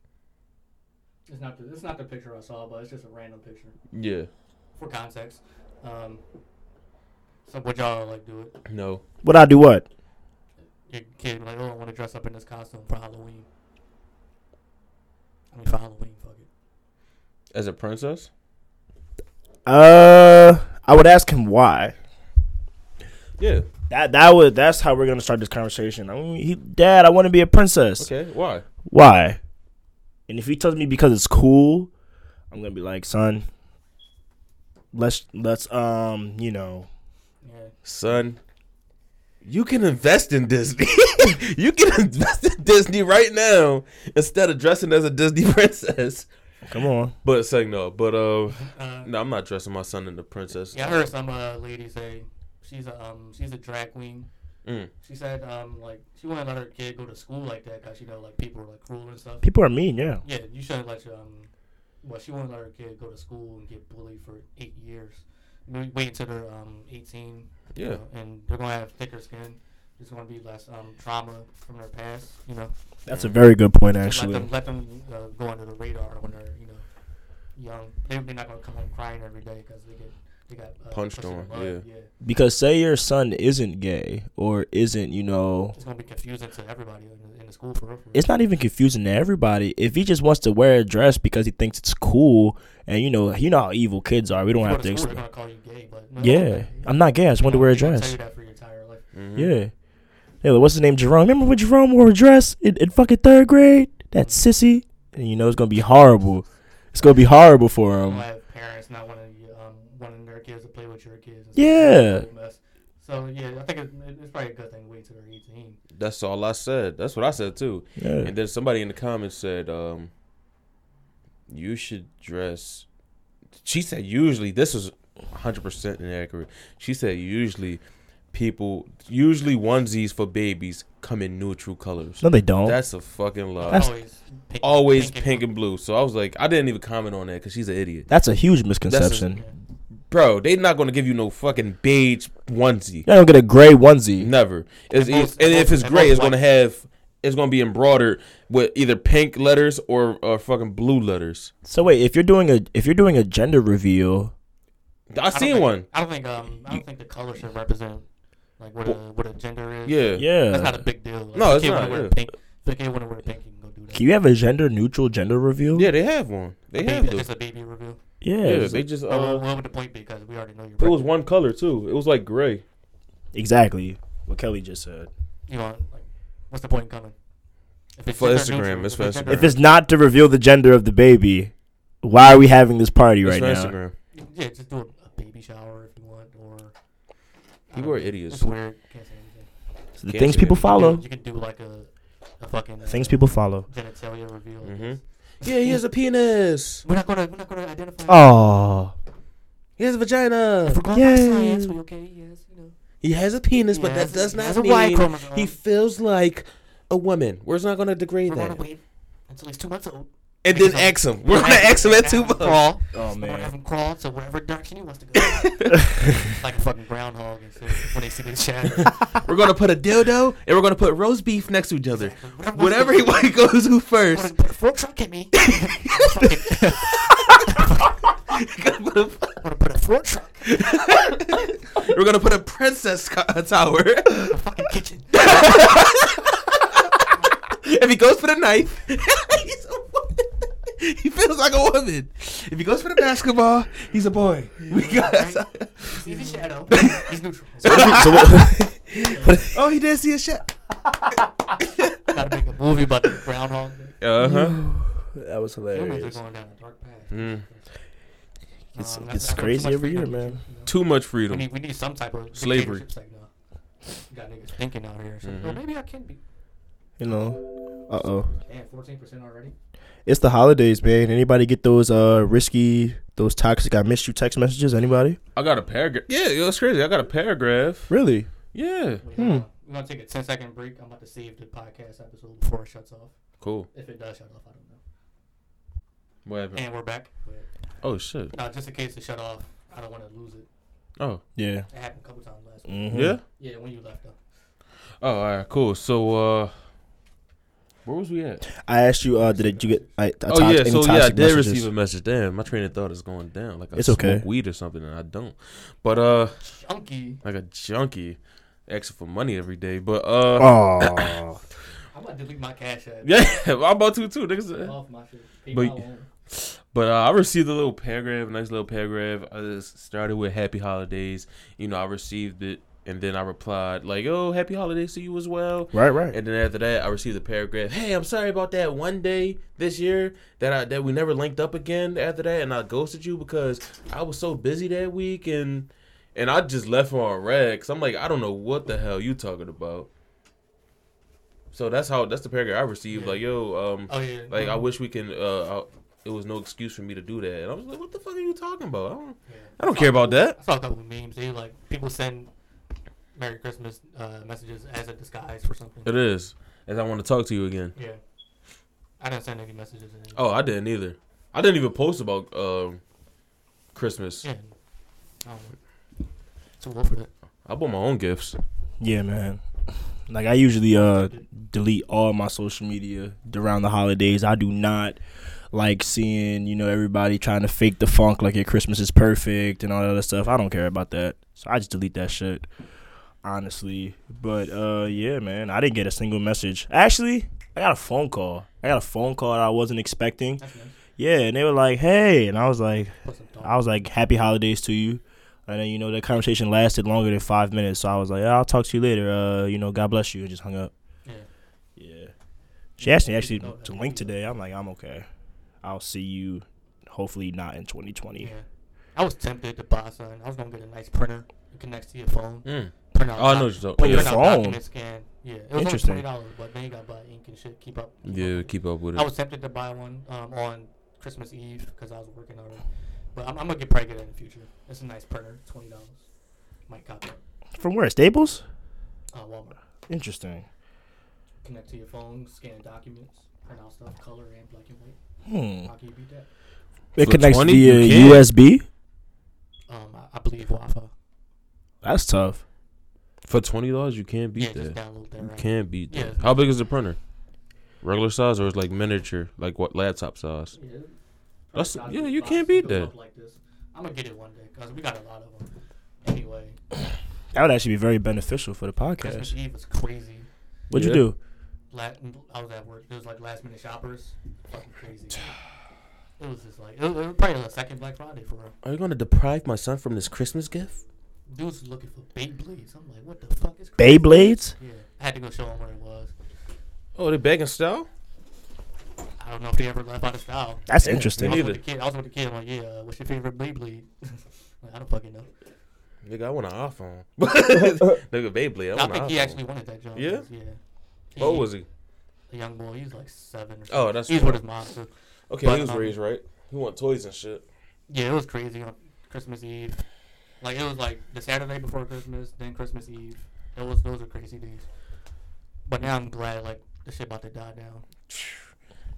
Speaker 4: It's not, the, it's not the picture I saw, but it's just a random picture
Speaker 5: Yeah,
Speaker 4: for context. Um, so would y'all like do it?
Speaker 5: no,
Speaker 3: Would I do what?
Speaker 4: Your kid like, oh, I want to dress up in this costume for Halloween. I mean, for Halloween, fuck it.
Speaker 5: as a princess.
Speaker 3: Uh, I would ask him why.
Speaker 5: Yeah.
Speaker 3: That that would. That's how we're gonna start this conversation. I mean, he, Dad, I want to be a princess.
Speaker 5: Okay. Why?
Speaker 3: Why? And if he tells me because it's cool, I'm gonna be like, son. Let's let's um you know
Speaker 4: Yeah.
Speaker 5: son, you can invest in Disney. you can invest in Disney right now instead of dressing as a Disney princess.
Speaker 3: come on
Speaker 5: But it's like no, but uh,
Speaker 4: Uh,
Speaker 5: no, I'm not dressing my son in the princess.
Speaker 4: yeah, I heard some uh, lady say she's a um she's a drag queen.
Speaker 5: Mm.
Speaker 4: She said um like she wouldn't let her kid go to school like that because you know like people are like cruel and stuff.
Speaker 3: people are mean yeah
Speaker 4: Yeah, you shouldn't let your um. Well, she wouldn't let her kid go to school and get bullied for eight years. Wait wait until they're um eighteen. you
Speaker 5: Yeah.
Speaker 4: know, and they're gonna have thicker skin. There's gonna be less um trauma from their past. You know,
Speaker 3: that's a very good point
Speaker 4: Just
Speaker 3: actually
Speaker 4: let them let them uh, go under the radar when they're you know young. They, they're not gonna come home crying every day because they get they got uh,
Speaker 5: Punched
Speaker 4: pussy
Speaker 5: on,
Speaker 4: blood,
Speaker 5: yeah.
Speaker 3: because say your son isn't gay or isn't you know
Speaker 4: It's gonna be confusing to everybody in the, in the school for real. for real.
Speaker 3: it's not even confusing to everybody. If he just wants to wear a dress because he thinks it's cool, and you know, you know how evil kids are. We
Speaker 4: You
Speaker 3: don't
Speaker 4: go
Speaker 3: have
Speaker 4: to
Speaker 3: to.
Speaker 4: school, they're
Speaker 3: Explain.
Speaker 4: gonna call you gay, but no,
Speaker 3: Yeah, I'm not gay. I just wanted to wear a
Speaker 4: They're gonna Tell
Speaker 3: dress.
Speaker 4: you that for your entire life.
Speaker 5: Mhm.
Speaker 3: Yeah. Yeah, like, what's his name? Jerome. Remember when Jerome wore a dress in, in fucking third grade? That sissy. And you know it's gonna be horrible. It's gonna be horrible for
Speaker 5: Um,
Speaker 4: You'll
Speaker 3: him.
Speaker 4: have parents not wanting you, um wanting their kids to play with your kids. And stuff.
Speaker 3: Yeah.
Speaker 4: It's a mess. So yeah, I think it, it's probably a good thing to wait till they're 18.
Speaker 5: That's all I said. That's what I said too.
Speaker 3: Yeah.
Speaker 5: And then somebody in the comments said, um, you should dress. She said, usually, this was 100% inaccurate. She said, usually, people, usually onesies for babies come in neutral colors.
Speaker 3: No, they don't.
Speaker 5: That's a fucking lie.
Speaker 3: That's-
Speaker 4: always pink,
Speaker 5: Always pink and blue. So I was like, I didn't even comment on that because she's an idiot.
Speaker 3: That's a huge misconception.
Speaker 5: Bro, they not going to give you no fucking beige onesie.
Speaker 3: You don't get a gray onesie.
Speaker 5: Never. It's,
Speaker 4: And
Speaker 5: it's-
Speaker 4: both-
Speaker 5: and
Speaker 4: and
Speaker 5: if it's
Speaker 4: both-
Speaker 5: gray,
Speaker 4: and
Speaker 5: it's
Speaker 4: both
Speaker 5: gonna
Speaker 4: white.
Speaker 5: have it's gonna be embroidered with either pink letters or, or fucking blue letters.
Speaker 3: So wait, if you're doing a if you're doing a gender reveal,
Speaker 5: I
Speaker 4: don't
Speaker 5: seen
Speaker 4: think-
Speaker 5: one.
Speaker 4: I don't think um I don't think the color should represent like what a what a gender is.
Speaker 5: Yeah.
Speaker 3: yeah,
Speaker 4: That's not a big deal. Like,
Speaker 5: No,
Speaker 4: if
Speaker 5: it's
Speaker 4: a kid
Speaker 5: not,
Speaker 4: wanna Wear
Speaker 5: yeah.
Speaker 4: pink, if a kid want to wear pink, you can go do that.
Speaker 3: can you have a gender neutral gender reveal?
Speaker 5: Yeah, they have one. They
Speaker 4: Baby-
Speaker 5: have
Speaker 4: it's
Speaker 5: those.
Speaker 4: just a baby reveal.
Speaker 3: yeah.
Speaker 5: Yeah,
Speaker 3: it's-
Speaker 5: they just
Speaker 4: Uh, well,
Speaker 5: uh,
Speaker 4: what would the point be? Because we already know you're.
Speaker 5: it was
Speaker 4: pregnant.
Speaker 5: one color too. It was like gray.
Speaker 3: exactly what Kelly just said.
Speaker 4: You know, like, what's the point in coming? If it's
Speaker 5: For
Speaker 4: gender
Speaker 5: Instagram,
Speaker 4: neutral, if
Speaker 5: it's for
Speaker 4: gender-
Speaker 5: Instagram.
Speaker 3: If it's not to reveal the gender of the baby, why are we having this party
Speaker 5: It's
Speaker 3: right
Speaker 5: for
Speaker 3: now?
Speaker 5: Instagram.
Speaker 4: Yeah, just do a, a baby shower if you want, or I
Speaker 5: People
Speaker 4: don't
Speaker 5: are
Speaker 4: know.
Speaker 5: idiots.
Speaker 4: It's weird. Can't say anything.
Speaker 3: It's the
Speaker 5: Can't
Speaker 3: things
Speaker 5: see
Speaker 3: people
Speaker 5: it.
Speaker 3: follow.
Speaker 4: You can do like a, a fucking uh,
Speaker 3: Things people follow.
Speaker 4: genitalia reveal. I
Speaker 5: Mhm.
Speaker 4: guess.
Speaker 5: Yeah, he has a penis.
Speaker 4: We're not gonna we're not gonna identify.
Speaker 3: Oh,
Speaker 5: He has a vagina.
Speaker 4: if we're going by
Speaker 3: Yay.
Speaker 4: science, we okay? Yes, you know.
Speaker 5: He has a penis, but
Speaker 4: He
Speaker 5: that
Speaker 4: has-
Speaker 5: does
Speaker 4: he
Speaker 5: not
Speaker 4: has a Y
Speaker 5: mean
Speaker 4: chromosome.
Speaker 5: he feels like a woman. We're not gonna degrade
Speaker 4: We're gonna
Speaker 5: that.
Speaker 4: wait until he's two months old.
Speaker 5: And then X him. We're gonna
Speaker 4: Have him-
Speaker 5: X him at
Speaker 4: have
Speaker 5: two
Speaker 4: him Crawl.
Speaker 3: oh
Speaker 4: We're gonna have
Speaker 3: man.
Speaker 4: him crawl to whatever direction he wants to go. like a fucking groundhog and shit. When they see the shadow.
Speaker 5: We're gonna put a dildo and we're gonna put roast beef next to each other.
Speaker 4: Whatever,
Speaker 5: Whatever he wants goes to first.
Speaker 4: Put a fork truck at me. Fucking- I'm gonna put a fork truck
Speaker 5: We're gonna put a princess co- tower.
Speaker 4: in the fucking kitchen.
Speaker 5: If he goes for the knife, he's a woman. He feels like a woman. If he goes for the basketball, he's a boy. We got.
Speaker 4: See the shadow. He's neutral.
Speaker 3: So what-
Speaker 5: Oh, he did see a shot.
Speaker 4: gotta make a movie about the groundhog.
Speaker 5: Uh huh.
Speaker 3: that was
Speaker 4: Humans are
Speaker 3: hilarious. Hmm.
Speaker 4: going down a dark path.
Speaker 5: Mm.
Speaker 3: It's-
Speaker 4: Um,
Speaker 3: it's
Speaker 4: I've heard
Speaker 3: crazy
Speaker 4: too much
Speaker 3: every year,
Speaker 4: freedom.
Speaker 3: man.
Speaker 5: Too much
Speaker 4: We
Speaker 5: freedom.
Speaker 4: need, we need some type of
Speaker 5: Slavery.
Speaker 4: dictatorship Like, no. You got niggas thinking out here. So,
Speaker 3: Mm-hmm.
Speaker 5: Mhm.
Speaker 4: well, maybe I can be.
Speaker 3: You know. Uh oh.
Speaker 4: Damn, 14% already?
Speaker 3: It's the holidays, man. Anybody get those uh risky, those toxic I missed you text messages? Anybody?
Speaker 5: I got a paragraph. Yeah, it was crazy. I got a paragraph.
Speaker 3: Really?
Speaker 5: Yeah.
Speaker 4: Wait,
Speaker 3: Hmm.
Speaker 4: hold on. We're going to take a 10 second break. I'm about to save the podcast episode before it shuts off.
Speaker 5: Cool.
Speaker 4: If it does shut off, I don't know.
Speaker 5: What happened?
Speaker 4: And we're back. But,
Speaker 5: Oh shit.
Speaker 4: no, just in case it shut off, I don't want to lose it.
Speaker 5: Oh.
Speaker 3: Yeah.
Speaker 4: It happened a couple times last week.
Speaker 3: Mhm.
Speaker 5: Yeah.
Speaker 4: Yeah, when you left, though.
Speaker 5: Oh, all right. Cool. So, uh, where was we at?
Speaker 3: I asked you. Uh, did you get? I, I
Speaker 5: oh yeah. So yeah, I did
Speaker 3: messages?
Speaker 5: receive a message. Damn, my train of thought is going down. Like I
Speaker 3: It's
Speaker 5: smoke
Speaker 3: okay.
Speaker 5: weed or something, and I don't. But uh,
Speaker 4: Chunky.
Speaker 5: like a junkie, asking for money every day. But uh,
Speaker 3: Oh.
Speaker 4: I'm going to delete my cash app.
Speaker 5: yeah, I'm about to too. Niggas.
Speaker 4: Off my shit. Pay
Speaker 5: But-
Speaker 4: my own.
Speaker 5: But uh, I received a little paragraph, a nice little paragraph. I just started with "Happy Holidays." You know, I received it, and then I replied like, "Oh, happy holidays to you as well."
Speaker 3: right, right.
Speaker 5: And then after that, I received a paragraph. Hey, I'm sorry about that one day this year that I that we never linked up again. After that, and I ghosted you because I was so busy that week, and and I just left her on red. Cause I'm like, I don't know what the hell you talking about. So that's how that's the paragraph I received.
Speaker 4: Yeah.
Speaker 5: Like, yo, um,
Speaker 4: Oh, yeah.
Speaker 5: like I
Speaker 4: Mhm.
Speaker 5: wish we can. Uh, I, it was no excuse for me to do that. And I was like, what the fuck are you talking about? I don't,
Speaker 4: Yeah.
Speaker 5: I don't care about that.
Speaker 4: I saw a couple of memes. They like people send Merry Christmas uh, messages as a disguise for something.
Speaker 5: It is, and I want to talk to you again.
Speaker 4: Yeah, I didn't send any messages. In any.
Speaker 5: Oh, I didn't either. I didn't even post about um, Christmas.
Speaker 4: yeah. I don't know. It's a wolf for that.
Speaker 5: I bought my own gifts.
Speaker 3: Yeah, man. Like I usually uh delete all my social media around the holidays. I do not like seeing you know everybody trying to fake the funk like your Christmas is perfect and all that other stuff. I don't care about that. So I just delete that shit. Honestly, but uh yeah, man, I didn't get a single message. Actually, I got a phone call. I got a phone call that I wasn't expecting.
Speaker 4: That's nice.
Speaker 3: Yeah, and they were like, "Hey," and I was like,
Speaker 4: Put some thought.
Speaker 3: I was like, "Happy holidays to you." And then you know the conversation lasted longer than five minutes, so I was like, "I'll talk to you later." Uh, you know, God bless you, and just hung up.
Speaker 4: yeah.
Speaker 3: Yeah. She asked me
Speaker 4: Yeah,
Speaker 3: actually
Speaker 4: no,
Speaker 3: to
Speaker 4: no,
Speaker 3: link
Speaker 4: no.
Speaker 3: today. I'm like, I'm okay. I'll see you, hopefully not in 2020.
Speaker 4: yeah. I was tempted to buy something. I was gonna get a nice printer. It connects to your phone.
Speaker 5: Mm.
Speaker 4: Print out.
Speaker 5: Oh, I know
Speaker 4: doc-
Speaker 5: what you're
Speaker 3: Wait, your
Speaker 4: print
Speaker 5: talking. Yeah,
Speaker 4: out
Speaker 3: phone?
Speaker 4: document Scan. Yeah. It was
Speaker 3: Interesting.
Speaker 4: only twenty dollars, but then you got to buy ink and shit. Keep up. keep up
Speaker 5: yeah,
Speaker 4: with it.
Speaker 5: keep up with
Speaker 4: I
Speaker 5: it.
Speaker 4: was tempted to buy one um, on Christmas Eve because I was working on it, but I'm, I'm gonna get probably get it in the future. It's a nice printer, twenty dollars. Might cop it.
Speaker 3: From where? Staples?
Speaker 4: Uh, Walmart.
Speaker 3: Interesting.
Speaker 4: Connect to your phone, scan documents, print out stuff, color and black and white.
Speaker 3: Hmm.
Speaker 4: How can you beat that?
Speaker 3: It
Speaker 5: For
Speaker 3: connects
Speaker 5: 20?
Speaker 3: via
Speaker 5: You can't.
Speaker 3: USB.
Speaker 4: Um, I, I believe Wi-Fi.
Speaker 3: That's tough.
Speaker 5: For twenty dollars, you can't
Speaker 4: Yeah,
Speaker 5: beat
Speaker 4: just
Speaker 5: that.
Speaker 4: download that.
Speaker 5: You
Speaker 4: Right?
Speaker 5: can't beat
Speaker 4: Yeah,
Speaker 5: that.
Speaker 4: it's
Speaker 5: How big is the printer? Regular size or it's like miniature, like what laptop size?
Speaker 4: Yeah,
Speaker 5: That's-
Speaker 4: Probably
Speaker 5: yeah,
Speaker 4: not
Speaker 5: you
Speaker 4: the box
Speaker 5: can't beat
Speaker 4: goes
Speaker 5: that.
Speaker 4: up Like this. I'm gonna get it one day because we got a lot of them. Anyway,
Speaker 3: That would actually be very beneficial for the
Speaker 4: Christmas
Speaker 3: podcast.
Speaker 4: Eve was crazy.
Speaker 3: What'd
Speaker 5: Yeah.
Speaker 3: you do?
Speaker 4: La I was at work. There was like last minute shoppers. Fucking crazy. It was just like it was, it was probably the second Black Friday for real.
Speaker 5: Are you gonna deprive my son from this Christmas gift?
Speaker 4: Dudes was looking for Beyblades. I'm like, what the fuck is Christmas?
Speaker 3: Beyblades?
Speaker 4: Yeah, I had to go show him where it was.
Speaker 5: Oh, they begging style?
Speaker 4: I don't know if they ever left out of style.
Speaker 3: That's
Speaker 5: Yeah,
Speaker 3: interesting.
Speaker 4: I was
Speaker 5: me neither.
Speaker 4: with the kid. I was with the kid. I'm like, yeah, uh, what's your favorite bleed bleed? like, I don't fucking know.
Speaker 5: Nigga, I want an iPhone. Nigga, Beyblade. I
Speaker 4: I
Speaker 5: want
Speaker 4: think
Speaker 5: an
Speaker 4: he
Speaker 5: iPhone.
Speaker 4: actually wanted that job.
Speaker 5: Yeah?
Speaker 4: Yeah.
Speaker 5: What was he?
Speaker 4: A young boy. He was like seven. Or
Speaker 5: Oh, that's
Speaker 4: He was
Speaker 5: right.
Speaker 4: with his mom. So.
Speaker 5: Okay,
Speaker 4: But,
Speaker 5: he was
Speaker 4: um,
Speaker 5: raised right. He want toys and shit.
Speaker 4: Yeah, it was crazy on Christmas Eve. Like it was like the Saturday before Christmas, then Christmas Eve. It was those are crazy days. But now I'm glad like the shit about to die down.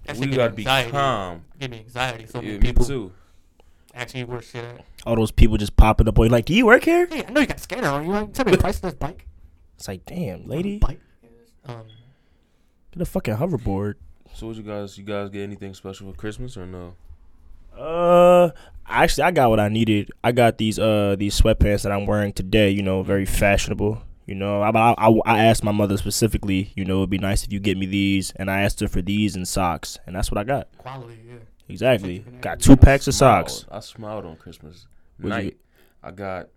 Speaker 4: That shit
Speaker 5: We
Speaker 4: give me
Speaker 5: gotta be
Speaker 4: anxiety.
Speaker 5: calm.
Speaker 4: Give me anxiety. So many
Speaker 5: Yeah, me
Speaker 4: people
Speaker 5: too.
Speaker 4: actually were shit. At.
Speaker 3: All those people just popping up on you like, do you work here?
Speaker 4: Hey, I know you got a scanner on you. Tell me the price of this bike.
Speaker 3: It's like, damn, lady,
Speaker 4: Bike. Um,
Speaker 3: get a fucking hoverboard.
Speaker 5: So, what you guys? You guys get anything special for Christmas or no?
Speaker 3: Uh, actually, I got what I needed. I got these uh these sweatpants that I'm wearing today. You know, very fashionable. You know, I I, I- I asked my mother specifically. You know, it'd be nice if you get me these, and I asked her for these and socks, and that's what I got.
Speaker 4: quality. Yeah.
Speaker 3: Exactly, got two packs of socks.
Speaker 5: I smiled on Christmas
Speaker 3: What'd you
Speaker 5: night.
Speaker 3: get?
Speaker 5: I got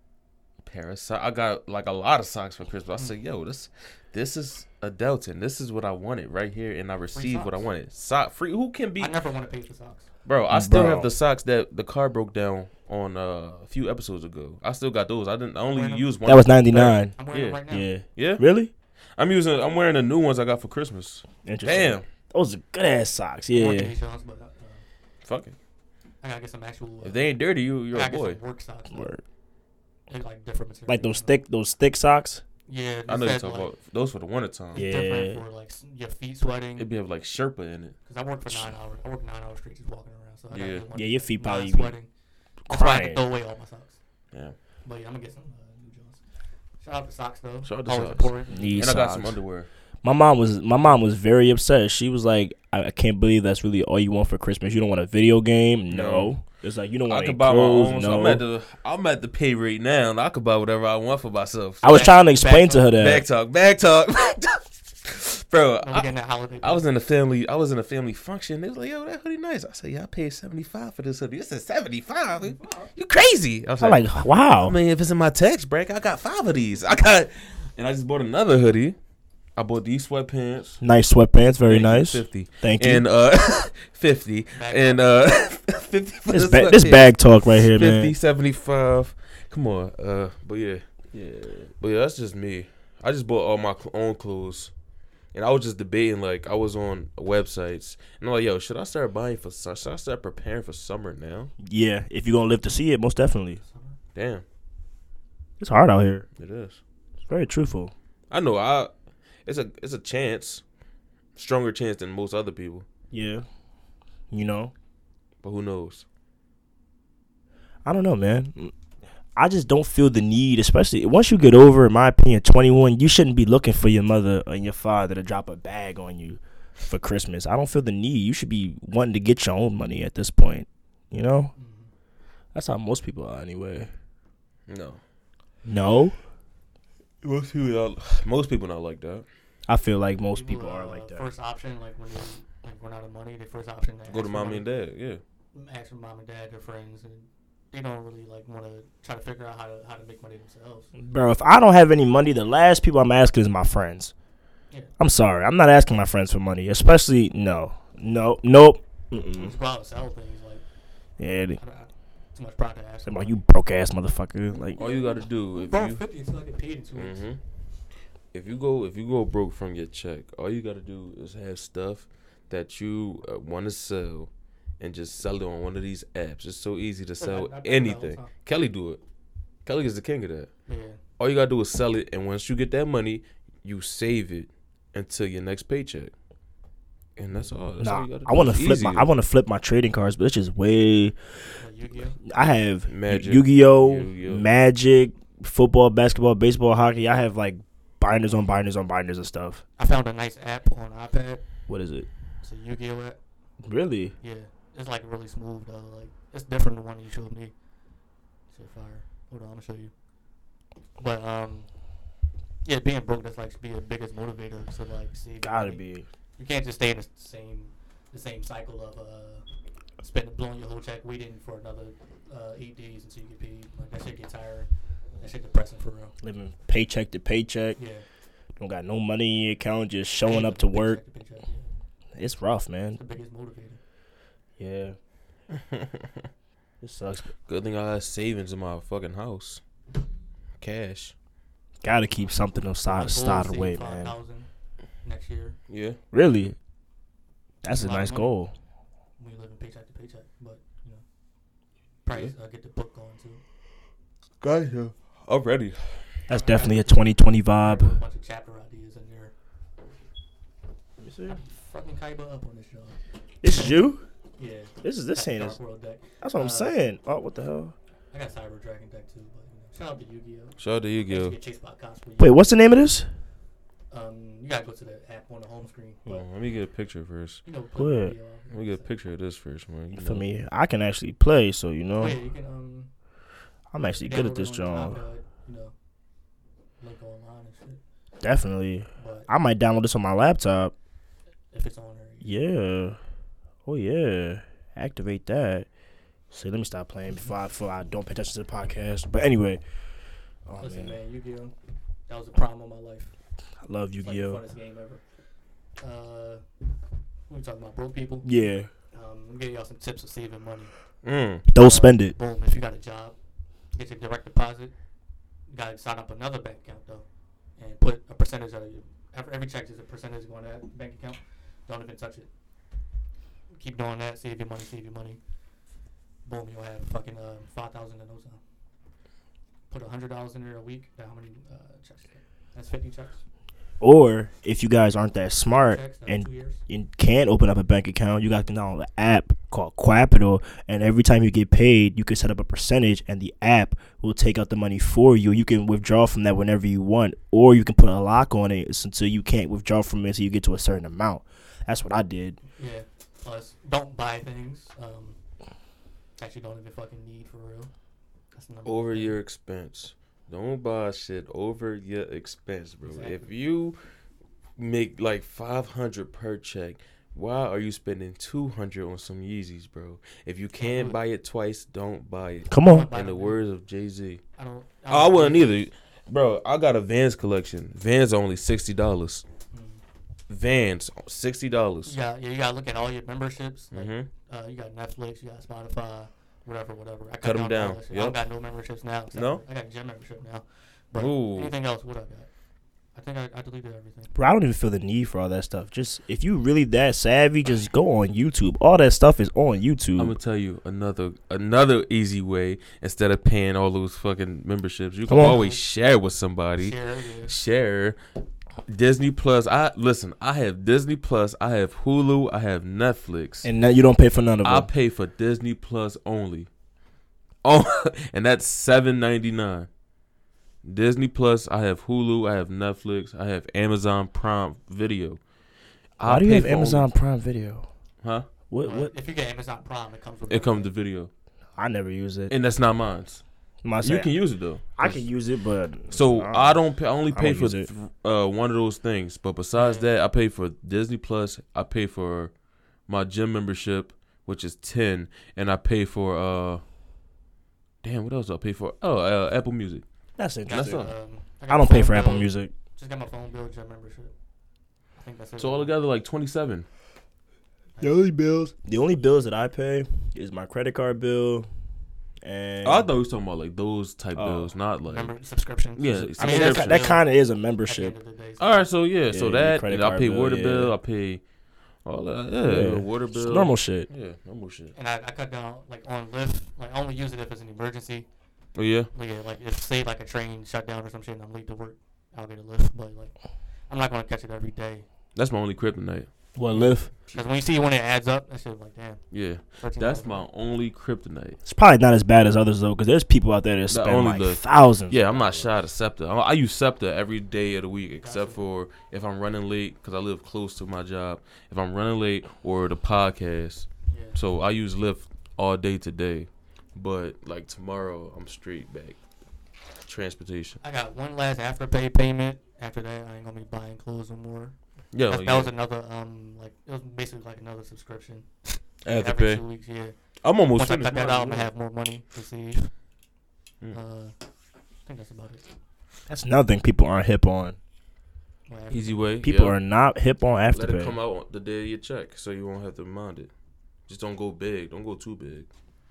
Speaker 5: Paris. So- I got like a lot of socks for Christmas. I said, "Yo, this, this is a Delton. This is what I wanted right here, and I received what I
Speaker 4: socks.
Speaker 5: wanted. Sock free. Who can be,
Speaker 4: I never want to pay for socks.
Speaker 5: bro? I still
Speaker 3: Bro.
Speaker 5: have the socks that the car broke down on uh, a few episodes ago. I still got those. I didn't. I only
Speaker 4: Random.
Speaker 5: used one.
Speaker 3: That was
Speaker 5: per
Speaker 3: ninety nine.
Speaker 4: I'm wearing
Speaker 5: Yeah,
Speaker 4: it right now.
Speaker 3: Yeah,
Speaker 5: Yeah,
Speaker 3: really
Speaker 5: I'm using. I'm wearing the new ones I got for Christmas.
Speaker 3: interesting.
Speaker 5: Damn,
Speaker 3: those are good ass socks.
Speaker 4: I want
Speaker 3: Yeah,
Speaker 4: these ones, but, uh,
Speaker 5: fuck it.
Speaker 4: I gotta get some actual. Uh,
Speaker 5: If they ain't dirty, you
Speaker 4: I
Speaker 5: you're a
Speaker 4: gotta get
Speaker 5: boy.
Speaker 4: some work socks. though.
Speaker 3: Word.
Speaker 4: They're like different material.
Speaker 3: like those thick those thick socks.
Speaker 4: Yeah,
Speaker 5: I
Speaker 4: they
Speaker 5: know you're
Speaker 4: said,
Speaker 5: talking
Speaker 4: like,
Speaker 5: about those for the wintertime.
Speaker 3: Yeah.
Speaker 5: Yeah.
Speaker 4: it's different for like s- your feet sweating.
Speaker 5: It'd be have like Sherpa in it.
Speaker 4: Because I work for nine hours. I work nine hours straight just walking around. So I gotta
Speaker 5: Yeah.
Speaker 4: get one
Speaker 3: Yeah, your feet
Speaker 4: not
Speaker 3: probably be
Speaker 4: sweating. That's why I have to
Speaker 3: crying.
Speaker 4: throw away all my socks.
Speaker 5: Yeah.
Speaker 4: But yeah, I'm gonna get some uh, new Jones. Shout out to socks though.
Speaker 5: Shout out to
Speaker 4: Always
Speaker 5: socks.
Speaker 4: important.
Speaker 3: These
Speaker 5: and I got
Speaker 3: socks.
Speaker 5: some underwear.
Speaker 3: My mom was my mom was very upset. She was like, I, I can't believe that's really all you want for Christmas. You don't want a video game? No.
Speaker 5: No.
Speaker 3: It's like you don't
Speaker 5: I
Speaker 3: want any
Speaker 5: could buy my
Speaker 3: clothes?
Speaker 5: own.
Speaker 3: No.
Speaker 5: I'm at the I'm at the pay rate now, and I could buy whatever I want for myself.
Speaker 3: I was
Speaker 4: Back-
Speaker 3: trying to explain
Speaker 4: back
Speaker 3: to her that
Speaker 5: Back talk, back talk, bro.
Speaker 4: I'm
Speaker 5: I,
Speaker 4: getting that holiday.
Speaker 5: I was in a family. I was in a family function. They was like, "Yo, that hoodie nice." I said, "Yeah, I paid seventy five for this hoodie." This is seventy five. You crazy? I was
Speaker 3: I'm like, wow.
Speaker 5: I mean, if it's in my text break, I got five of these. I got, and I just bought another hoodie. I bought these sweatpants.
Speaker 3: nice sweatpants, very
Speaker 5: Thank you,
Speaker 3: nice.
Speaker 5: Fifty.
Speaker 3: Thank you.
Speaker 5: And uh, fifty.
Speaker 4: Back
Speaker 5: and uh, fifty for
Speaker 3: this,
Speaker 5: the
Speaker 3: ba- this
Speaker 5: sweatpants.
Speaker 3: bag talk right here,
Speaker 5: 50,
Speaker 3: man.
Speaker 5: 75. Come on. Uh, but yeah. Yeah. But yeah, that's just me. I just bought all my cl- own clothes. And I was just debating, like, I was on websites. And I'm like, yo, should I start buying for, su- should I start preparing for summer now?
Speaker 3: Yeah, if you're gonna live to see it, most definitely.
Speaker 5: Damn,
Speaker 3: It's hard out here.
Speaker 5: it is.
Speaker 3: It's very truthful.
Speaker 5: I know. I, it's a, it's a chance. Stronger chance than most other people.
Speaker 3: Yeah. You know,
Speaker 5: But who knows?
Speaker 3: I don't know, man. I just don't feel the need, especially once you get over, in my opinion, 21, you shouldn't be looking for your mother and your father to drop a bag on you for Christmas. I don't feel the need. You should be wanting to get your own money at this point. You know?
Speaker 4: Mm-hmm.
Speaker 3: That's how most people are, anyway.
Speaker 5: No.
Speaker 3: No?
Speaker 5: Most people, not, most people not like that.
Speaker 3: I feel like most people are
Speaker 4: uh,
Speaker 3: like that.
Speaker 4: First option, like when they like run out of money, their first option.
Speaker 5: Go to mommy and dad. Yeah.
Speaker 4: dad. Ask for mom and dad, their friends, and they don't really like want to try to figure out how to how to make money themselves.
Speaker 3: Bro, if I don't have any money, the last people I'm asking is my friends.
Speaker 4: Yeah.
Speaker 3: I'm sorry. I'm not asking my friends for money, especially, no. No. Nope. Mm-mm.
Speaker 4: Just go out and sell things. Like
Speaker 3: Yeah. they-
Speaker 4: I don't- too much pride to ask.
Speaker 3: I'm
Speaker 4: for
Speaker 3: like,
Speaker 4: money.
Speaker 3: you broke ass motherfucker. Like,
Speaker 5: All you got to do if
Speaker 4: Bro,
Speaker 5: you,
Speaker 4: fifty until I get paid in two weeks.
Speaker 5: hmm If you go if you go broke from your check, all you gotta do is have stuff that you uh, want to sell, and just sell it on one of these apps. It's so easy to
Speaker 4: I- I
Speaker 5: sell
Speaker 4: do that all the
Speaker 5: anything.
Speaker 4: time.
Speaker 5: Kelly do it. Kelly is the king of that.
Speaker 4: Yeah.
Speaker 5: All you gotta do is sell it, and once you get that money, you save it until your next paycheck, and that's all. That's all
Speaker 3: Nah,
Speaker 5: you gotta
Speaker 3: I
Speaker 5: do.
Speaker 3: want to
Speaker 5: It's
Speaker 3: flip my
Speaker 5: easy.
Speaker 3: I want to flip my trading cards, but it's just way.
Speaker 4: Like Yu-Gi-Oh.
Speaker 3: I have
Speaker 5: Magic,
Speaker 3: Yu-Gi-Oh,
Speaker 5: Yu-Gi-Oh.
Speaker 3: Magic, football, basketball, baseball, hockey. I have like binders on binders on binders and stuff.
Speaker 4: I found a nice app on iPad.
Speaker 3: What is it?
Speaker 4: It's a Yu-Gi-Oh app.
Speaker 3: Really?
Speaker 4: Yeah, it's like really smooth though. Like it's different than the one you showed me. Shit fire. Hold on, I'll show you. But um, yeah, being broke that's like be the biggest motivator to like save.
Speaker 3: Gotta
Speaker 4: money.
Speaker 3: be.
Speaker 4: You can't just stay in the same the same cycle of uh spending blowing your whole check waiting for another uh eight days until you get paid. Like that shit get tiring. That shit depressing for real.
Speaker 3: Living paycheck to paycheck,
Speaker 4: Yeah.
Speaker 3: don't got no money in your account, just showing up to work.
Speaker 4: Paycheck to paycheck.
Speaker 3: It's rough, man.
Speaker 4: It's the biggest motivator.
Speaker 3: Yeah. it sucks.
Speaker 5: Good thing I have savings in my fucking house. Cash.
Speaker 3: Gotta keep something
Speaker 4: I'm
Speaker 3: aside,
Speaker 4: going
Speaker 3: aside
Speaker 4: to save
Speaker 3: away, man.
Speaker 4: 5,000 Next year,
Speaker 5: Yeah.
Speaker 3: Really? That's a
Speaker 4: Lot of
Speaker 3: nice
Speaker 4: money.
Speaker 3: goal.
Speaker 4: we live in paycheck to paycheck, but you know, probably uh, get the book going too.
Speaker 5: Gotcha. I'm ready.
Speaker 3: That's definitely a 2020
Speaker 4: I put a
Speaker 3: vibe.
Speaker 4: bunch of chapter ideas in there. Fucking Kaiba up on this show.
Speaker 3: This is you?
Speaker 4: Yeah.
Speaker 3: This is this
Speaker 4: got the
Speaker 3: ain't
Speaker 4: Dark
Speaker 3: as-
Speaker 4: World deck.
Speaker 3: That's what I'm
Speaker 4: Uh,
Speaker 3: saying. Oh, what the hell?
Speaker 4: I got Cyber Dragon deck too, but you know, shout out to Yu-Gi-Oh.
Speaker 5: Shout out to
Speaker 4: I
Speaker 5: you,
Speaker 4: used to
Speaker 5: Gil.
Speaker 4: Get chased by cops. when you-
Speaker 3: Wait, what's the name of this?
Speaker 4: Um, you gotta go to the app on the home screen,
Speaker 5: Hold
Speaker 4: but
Speaker 5: on, let me get a picture first.
Speaker 4: you know, put
Speaker 3: Good.
Speaker 4: video out
Speaker 5: Let me Hmm. get a picture of this first, man. You
Speaker 3: For
Speaker 5: know.
Speaker 3: me, I can actually play, so you
Speaker 4: Oh,
Speaker 3: know,
Speaker 4: yeah, you can um.
Speaker 3: I'm actually
Speaker 4: download
Speaker 3: good at
Speaker 4: it
Speaker 3: this
Speaker 4: on
Speaker 3: job.
Speaker 4: your iPod, You know, link online and shit.
Speaker 3: Definitely.
Speaker 4: But
Speaker 3: I might download this on my laptop.
Speaker 4: if it's on there, you-
Speaker 3: Yeah. Oh, yeah. Activate that. See, let me stop playing before I, before I don't pay attention to the podcast. But anyway, oh,
Speaker 4: listen,
Speaker 3: man.
Speaker 4: man, Yu-Gi-Oh. That was a problem of my life.
Speaker 3: I love Yu
Speaker 4: It's
Speaker 3: Gi Oh!
Speaker 4: Like the funnest game ever. Uh, we talking about broke people.
Speaker 3: Yeah.
Speaker 4: Um, I'm giving y'all some tips of saving money.
Speaker 5: Mm.
Speaker 3: Don't spend it.
Speaker 4: Boom! If you got a job, get your direct deposit. You gotta sign up another bank account though, and put a percentage of your every, every check is a percentage going to that bank account. Don't even touch it. Keep doing that. Save your money. Save your money. Boom! You'll have fucking uh, five thousand in no time. Put a hundred dollars in there a week. Now how many uh, checks? is that? That's fifty checks.
Speaker 3: Or if you guys aren't that smart
Speaker 4: Checks. That's
Speaker 3: and
Speaker 4: two years.
Speaker 3: and can open up a bank account, you guys can download an app called Quapital, and every time you get paid, you can set up a percentage, and the app will take out the money for you. You can withdraw from that whenever you want, or you can put a lock on it s- until you can't withdraw from it until you get to a certain amount. That's what I did.
Speaker 4: Yeah. Plus, don't buy things um, that you don't even fucking need for real. That's another
Speaker 5: Over
Speaker 4: thing.
Speaker 5: your expense. Don't buy shit over your expense, bro. If
Speaker 4: Exactly.
Speaker 5: you make like five hundred per check, why are you spending two hundred on some Yeezys, bro? If you
Speaker 4: do
Speaker 5: can't
Speaker 4: it.
Speaker 5: buy it twice, don't buy it.
Speaker 3: Come on,
Speaker 4: Buy
Speaker 5: In the
Speaker 4: them.
Speaker 5: words of Jay Z.
Speaker 4: I don't.
Speaker 5: Oh, I
Speaker 4: don't
Speaker 5: wouldn't
Speaker 4: need
Speaker 5: either,
Speaker 4: things.
Speaker 5: bro. I got a Vans collection. Vans are only sixty dollars. Vans sixty dollars.
Speaker 4: Yeah, yeah. You gotta look at all your memberships. Like,
Speaker 5: Mhm.
Speaker 4: uh, you got Netflix. You got Spotify. Whatever, whatever. I cut,
Speaker 5: 'em
Speaker 4: all
Speaker 5: down,
Speaker 4: that shit. I
Speaker 5: yep.
Speaker 4: don't got no memberships now. except
Speaker 5: No?
Speaker 4: I got gym membership now. But
Speaker 5: Ooh.
Speaker 4: anything else? What I got? I think I, I deleted everything.
Speaker 3: bro. I don't even feel the need for all that stuff. Just if you really that savvy, just go on YouTube. All that stuff is on YouTube.
Speaker 5: I'm gonna tell you another another easy way instead of paying all those fucking memberships. You
Speaker 3: Come
Speaker 5: can
Speaker 3: on.
Speaker 5: always share with somebody.
Speaker 4: Share, yeah.
Speaker 5: share Disney Plus. I listen. I have Disney Plus. I have Hulu. I have Netflix.
Speaker 3: and now you don't pay for none of
Speaker 5: I
Speaker 3: them.
Speaker 5: pay for Disney Plus only. Oh, and that's seven ninety nine. Disney Plus. I have Hulu. I have Netflix. I have Amazon Prime Video. I
Speaker 3: Why do you
Speaker 5: pay
Speaker 3: have
Speaker 5: for only-
Speaker 3: Amazon Prime Video?
Speaker 5: huh?
Speaker 3: What?
Speaker 4: Well,
Speaker 3: What?
Speaker 4: If you get Amazon Prime, it comes with.
Speaker 5: It comes to
Speaker 4: everything.
Speaker 5: video,
Speaker 3: I never use it.
Speaker 5: and that's not mine.
Speaker 3: My
Speaker 5: You can use it though.
Speaker 3: I can use it, but
Speaker 5: So
Speaker 3: Uh,
Speaker 5: I don't. Pay, I only
Speaker 3: I
Speaker 5: pay
Speaker 3: don't
Speaker 5: for
Speaker 3: use it.
Speaker 5: th- uh, one of those things. But besides that, I pay for Disney Plus. I pay for my gym membership, which is ten, and I pay for uh, damn, what else do I pay for? Oh, uh, Apple Music.
Speaker 3: that's
Speaker 5: That's
Speaker 3: interesting.
Speaker 5: all.
Speaker 4: Um, got
Speaker 3: I don't
Speaker 4: my
Speaker 3: pay
Speaker 4: phone
Speaker 3: for Apple
Speaker 4: bill.
Speaker 3: Music.
Speaker 4: Just got my phone bill, gym membership. I think that's it.
Speaker 5: So altogether, like twenty-seven.
Speaker 3: The only bills, the only bills that I pay is my credit card bill, and
Speaker 5: I thought we was talking about like those type
Speaker 3: Oh.
Speaker 5: bills, not like.
Speaker 4: Member subscriptions.
Speaker 5: Yeah,
Speaker 3: I mean that,
Speaker 5: subscription.
Speaker 3: that kind of is a
Speaker 4: At the end
Speaker 3: membership.
Speaker 4: of the day, so-
Speaker 5: All right, so yeah,
Speaker 3: Yeah,
Speaker 5: so
Speaker 3: your
Speaker 5: that
Speaker 3: credit
Speaker 5: and I
Speaker 3: card
Speaker 5: pay
Speaker 3: bill,
Speaker 5: water
Speaker 3: yeah.
Speaker 5: bill. I pay all that. Yeah,
Speaker 3: Yeah.
Speaker 5: water
Speaker 3: It's
Speaker 5: bill.
Speaker 3: normal shit.
Speaker 5: Yeah, normal shit.
Speaker 4: And I, I cut down like on Lyft. Like I only use it if it's an emergency.
Speaker 5: Oh yeah.
Speaker 4: Like, yeah, like if say like a train shut down or some shit and I'm late to work, I'll get a Lyft. But like I'm not gonna catch it every day.
Speaker 5: That's my only kryptonite.
Speaker 3: What lift?
Speaker 4: Cause when you see when it adds up, that shit like damn.
Speaker 5: Yeah,
Speaker 4: 13
Speaker 5: that's my only kryptonite.
Speaker 3: It's probably not as bad as others though, because there's people out there that spend
Speaker 5: only
Speaker 3: like
Speaker 5: lift.
Speaker 3: thousands.
Speaker 5: Yeah, I'm not shy to SEPTA. I I use SEPTA every day of the week, except
Speaker 4: Gotcha.
Speaker 5: for if I'm running late because I live close to my job. If I'm running late or the podcast,
Speaker 4: Yeah.
Speaker 5: so I use Lyft all day today, but like tomorrow I'm straight back transportation.
Speaker 4: I got one last afterpay payment. After that, I ain't gonna be buying clothes no more.
Speaker 5: Yeah,
Speaker 4: That's-
Speaker 5: like,
Speaker 4: that was
Speaker 5: Oh, yeah.
Speaker 4: another um like it was basically like another subscription.
Speaker 5: I have to
Speaker 4: Every
Speaker 5: pay.
Speaker 4: two weeks, yeah.
Speaker 5: I'm almost
Speaker 4: Once I
Speaker 5: finished.
Speaker 4: cut that out, I'm gonna
Speaker 5: mine, yeah.
Speaker 4: have more money to save.
Speaker 5: Mm.
Speaker 4: Uh, I think that's about it.
Speaker 3: that's another thing people aren't hip on.
Speaker 5: Easy way.
Speaker 3: People
Speaker 5: yeah.
Speaker 3: are not hip on
Speaker 5: Let it come
Speaker 3: afterpay.
Speaker 5: out the day of your check, so you won't have to remind it. Just don't go big. Don't go too big.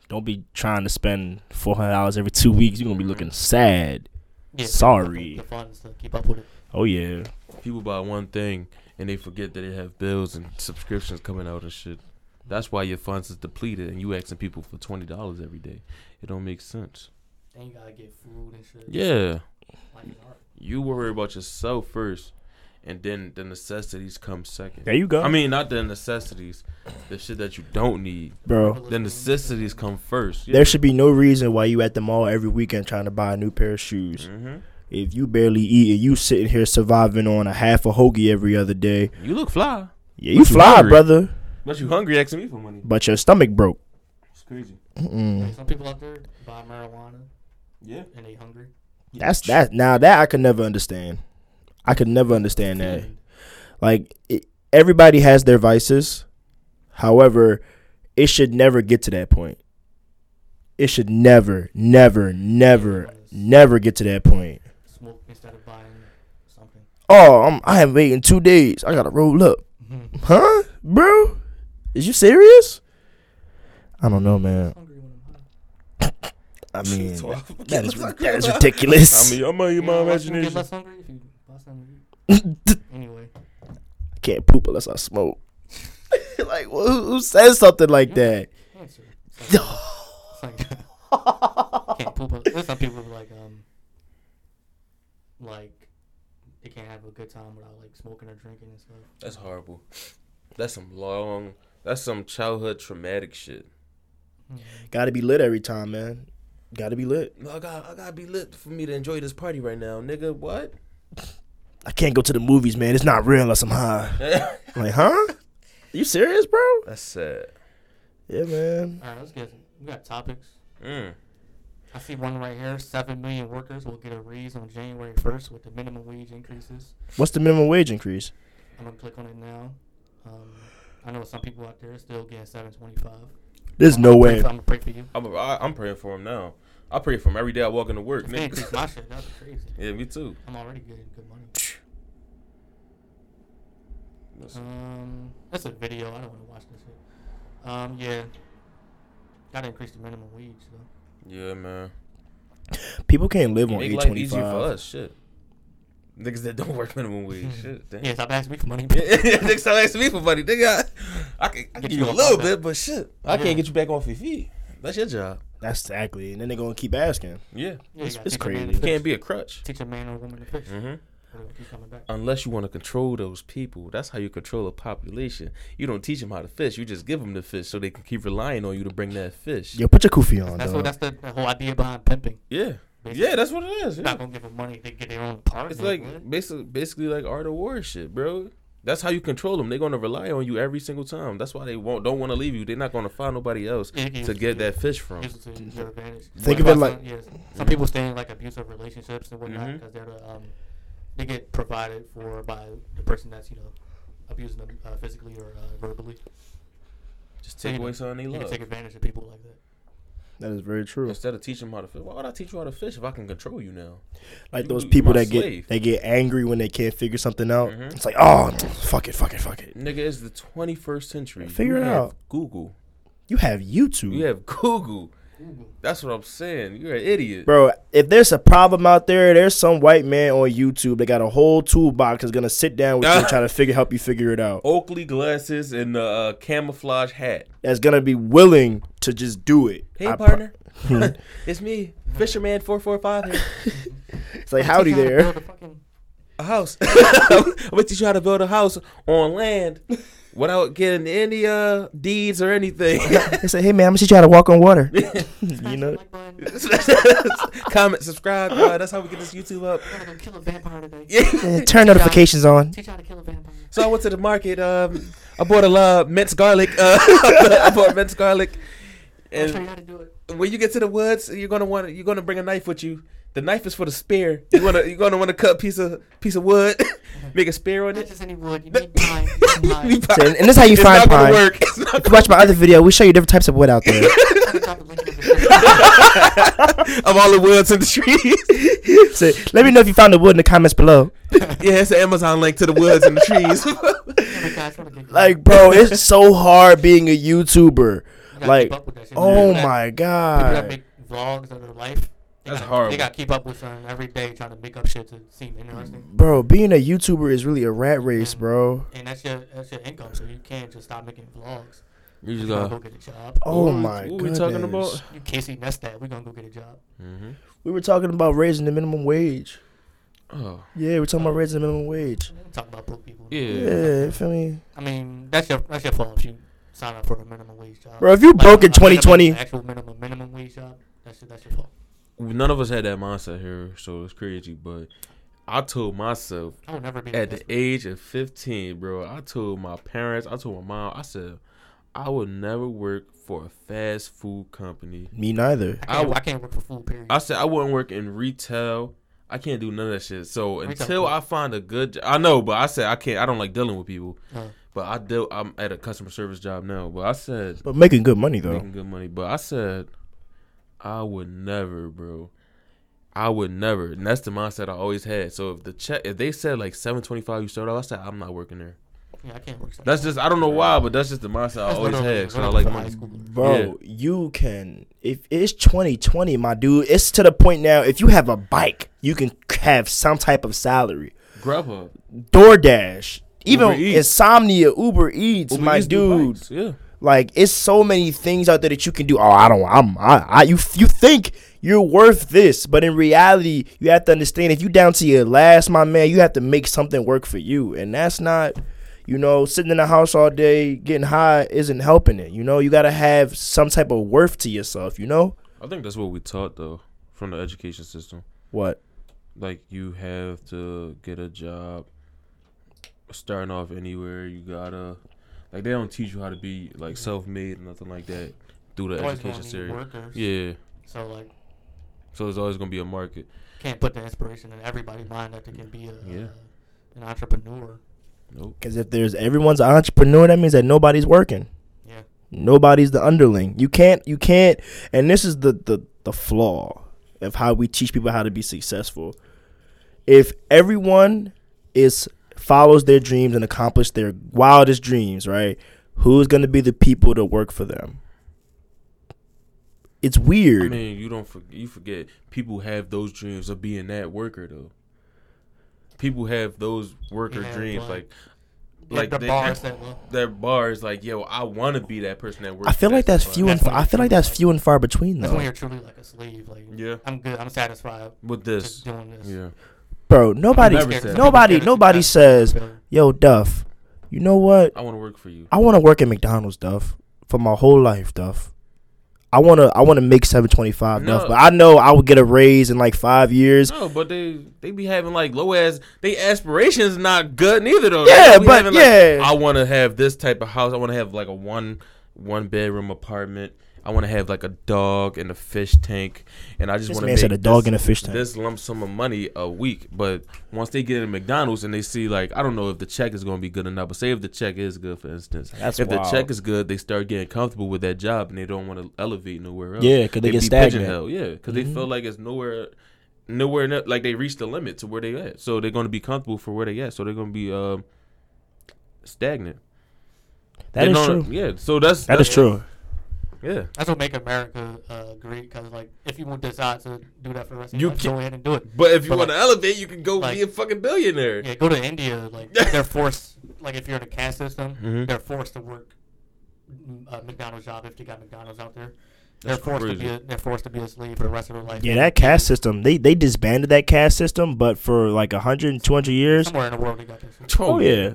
Speaker 3: Don't be trying to spend four hundred dollars every two weeks. You're gonna be looking sad.
Speaker 4: Yeah,
Speaker 3: Sorry.
Speaker 4: The funds to keep up with it.
Speaker 3: Oh yeah.
Speaker 5: People buy one thing and they forget that they have bills and subscriptions coming out and shit. That's why your funds is depleted and you asking people for twenty dollars every day. It don't make sense.
Speaker 4: Then you gotta get food and shit.
Speaker 5: Yeah,
Speaker 4: Like an art.
Speaker 5: you worry about yourself first, and then the necessities come second.
Speaker 3: There you go.
Speaker 5: I mean, not the necessities, the shit that you don't need.
Speaker 3: bro.
Speaker 5: The necessities come first.
Speaker 3: There should be no reason why you at the mall every weekend trying to buy a new pair of shoes.
Speaker 5: hmm
Speaker 3: If you barely eat and you sitting here surviving on a half a hoagie every other day,
Speaker 5: You look fly,
Speaker 3: yeah, you
Speaker 5: But you
Speaker 3: fly,
Speaker 5: hungry.
Speaker 3: brother.
Speaker 5: but you hungry asking me for money.
Speaker 3: But your stomach broke.
Speaker 5: It's crazy.
Speaker 3: Mm-mm.
Speaker 4: Some people out there buy marijuana
Speaker 5: Yeah.
Speaker 4: and they hungry.
Speaker 3: That's that. Now that I could never understand. I could never understand that.
Speaker 4: And
Speaker 3: Like it, everybody has their vices. However, it should never get to that point. It should never, never, never, never get to that point.
Speaker 4: smoke instead of buying something.
Speaker 3: Oh, I'm, I haven't waited in two days. I gotta roll up. Huh, bro? Is you serious? I don't know, man.
Speaker 4: Hungry when I'm high.
Speaker 3: I mean, that is that is ridiculous.
Speaker 5: I mean, I'm in
Speaker 4: You
Speaker 5: my
Speaker 4: know why people get
Speaker 5: imagination.
Speaker 4: less hungry if you buy something. to eat? anyway,
Speaker 3: I can't poop unless I smoke. like, who, who says something like that?
Speaker 4: answer. It's like, it's like can't poop. up- There's some people who like um like they can't have a good time without like smoking or drinking and stuff.
Speaker 5: That's horrible. That's some long. That's some childhood traumatic shit.
Speaker 3: Gotta be lit every time, man. Gotta be lit.
Speaker 5: No, I got I gotta be lit for me to enjoy this party right now, nigga. What?
Speaker 3: I can't go to the movies, man. It's not real unless I'm high.
Speaker 5: that's
Speaker 3: I'm like, huh? You serious, bro?
Speaker 5: sad.
Speaker 3: Yeah, man.
Speaker 4: All right, let's get we got topics.
Speaker 5: Mm.
Speaker 4: I see one right here. Seven million workers will get a raise on January first with the minimum wage increases.
Speaker 3: What's the minimum wage increase?
Speaker 4: I'm gonna click on it now. Um, I know some people out there are still getting seven twenty-five.
Speaker 3: There's no
Speaker 4: I'm
Speaker 3: way.
Speaker 4: gonna pray for you.
Speaker 5: I'm I, I'm praying for him now. I pray for him every day I walk into work,
Speaker 4: If they
Speaker 5: nigga.
Speaker 4: increase my shit, that'd be crazy.
Speaker 5: yeah, me too.
Speaker 4: I'm already getting good money. Um, that's a video. I don't want to watch this shit. Um, yeah. Gotta increase the minimum wage, though.
Speaker 5: Yeah, man.
Speaker 3: People can't live on
Speaker 5: Make
Speaker 3: eight
Speaker 5: life easier for
Speaker 3: twenty-five.
Speaker 5: us, shit. Niggas that don't work minimum wage, shit. Damn.
Speaker 4: Yeah, stop asking me for money.
Speaker 5: Niggas stop asking me for money. Nigga, I, I can I
Speaker 4: Get you
Speaker 5: give you a
Speaker 4: up
Speaker 5: little
Speaker 4: off that.
Speaker 5: bit, but shit, I
Speaker 4: Yeah.
Speaker 5: can't get you back off your feet. That's your job.
Speaker 3: That's exactly. And then they're gonna keep asking.
Speaker 4: Yeah,
Speaker 5: Yeah,
Speaker 4: you gotta
Speaker 3: it's
Speaker 4: teach a man to
Speaker 3: crazy.
Speaker 5: you can't
Speaker 4: fish.
Speaker 5: be a crutch.
Speaker 4: Teach a man or woman to fish.
Speaker 5: Mm-hmm.
Speaker 4: Or they'll keep coming back.
Speaker 5: unless you want to control those people. That's how you control a population. You don't teach them how to fish. You just give them the fish so they can keep relying on you to bring that fish.
Speaker 3: Yo, put your kufi on,
Speaker 4: That's
Speaker 3: dog.
Speaker 4: what. That's the, the whole idea behind pimping.
Speaker 5: Yeah.
Speaker 4: Basically.
Speaker 5: Yeah, that's what it is.
Speaker 4: You're
Speaker 5: yeah.
Speaker 4: not gonna give them money. They get their own part.
Speaker 5: It's like basically, basically like art of war shit, bro. That's how you control them. They're gonna rely on you every single time. That's why they won't don't want to leave you. They're not gonna find nobody else
Speaker 4: Yeah, yeah,
Speaker 5: to get that fish from.
Speaker 4: Use it to your advantage.
Speaker 3: Think of
Speaker 4: But
Speaker 3: it
Speaker 4: plus,
Speaker 3: like-
Speaker 4: uh, yes,
Speaker 5: Mm-hmm.
Speaker 4: some people stay in like abusive relationships and whatnot
Speaker 5: Mhm.
Speaker 4: because they're the, um, they get provided for by the person that's you know abusing them uh, physically or uh, verbally.
Speaker 5: Just take away something they
Speaker 4: You can
Speaker 5: love.
Speaker 4: take advantage of people like that.
Speaker 3: That is very true.
Speaker 5: Instead of teaching them how to fish, why would I teach you how to fish if I can control you now?
Speaker 3: Like
Speaker 5: You
Speaker 3: those
Speaker 5: my
Speaker 3: people that get
Speaker 5: slave.
Speaker 3: they get angry when they can't figure something out.
Speaker 5: Mhm.
Speaker 3: It's like, oh, fuck it, fuck it, fuck it.
Speaker 5: Nigga, it's the 21st century.
Speaker 3: Figure
Speaker 5: You
Speaker 3: it
Speaker 5: have
Speaker 3: out.
Speaker 5: Google.
Speaker 3: You have YouTube,
Speaker 5: You have Google. That's what I'm saying. You're an idiot.
Speaker 3: bro. If there's a problem out there, there's some white man on YouTube that got a whole toolbox that's gonna sit down with you and try to figure help you figure it out.
Speaker 5: Oakley glasses and a uh, camouflage hat.
Speaker 3: That's gonna be willing to just do it.
Speaker 5: Hey,
Speaker 3: I pro-
Speaker 5: partner. it's me, Fisherman four four five here.
Speaker 3: It's like howdy
Speaker 4: Teach you how to
Speaker 3: there.
Speaker 4: build a fucking-
Speaker 5: A house. I'm gonna teach you how to build a house on land without getting any uh, deeds or anything.
Speaker 3: They say, hey man, I'm gonna teach you how to walk on water. you know,
Speaker 4: Like, Brian,
Speaker 5: Comment, subscribe. Uh, that's how we get this YouTube up.
Speaker 4: I'm gonna go kill a vampire today.
Speaker 3: Eh, turn notifications on.
Speaker 4: Teach you how to kill a vampire.
Speaker 5: So I went to the market. Um, I bought a uh, minced garlic. Uh, I bought minced garlic.
Speaker 4: I'll show you
Speaker 5: And
Speaker 4: how to do it.
Speaker 5: when you get to the woods, you're gonna want you're gonna bring a knife with you. The knife is for the spear. You wanna you're gonna want to cut piece of piece of wood, make a spear on
Speaker 4: Not
Speaker 5: it.
Speaker 4: just any wood. You need pine. You need pine.
Speaker 5: Be fine.
Speaker 3: And- and this is how you
Speaker 5: It's
Speaker 3: find
Speaker 5: not gonna
Speaker 3: pine.
Speaker 5: work. It's not
Speaker 3: If you watch my other video, we show you different types of wood out there.
Speaker 4: the topic link in the description.
Speaker 5: of all the woods and the trees.
Speaker 3: Say, let me know if you found the wood in the comments below.
Speaker 5: yeah, it's the Amazon link to the woods and the trees.
Speaker 4: Hey, guys, what a good-
Speaker 3: Like, bro, it's so hard being a YouTuber.
Speaker 4: You gotta
Speaker 3: Like,
Speaker 4: keep up with that shit.
Speaker 3: oh
Speaker 4: People that-
Speaker 3: my
Speaker 4: People that
Speaker 3: god.
Speaker 4: make vlogs of their life. they
Speaker 5: That's
Speaker 4: gotta-
Speaker 5: horrible.
Speaker 4: They gotta keep up with something every day, trying to make up shit to seem interesting.
Speaker 3: Bro, being a YouTuber is really a rat race, bro.
Speaker 4: And that's your that's your income, so you can't just stop making vlogs.
Speaker 5: You
Speaker 4: You
Speaker 5: just
Speaker 4: gotta
Speaker 5: go.
Speaker 4: go get a job.
Speaker 3: Oh
Speaker 5: What we-
Speaker 3: my
Speaker 5: what
Speaker 3: god.
Speaker 5: we talking about?
Speaker 4: You Casey Nestat, we gonna go get a job.
Speaker 5: mm-hmm.
Speaker 3: We were talking about raising the minimum wage.
Speaker 5: Oh,
Speaker 3: Yeah, we're talking about raising the minimum wage.
Speaker 4: Talk about broke people.
Speaker 5: yeah.
Speaker 3: Yeah, you feel me?
Speaker 4: I mean, that's your that's your fault if you sign up for a minimum wage job.
Speaker 3: Bro, if you broke in
Speaker 4: a minimum-
Speaker 3: 2020
Speaker 4: actual minimum minimum wage job, that's your, that's your fault.
Speaker 5: None of us had that mindset here, so it's crazy. But I told myself
Speaker 4: I will never be like
Speaker 5: at the
Speaker 4: this.
Speaker 5: age of 15, bro, I told my parents, I told my mom, I said, I would never work for a fast food company.
Speaker 3: Me neither.
Speaker 4: I can't,
Speaker 5: I
Speaker 4: I,
Speaker 5: w-
Speaker 4: can't work for food. Period.
Speaker 5: I said I wouldn't work in retail. I can't do none of that shit. So
Speaker 4: Retail
Speaker 5: until
Speaker 4: food.
Speaker 5: I find a good, jo- I know, but I said I can't. I don't like dealing with people.
Speaker 4: Uh.
Speaker 5: But I deal. I'm at a customer service job now. But I said
Speaker 3: But making good money though.
Speaker 5: making good money. But I said I would never, bro. I would never. And that's the mindset I always had. So if the check, if they said like seven twenty five, you start off. I said I'm not working there.
Speaker 4: yeah, I can't work. Like
Speaker 5: That's just I don't know why, but that's just the mindset I
Speaker 4: That's
Speaker 5: always
Speaker 4: literally
Speaker 5: had. So I
Speaker 4: what
Speaker 5: like
Speaker 4: high
Speaker 5: money.
Speaker 4: schoolers.
Speaker 3: Bro, you can if it's 2020, my dude, it's to the point now if you have a bike, you can have some type of salary.
Speaker 5: Grubhub,
Speaker 3: DoorDash, even
Speaker 5: Uber Eats.
Speaker 3: Insomnia, Uber Eats,
Speaker 5: Uber
Speaker 3: my
Speaker 5: Eats do
Speaker 3: dude.
Speaker 5: bikes. Yeah,
Speaker 3: Like it's so many things out there that you can do. Oh, I don't. I'm. I. I you. You think you're worth this, but in reality, you have to understand if you down to your last, my man, you have to make something work for you, and that's not. You know, sitting in the house all day getting high isn't helping it. You know, you gotta have some type of worth to yourself. You know
Speaker 5: I think that's what we taught though from the education system.
Speaker 3: what?
Speaker 5: like you have to get a job starting off anywhere you gotta like they don't teach you how to be like self-made and nothing like that through the
Speaker 4: Always gonna
Speaker 5: education
Speaker 4: need
Speaker 5: series
Speaker 4: workers.
Speaker 5: yeah
Speaker 4: So like,
Speaker 5: so there's always gonna be a market
Speaker 4: can't put the inspiration in everybody's mind that they can be a,
Speaker 5: Yeah.
Speaker 4: an entrepreneur.
Speaker 3: Because if there's everyone's an entrepreneur, that means that nobody's working.
Speaker 4: Yeah.
Speaker 3: Nobody's the underling. You can't. You can't. And this is the the the flaw of how we teach people how to be successful. If everyone is follows their dreams and accomplish their wildest dreams, right? Who's gonna be the people to work for them? It's
Speaker 5: i
Speaker 3: weird.
Speaker 5: mean you don't forget you forget people have those dreams of being that worker though people have those worker
Speaker 4: Yeah,
Speaker 5: dreams
Speaker 4: but-
Speaker 5: like
Speaker 4: Like,
Speaker 5: like
Speaker 4: the
Speaker 5: they-
Speaker 4: bar is that low.
Speaker 5: their bar is like yo i want to be that person that works
Speaker 3: I feel
Speaker 5: for
Speaker 3: like
Speaker 5: that
Speaker 3: that's
Speaker 5: spot.
Speaker 3: few and
Speaker 4: That's
Speaker 3: far, I feel like that's few and far between
Speaker 4: That's when
Speaker 3: though,
Speaker 4: you're truly like a slave. Like
Speaker 5: Yeah.
Speaker 4: I'm good. I'm satisfied just
Speaker 5: with this
Speaker 4: doing this.
Speaker 5: yeah
Speaker 3: bro. Nobody,
Speaker 5: Never said.
Speaker 3: nobody, nobody says, "Yo, Duff, you know what?
Speaker 5: i want to work for you
Speaker 3: I want to work at McDonald's, Duff, for my whole life, Duff. I wanna, I wanna make seven twenty five, Duff.
Speaker 5: No.
Speaker 3: But I know I would get a raise in like five years.
Speaker 5: No, but they they be having like low ass. They aspirations not good neither though.
Speaker 3: Yeah,
Speaker 5: They be
Speaker 3: but
Speaker 5: having, like,
Speaker 3: yeah.
Speaker 5: I want to have this type of house. I want to have like a one one bedroom apartment. I want to have like a dog and a fish tank, and I just
Speaker 3: This
Speaker 5: want to
Speaker 3: man said a dog and a fish tank.
Speaker 5: This lump sum of money a week, but once they get in McDonald's and they see like I don't know if the check is going to be good enough, but say if the check is good, for instance,
Speaker 3: That's
Speaker 5: if
Speaker 3: wild.
Speaker 5: the check is good, they start getting comfortable with that job and they don't want to elevate nowhere else.
Speaker 3: Yeah, 'cause they get
Speaker 5: be
Speaker 3: stagnant. Mm-hmm.
Speaker 5: pigeonholed, Yeah, because they feel like it's nowhere nowhere ne- like they reached the limit to where they at. So they're going to be comfortable for where they at. So they're going to be um, stagnant.
Speaker 3: That
Speaker 5: They
Speaker 3: is
Speaker 5: don't-
Speaker 3: true.
Speaker 5: Yeah. So that's
Speaker 3: That is true.
Speaker 5: Yeah.
Speaker 4: That's what make America uh, great. Cause like if you want to decide to do that for the rest of
Speaker 5: You
Speaker 4: your life, go ahead and do it.
Speaker 5: But if you
Speaker 4: But,
Speaker 5: want to
Speaker 4: like-
Speaker 5: elevate, you can go
Speaker 4: like-
Speaker 5: be a fucking billionaire.
Speaker 4: Yeah, go to India. Like they're forced. Like if you're in a caste system,
Speaker 5: Mhm.
Speaker 4: they're forced to work mm, a McDonald's job if they got McDonald's out there. They're
Speaker 5: That's
Speaker 4: forced to be.
Speaker 5: crazy.
Speaker 4: A, they're forced to be a slave for the rest of their life.
Speaker 3: Yeah, that caste system. They they disbanded that caste system, but for like 100, 200 years.
Speaker 4: Somewhere in the world they got this.
Speaker 3: Oh yeah.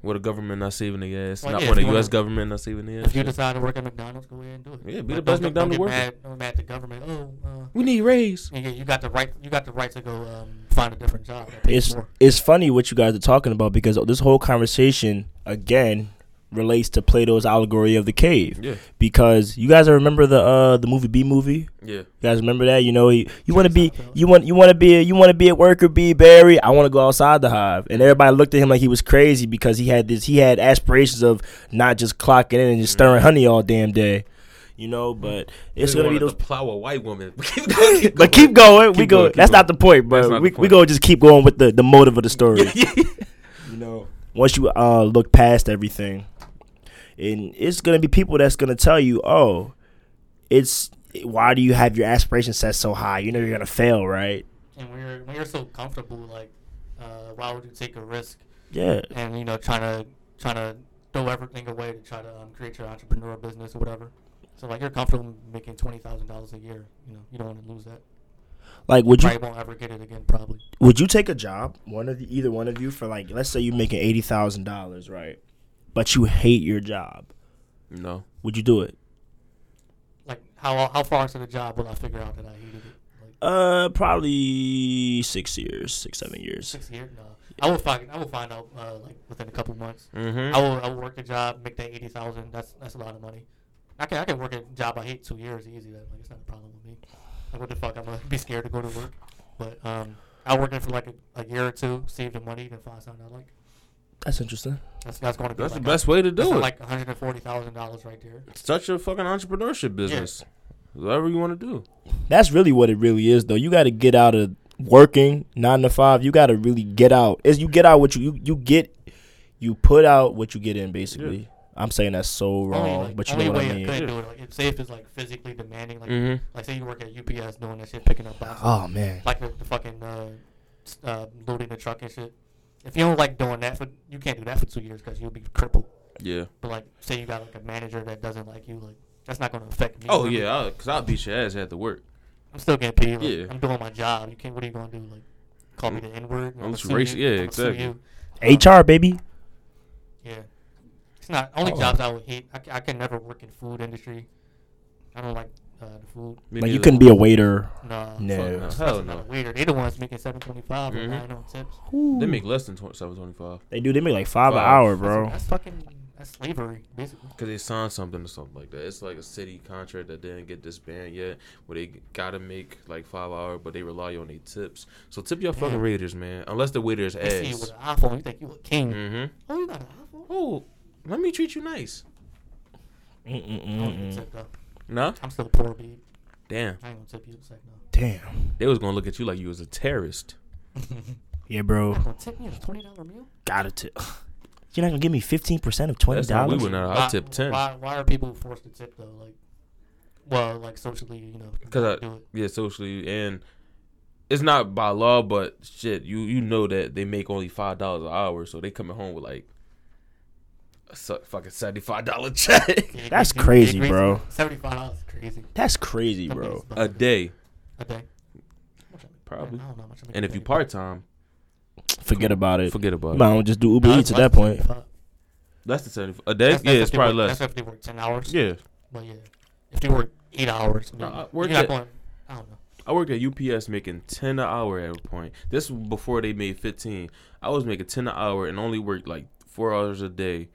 Speaker 5: With the government not saving the ass,
Speaker 4: Well,
Speaker 5: not
Speaker 4: yeah,
Speaker 5: with
Speaker 4: if
Speaker 5: the
Speaker 4: you wanna-
Speaker 5: U.S. government not saving the ass.
Speaker 4: If you decide to work at McDonald's, go ahead and do it.
Speaker 5: Yeah, be
Speaker 4: Like,
Speaker 5: the best
Speaker 4: don't- don't
Speaker 5: McDonald's
Speaker 4: get
Speaker 5: worker.
Speaker 4: Mad, don't get mad at the government. Oh, uh,
Speaker 5: we need raise.
Speaker 4: yeah, you got the right. You got the right to go um, find a different job. That pays
Speaker 3: It's
Speaker 4: more.
Speaker 3: it's funny what you guys are talking about because this whole conversation again relates to Plato's allegory of the cave.
Speaker 5: Yeah.
Speaker 3: Because you guys remember the uh the movie B movie?
Speaker 5: Yeah.
Speaker 3: You guys remember that? You know, you, you want to be,
Speaker 4: Seinfeld.
Speaker 3: you want, you want to be, a, you want to be a worker, be Barry. I want to go outside the hive. And everybody looked at him like he was crazy because he had this, he had aspirations of not just clocking in and just stirring honey all damn day. you know. But it's
Speaker 5: They
Speaker 3: gonna be
Speaker 5: Mm. wanted
Speaker 3: those.
Speaker 5: to plow a white woman. Keep going, keep
Speaker 3: But
Speaker 5: going.
Speaker 3: keep going. we
Speaker 5: Keep
Speaker 3: go.
Speaker 5: going, keep
Speaker 3: that's not the point,
Speaker 5: That's
Speaker 3: but
Speaker 5: not
Speaker 3: we,
Speaker 5: the
Speaker 3: we
Speaker 5: point.
Speaker 3: go just keep going with the, the motive of the story. You know, once you uh look past everything, and it's gonna be people that's gonna tell you, oh, it's why do you have your aspirations set so high? You know you're gonna fail, right?
Speaker 4: And when you're when you're so comfortable, like, uh, why would you take a risk?
Speaker 3: Yeah.
Speaker 4: And you know, trying to trying to throw everything away to try to um, create your entrepreneur business or whatever. So like, you're comfortable making twenty thousand dollars a year. You know, you don't want to lose that.
Speaker 3: Like, would you
Speaker 4: Probably won't ever get it again. Probably.
Speaker 3: would you take a job one of the, either one of you for like let's say you're making eighty thousand dollars, right? But you hate your job.
Speaker 5: No.
Speaker 3: Would you do it?
Speaker 4: Like, how how far into the job will I figure out that I hated it? Like
Speaker 3: Uh, probably six years, six seven years.
Speaker 4: six years? No, I will find I will find out uh, like within a couple months.
Speaker 5: Mm-hmm.
Speaker 4: I will I will work a job, make that eighty thousand. That's that's a lot of money. I can I can work a job I hate two years easy. That like it's not a problem with me. Like what the fuck? I'm gonna be scared to go to work. But um, I work it for like a, a year or two, save the money, then find something I like.
Speaker 3: That's interesting.
Speaker 4: That's that's going to be
Speaker 5: That's
Speaker 4: like
Speaker 5: the best way to
Speaker 4: a, that's
Speaker 5: do it.
Speaker 4: like one hundred and forty thousand dollars right there.
Speaker 5: Start your fucking entrepreneurship business. Whatever you want to do.
Speaker 3: That's really what it really is, though. You got to get out of working nine to five. You got to really get out. As you get out, what you, you you get, you put out what you get in. Basically, I'm saying that's so
Speaker 4: Only,
Speaker 3: wrong,
Speaker 4: like,
Speaker 3: but you
Speaker 4: only
Speaker 3: know what
Speaker 4: way
Speaker 3: I mean. Mm-hmm.
Speaker 4: could do it, like, if safe is like physically demanding. Like
Speaker 5: Mhm.
Speaker 4: like say you work at UPS doing that shit, picking up boxes.
Speaker 3: Oh man,
Speaker 4: like the, the fucking uh, s- uh, loading the truck and shit. If you don't like doing that, for you can't do that for two years because you'll be crippled.
Speaker 5: Yeah.
Speaker 4: But like, say you got like a manager that doesn't like you, like that's not gonna affect me.
Speaker 5: Oh
Speaker 4: I'm-
Speaker 5: yeah, I'll, cause I'll beat your ass at the work.
Speaker 4: I'm still getting paid. Like,
Speaker 5: Yeah.
Speaker 4: I'm doing my job. You can't. What are you gonna do? Like, call me the N word?
Speaker 5: I'm just raci- yeah, exactly.
Speaker 4: uh,
Speaker 3: HR baby.
Speaker 4: Um, Yeah, it's not only
Speaker 3: Oh.
Speaker 4: jobs I would hate. I, c- I can never work in food industry. I don't like uh, the food.
Speaker 5: Me
Speaker 3: Like you
Speaker 5: neither.
Speaker 3: couldn't be a waiter.
Speaker 4: No,
Speaker 5: Fuck
Speaker 3: No,
Speaker 5: no. Hell no.
Speaker 4: not weird. They the ones making seven twenty five or
Speaker 5: Mhm.
Speaker 4: nine oh on tips.
Speaker 5: They make less than seven twenty five
Speaker 3: they do. They make like five an
Speaker 5: Five.
Speaker 3: hour,
Speaker 4: That's-
Speaker 3: bro.
Speaker 4: that's fucking that's slavery basically.
Speaker 5: because they signed something or something like that. It's like a city contract that didn't get disbanded yet, where they gotta make like five hour, but they rely on their tips. So tip your fucking
Speaker 4: Damn.
Speaker 5: waiters, man. Unless the waiter's
Speaker 4: They see you with an
Speaker 5: ass.
Speaker 4: iPhone, you think you a king.
Speaker 5: Mm-hmm.
Speaker 4: Oh, you got an iPhone?
Speaker 5: Oh, let me treat you nice.
Speaker 4: I don't get
Speaker 3: Mm-mm-mm-mm.
Speaker 4: tipped, though.
Speaker 5: Nah.
Speaker 4: uh, I'm still poor, babe.
Speaker 5: Damn.
Speaker 4: I ain't gonna tip you a second. though.
Speaker 3: Damn.
Speaker 5: They was gonna look at you like you was a terrorist.
Speaker 3: Yeah, bro.
Speaker 4: Not gonna tip me a twenty dollar meal?
Speaker 3: Gotta tip. You're not gonna give me fifteen percent of twenty
Speaker 5: That's how we
Speaker 3: dollars.
Speaker 5: went out.
Speaker 4: Why-
Speaker 5: I tipped ten.
Speaker 4: Why, why are people forced to tip though? Like, well, like socially, you know. you
Speaker 5: Cause
Speaker 4: do
Speaker 5: I,
Speaker 4: it.
Speaker 5: yeah, socially, and it's not by law, but shit, you you know that they make only five dollars an hour, so they coming home with like a su- fucking seventy five dollar check
Speaker 4: Yeah, it
Speaker 3: That's
Speaker 4: gets- it
Speaker 3: crazy,
Speaker 4: gets
Speaker 3: bro.
Speaker 4: Seventy five dollars is crazy.
Speaker 3: That's crazy,
Speaker 4: That
Speaker 3: bro.
Speaker 4: means
Speaker 5: a
Speaker 4: about
Speaker 5: day,
Speaker 4: A day. Much I make?
Speaker 5: Uh, Probably.
Speaker 4: I don't know how much I make
Speaker 5: and
Speaker 4: a
Speaker 5: if you
Speaker 4: day.
Speaker 5: part time,
Speaker 3: Forget about it.
Speaker 5: forget
Speaker 3: You
Speaker 5: about it.
Speaker 3: might as well just do Uber
Speaker 4: That's
Speaker 3: Eats at
Speaker 4: less
Speaker 3: that
Speaker 4: than
Speaker 3: point.
Speaker 4: 75.
Speaker 5: That's the seventy a day.
Speaker 4: That's-
Speaker 5: yeah,
Speaker 4: that's
Speaker 5: it's
Speaker 4: if they
Speaker 5: probably
Speaker 4: work-
Speaker 5: less.
Speaker 4: That's if they work ten hours.
Speaker 5: Yeah,
Speaker 4: But yeah, if you work eight hours,
Speaker 5: No,
Speaker 4: maybe.
Speaker 5: I worked
Speaker 4: you're not
Speaker 5: at-
Speaker 4: going. I don't know.
Speaker 5: I worked at UPS making ten an hour at a point. This was before they made fifteen. I was making ten an hour and only worked like four hours a day,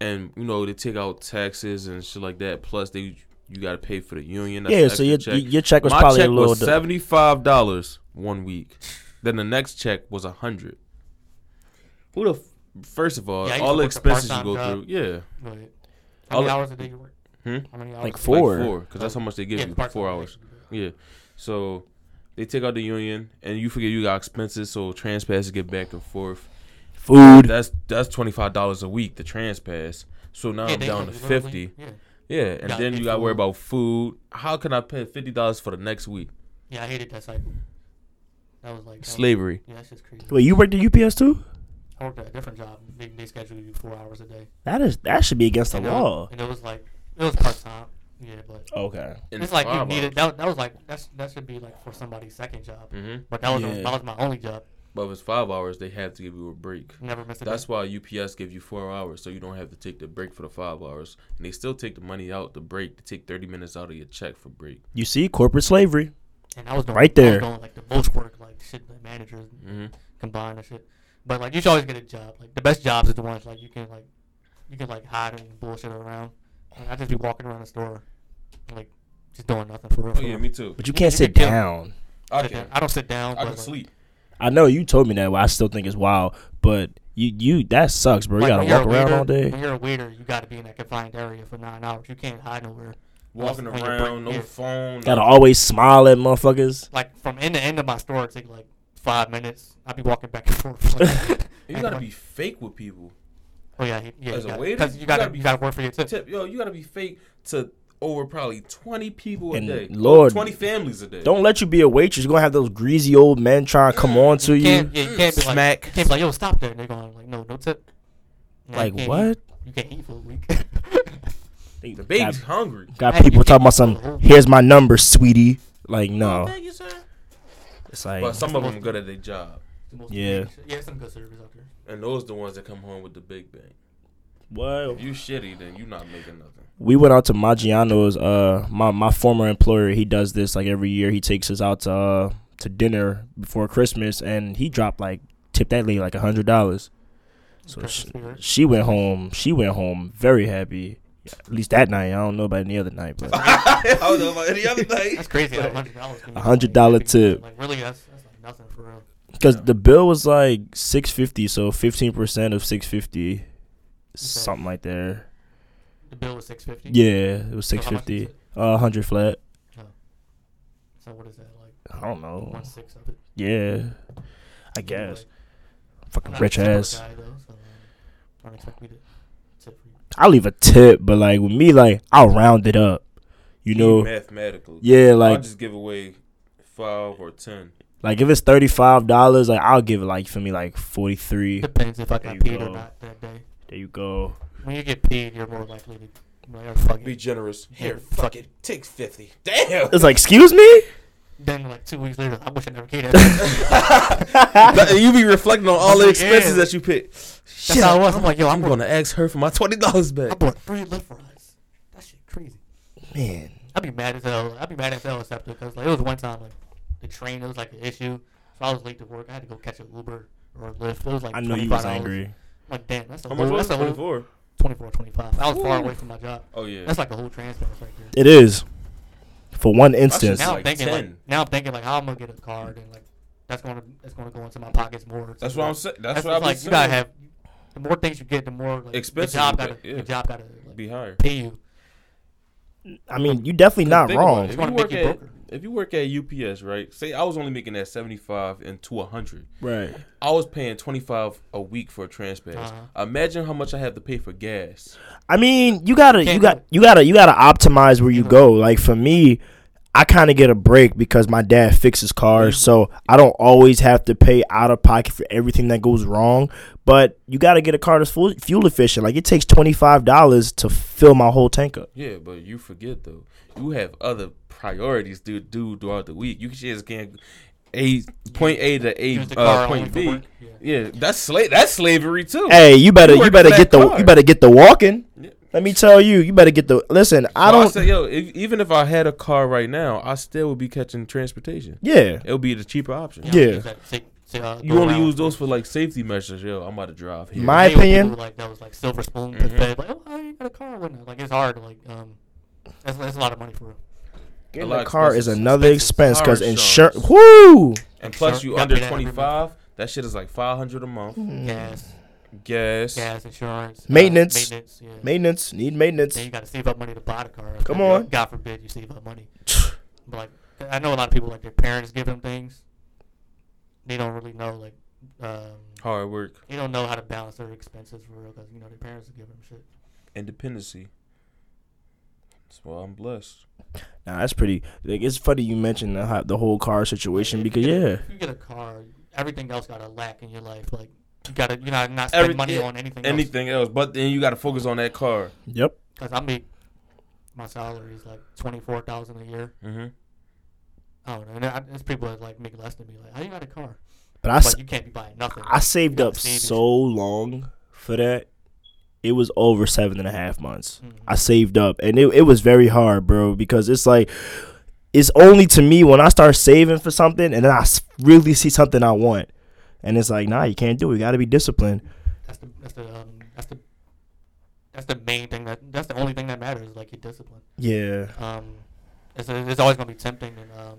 Speaker 5: and you know they take out taxes and shit like that. Plus they you got to pay for the union. That's
Speaker 3: Yeah,
Speaker 5: an
Speaker 3: so
Speaker 5: extra
Speaker 3: your
Speaker 5: check.
Speaker 3: your check was
Speaker 5: my
Speaker 3: probably
Speaker 5: check
Speaker 3: a little.
Speaker 5: was seventy five dollars one week. Then the next check was a hundred. Who the f- first of all,
Speaker 4: Yeah, I used
Speaker 5: all
Speaker 4: to
Speaker 5: the
Speaker 4: work a
Speaker 5: expenses you
Speaker 4: part-time
Speaker 5: go
Speaker 4: job.
Speaker 5: through. Yeah,
Speaker 4: But how
Speaker 5: I'll-
Speaker 4: many hours a day you work?
Speaker 5: Hmm?
Speaker 4: How many hours?
Speaker 3: Like
Speaker 4: a day?
Speaker 3: four.
Speaker 5: like four because that's how much they give
Speaker 4: Yeah,
Speaker 5: you
Speaker 4: part-time
Speaker 5: four
Speaker 4: hours.
Speaker 5: hours. Yeah. So they take out the union, and you forget you got expenses. So transpass get back and forth.
Speaker 3: Food.
Speaker 5: That's that's twenty five dollars a week. The transpass. So now
Speaker 4: Yeah,
Speaker 5: I'm
Speaker 4: they
Speaker 5: down to
Speaker 4: literally-
Speaker 5: fifty.
Speaker 4: Yeah.
Speaker 5: Yeah, and
Speaker 4: Gotta
Speaker 5: then
Speaker 4: pay
Speaker 5: you got to worry
Speaker 4: food.
Speaker 5: about food. How can I pay fifty dollars for the next week?
Speaker 4: yeah, I hated that cycle. That was like that
Speaker 5: Slavery.
Speaker 4: Was, yeah, that's just crazy.
Speaker 3: Wait, you worked at UPS too?
Speaker 4: I worked at a different job. They, they schedule you four hours a day.
Speaker 3: That is that should be against the
Speaker 4: and, it was-
Speaker 3: law.
Speaker 4: and it was like it was part time. Yeah, but
Speaker 3: Okay.
Speaker 5: And
Speaker 4: it's like you
Speaker 5: five
Speaker 4: needed
Speaker 5: hours.
Speaker 4: that. That was like that's that should be like for somebody's second job.
Speaker 5: Mhm.
Speaker 4: But that was
Speaker 3: Yeah.
Speaker 4: that was my only job.
Speaker 5: But if it's five hours, they have to give you a break.
Speaker 4: Never missed a
Speaker 5: That's
Speaker 4: day.
Speaker 5: why UPS gives you four hours, so you don't have to take the break for the five hours, and they still take the money out the break. They take thirty minutes out of your check for break.
Speaker 3: You see, corporate slavery.
Speaker 4: And I was doing,
Speaker 3: right
Speaker 4: I was
Speaker 3: there.
Speaker 4: doing like the most work, like shit, the managers
Speaker 5: Mm-hmm.
Speaker 4: combined and shit. But like you should always get a job. Like the best jobs is the ones like you can like you can like hide and bullshit around. Like, I just be walking around the store, like just doing nothing for real.
Speaker 5: Oh
Speaker 4: for
Speaker 5: yeah,
Speaker 4: real.
Speaker 5: me too.
Speaker 3: But you can't
Speaker 4: You
Speaker 3: sit
Speaker 4: could kill-
Speaker 3: down.
Speaker 5: I
Speaker 4: Sit down.
Speaker 5: can.
Speaker 4: I don't sit down.
Speaker 5: I
Speaker 4: but,
Speaker 5: can
Speaker 4: like,
Speaker 5: sleep.
Speaker 3: I know you told me that, but I still think it's wild. But you you that sucks, bro. You
Speaker 4: like,
Speaker 3: gotta
Speaker 4: when you're
Speaker 3: walk
Speaker 4: a
Speaker 3: around
Speaker 4: waiter-
Speaker 3: all day.
Speaker 4: When you're a waiter, you got to be in that confined area for nine hours. You can't hide nowhere.
Speaker 5: walking
Speaker 4: Like,
Speaker 5: around, no
Speaker 4: yeah.
Speaker 5: phone.
Speaker 3: Gotta always smile at motherfuckers.
Speaker 4: Like from end to end of my store, it take like five minutes. I'd be walking back and forth. Like,
Speaker 5: you gotta be fake with people.
Speaker 4: Oh yeah, he- yeah.
Speaker 5: as
Speaker 4: you
Speaker 5: a
Speaker 4: gotta-
Speaker 5: waiter,
Speaker 4: cause you
Speaker 5: you
Speaker 4: gotta,
Speaker 5: gotta be-
Speaker 4: you gotta work for your tip.
Speaker 5: Tip, yo, you gotta be fake to over probably twenty people a
Speaker 3: And
Speaker 5: day,
Speaker 3: Lord,
Speaker 5: twenty families a day.
Speaker 3: Don't let you be a waitress. You're gonna have those greasy old men trying to come on to
Speaker 4: You
Speaker 3: you.
Speaker 4: can't, yeah, you can't be like,
Speaker 5: Smack.
Speaker 4: You can't be like, yo, stop there. And they're going like, no, no tip. No, you
Speaker 3: Like,
Speaker 4: can't
Speaker 3: what?
Speaker 4: Eat. You can't eat for a week.
Speaker 5: the baby's hungry.
Speaker 3: Got
Speaker 4: Hey,
Speaker 3: people
Speaker 4: you
Speaker 3: talking about
Speaker 4: can't-
Speaker 3: some. Here's my number, sweetie. Like no,
Speaker 5: Thank you, sir.
Speaker 3: it's like
Speaker 5: But some of them good at their job,
Speaker 4: The most
Speaker 3: Yeah.
Speaker 4: amazing shit. Yeah, some good servers out there.
Speaker 5: and those the ones that come home with the big bang.
Speaker 3: what?
Speaker 5: If you shitty, then you not making nothing.
Speaker 3: we went out to Maggiano's. Uh, my my former employer, he does this like every year. He takes us out to uh, to dinner before Christmas, and he dropped like tipped that lady like a hundred dollars. So
Speaker 4: Christmas
Speaker 3: she,
Speaker 4: spirit.
Speaker 3: she went home. She went home very happy. At least that night. I don't know about any other night, but
Speaker 5: I don't know about any other
Speaker 4: That's
Speaker 5: night.
Speaker 4: crazy. A hundred dollars. can be
Speaker 3: $100
Speaker 4: like, that'd be
Speaker 3: tip.
Speaker 4: good. Like really, that's, that's like nothing for real.
Speaker 3: because the bill was like six fifty, so fifteen percent of six fifty, something like there.
Speaker 4: The bill was six fifty.
Speaker 3: Yeah, it was
Speaker 4: So
Speaker 3: six
Speaker 4: how much is
Speaker 3: fifty.
Speaker 4: it?
Speaker 3: Uh, hundred flat.
Speaker 4: So what is that like?
Speaker 3: I don't know.
Speaker 4: One sixth of it.
Speaker 3: Yeah, I
Speaker 4: Anyway,
Speaker 3: guess.
Speaker 4: I'm
Speaker 3: Fucking
Speaker 4: not a
Speaker 3: rich
Speaker 4: tipper
Speaker 3: ass.
Speaker 4: guy, though, so, um, Don't expect me to tip for you.
Speaker 3: I'll leave a tip, but like with me, like I'll round it up. You know,
Speaker 5: mathematical.
Speaker 3: yeah,
Speaker 5: I'll
Speaker 3: like
Speaker 5: just give away five or ten.
Speaker 3: like if it's thirty five dollars, like I'll give it like for me like forty three.
Speaker 4: Depends if I
Speaker 3: There
Speaker 4: got
Speaker 3: you
Speaker 4: paid or
Speaker 3: go.
Speaker 4: not that day.
Speaker 3: There you go.
Speaker 4: When you get paid, you're more likely to like, oh, fuck
Speaker 5: Be
Speaker 4: it.
Speaker 5: generous.
Speaker 4: Here,
Speaker 5: Here,
Speaker 4: fuck
Speaker 5: fuck
Speaker 4: it.
Speaker 5: it. Take fifty. Damn.
Speaker 3: It's like, excuse me.
Speaker 4: Then like two weeks later, I wish I never paid that.
Speaker 5: you be reflecting on all
Speaker 4: the expenses Yeah. that
Speaker 5: you pick.
Speaker 4: That's how it was. I'm like, yo, I'm, going.
Speaker 5: gonna ask her for my twenty dollars
Speaker 4: I
Speaker 5: back.
Speaker 4: bought three lip fries. That shit crazy.
Speaker 3: Man,
Speaker 4: I'd be mad as hell. I'd be mad as hell except because like it was one time like the train it was like an issue, so I was late to work. I had to go catch an Uber or a Lyft. It was like
Speaker 3: I know you was
Speaker 4: $25.
Speaker 3: angry.
Speaker 4: Like damn, that's a
Speaker 5: How
Speaker 4: whole,
Speaker 5: much was
Speaker 4: that's
Speaker 5: it?
Speaker 4: a
Speaker 5: Twenty
Speaker 4: whole
Speaker 5: four.
Speaker 4: 24, 25. I was far away from my job.
Speaker 5: Oh yeah.
Speaker 4: That's like a whole transfer right there.
Speaker 3: It is for one instance.
Speaker 4: Now I'm
Speaker 5: like
Speaker 4: thinking like
Speaker 5: 10.
Speaker 4: now I'm thinking like how I'm gonna get a card and like that's gonna that's gonna go into my pockets more.
Speaker 5: That's
Speaker 4: So,
Speaker 5: what I'm
Speaker 4: like,
Speaker 5: saying. That's,
Speaker 4: That's,
Speaker 5: what I'm
Speaker 4: like
Speaker 5: saying.
Speaker 4: you gotta have the more things you get, the more like the
Speaker 5: Expenses
Speaker 4: job
Speaker 5: you
Speaker 4: gotta
Speaker 5: get, yeah.
Speaker 4: the job gotta like,
Speaker 5: Be higher.
Speaker 4: pay you.
Speaker 3: I mean, you definitely not
Speaker 5: Think about it.
Speaker 3: wrong,
Speaker 5: If
Speaker 4: wanna
Speaker 5: you,
Speaker 4: make
Speaker 5: work
Speaker 4: you
Speaker 5: at,
Speaker 4: broke.
Speaker 5: if you work at UPS, right? Say I was only making that seventy five and to hundred.
Speaker 3: right?
Speaker 5: I was paying twenty five a week for a trans pass.
Speaker 4: Uh-huh.
Speaker 5: Imagine how much I have to pay for gas.
Speaker 3: I mean, you gotta, you
Speaker 4: Can't
Speaker 3: got,
Speaker 4: do it.
Speaker 3: you gotta, you gotta optimize where you
Speaker 5: Uh-huh.
Speaker 3: go. Like for me, I kind of get a break because my dad fixes cars,
Speaker 5: Mm-hmm.
Speaker 3: so I don't always have to pay out of pocket for everything that goes wrong. But you gotta get a car that's fuel, fuel efficient. Like it takes twenty five dollars to fill my whole tank up.
Speaker 5: Yeah, but you forget though. You have other priorities to do throughout the week. You just can't a point A to a
Speaker 4: Use the
Speaker 5: uh,
Speaker 4: car
Speaker 5: point
Speaker 4: only for
Speaker 5: B.
Speaker 4: work. Yeah.
Speaker 5: Yeah, that's sla- that's slavery too.
Speaker 3: Hey, you better,
Speaker 5: You
Speaker 3: you,
Speaker 5: work
Speaker 3: better
Speaker 5: for
Speaker 3: get
Speaker 5: that
Speaker 3: the,
Speaker 5: car.
Speaker 3: you better get the walking.
Speaker 5: Yeah.
Speaker 3: Let me tell you, you better get the. Listen, I
Speaker 5: So
Speaker 3: don't.
Speaker 5: say, yo, if, even if I had a car right now, I still would be catching transportation.
Speaker 3: yeah,
Speaker 5: It would be the cheaper option.
Speaker 4: You know,
Speaker 3: Yeah.
Speaker 4: use that to- to, uh,
Speaker 5: You
Speaker 4: go
Speaker 5: only
Speaker 4: around.
Speaker 5: use those for like safety measures. Yo, I'm about to drive here.
Speaker 3: My-
Speaker 4: They were
Speaker 3: opinion-
Speaker 4: people, like that was like silver spoon to
Speaker 5: Mm-hmm.
Speaker 4: fed, like oh I ain't got a car right now. Like it's hard. Like um, that's, that's a lot of money for real.
Speaker 3: getting
Speaker 5: lot
Speaker 3: a
Speaker 5: of
Speaker 3: car is
Speaker 5: expenses.
Speaker 3: another expense because
Speaker 5: Car
Speaker 3: insurance. Whoo.
Speaker 5: and plus, you
Speaker 4: Gotta
Speaker 5: under
Speaker 4: pay that every
Speaker 5: 25. That shit is like 500 a month.
Speaker 4: Gas,
Speaker 5: Gas.
Speaker 4: gas insurance, uh,
Speaker 3: Mm. Maintenance.
Speaker 4: maintenance, yeah.
Speaker 3: Maintenance need maintenance.
Speaker 4: Then you got to save up money to buy the car.
Speaker 3: Come
Speaker 4: God-
Speaker 3: on.
Speaker 4: God forbid you save up money. but like, I know a lot of people like their parents give them things. They don't really know like, um,
Speaker 5: Hard work.
Speaker 4: they don't know how to balance their expenses for real because you know their parents will give them shit.
Speaker 5: Independency. That's why I'm blessed.
Speaker 3: Nah, that's pretty. Like, it's funny you mentioned the, ho- the whole car situation
Speaker 4: If you
Speaker 3: because
Speaker 4: get a-
Speaker 3: yeah,
Speaker 4: if you get a car, everything else got to lack in your life. Like you got to you know not spend
Speaker 5: Every-
Speaker 4: money
Speaker 5: yeah,
Speaker 4: on anything. else.
Speaker 5: Anything else, but then you got to focus on that car.
Speaker 3: yep.
Speaker 4: Cause I make my salary is like twenty four thousand a year.
Speaker 5: Mm-hmm.
Speaker 4: I don't know. And I, there's people that like make less than me. Like, how you got a car?
Speaker 3: But I,
Speaker 4: But
Speaker 3: s-
Speaker 4: you can't be buying nothing.
Speaker 3: I saved
Speaker 4: gotta
Speaker 3: up
Speaker 4: save it.
Speaker 3: so long for that. It was over seven and a half months.
Speaker 4: Mhm.
Speaker 3: I saved up, and it it was very hard, bro, because it's like. It's only to me when I start saving for something and then I s- really see something I want. And it's like, nah, you can't do it. You got to be disciplined.
Speaker 4: That's the that's the um, that's the that's the main thing that that's the only thing that matters like your discipline.
Speaker 3: Yeah.
Speaker 4: Um, it's, it's always gonna be tempting and um,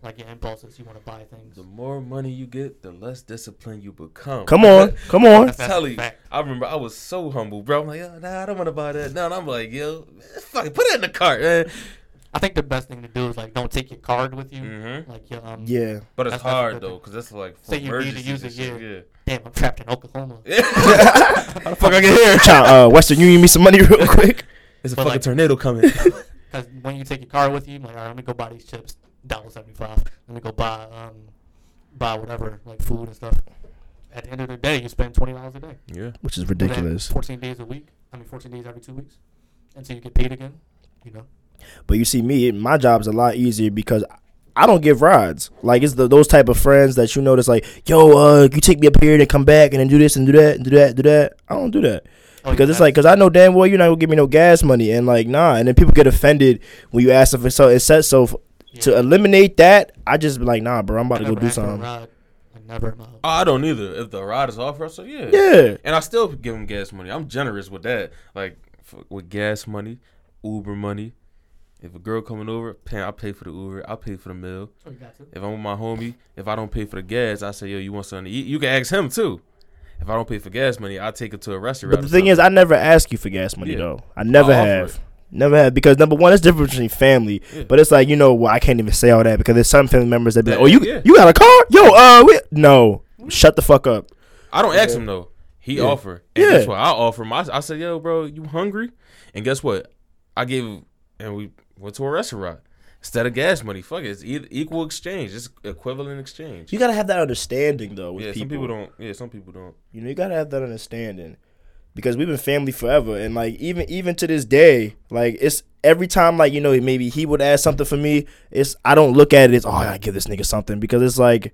Speaker 4: like your impulses. You want to buy things.
Speaker 5: The more money you get, the less disciplined you become.
Speaker 3: Come on, come on.
Speaker 5: I'm telling you,
Speaker 4: That's a fact.
Speaker 5: I remember I was so humble, bro. I'm like, oh, nah, I don't want to buy that. No, and I'm like, yo, fucking put it in the cart, man.
Speaker 4: I think the best thing to do is like don't take your card with you.
Speaker 5: Mm-hmm.
Speaker 4: Like your um.
Speaker 3: Yeah.
Speaker 5: But it's
Speaker 4: That's- that's a
Speaker 5: hard
Speaker 4: good
Speaker 5: though,
Speaker 4: thing.
Speaker 5: cause that's like for
Speaker 4: Say you need to use it.
Speaker 5: emergencies
Speaker 4: Yeah.
Speaker 5: and shit,
Speaker 4: Damn, I'm trapped in Oklahoma.
Speaker 5: Yeah. How the fuck I get here?
Speaker 3: Tryna, uh, Western Union me some money real quick.
Speaker 5: There's a
Speaker 4: But,
Speaker 5: fucking
Speaker 4: like-
Speaker 5: tornado coming.
Speaker 4: Because when you take your car with you, I'm like, all right, let me go buy these chips, dollar seventy five. Let me go buy um, buy whatever like food and stuff. At the end of the day, you spend twenty dollars a day.
Speaker 5: yeah.
Speaker 3: Which is
Speaker 4: Do that
Speaker 3: ridiculous.
Speaker 4: Fourteen days a week. I mean, fourteen days every two weeks, until you get paid again. You know.
Speaker 3: But you see, me, it- my job's a lot easier because I don't give rides. Like it's the, those type of friends that you know that's like, yo, uh, you take me up here and come back and then do this and do that and do that, do that. I don't do that
Speaker 4: Oh,
Speaker 3: because
Speaker 4: yeah,
Speaker 3: it's like,
Speaker 4: that's-
Speaker 3: because I know damn well you're not gonna give me no gas money and like, nah. And then people get offended when you ask them for so it says so. f- To
Speaker 4: yeah.
Speaker 3: eliminate that, I just be like, nah, bro, I'm about
Speaker 4: I
Speaker 3: to go
Speaker 4: never
Speaker 3: do
Speaker 4: asked for a
Speaker 3: something.
Speaker 4: ride. I never. uh, in my life.
Speaker 5: Oh, I don't either. If the ride is offered, so yeah.
Speaker 3: Yeah,
Speaker 5: And I still give them gas money. I'm generous with that. Like f- with gas money, Uber money. If a girl coming over, pay, I pay for the Uber. I pay for the meal.
Speaker 4: Oh, you got to.
Speaker 5: If I'm with my homie, if I don't pay for the gas, I say, yo, you want something to eat? You can ask him too. If I don't pay for gas money, I take it to a restaurant.
Speaker 3: but the thing is, I never ask you for gas money
Speaker 5: Yeah.
Speaker 3: though. I never
Speaker 5: offer
Speaker 3: have.
Speaker 5: it.
Speaker 3: Never have because number one, it's different between family.
Speaker 5: Yeah.
Speaker 3: But it's like you know, well, I can't even say all that because there's some family members that be like,
Speaker 5: That-
Speaker 3: "Oh, you
Speaker 5: yeah.
Speaker 3: you got a car? Yo, uh, we no, shut the fuck up."
Speaker 5: I don't ask him though. He offer. And
Speaker 3: Yeah.
Speaker 5: guess what? I offer my I said, yo, bro, you hungry? And guess what? I gave and we went to a restaurant. Instead of gas money, fuck it. It's e- equal exchange. It's equivalent exchange.
Speaker 3: You gotta have that understanding though with
Speaker 5: yeah,
Speaker 3: people.
Speaker 5: some people don't. Yeah, some people don't.
Speaker 3: You know, you gotta have that understanding because we've been family forever, and like even even to this day, like it's every time like you know maybe he would ask something for me. It's I don't look at it as oh I gotta give this nigga something because it's like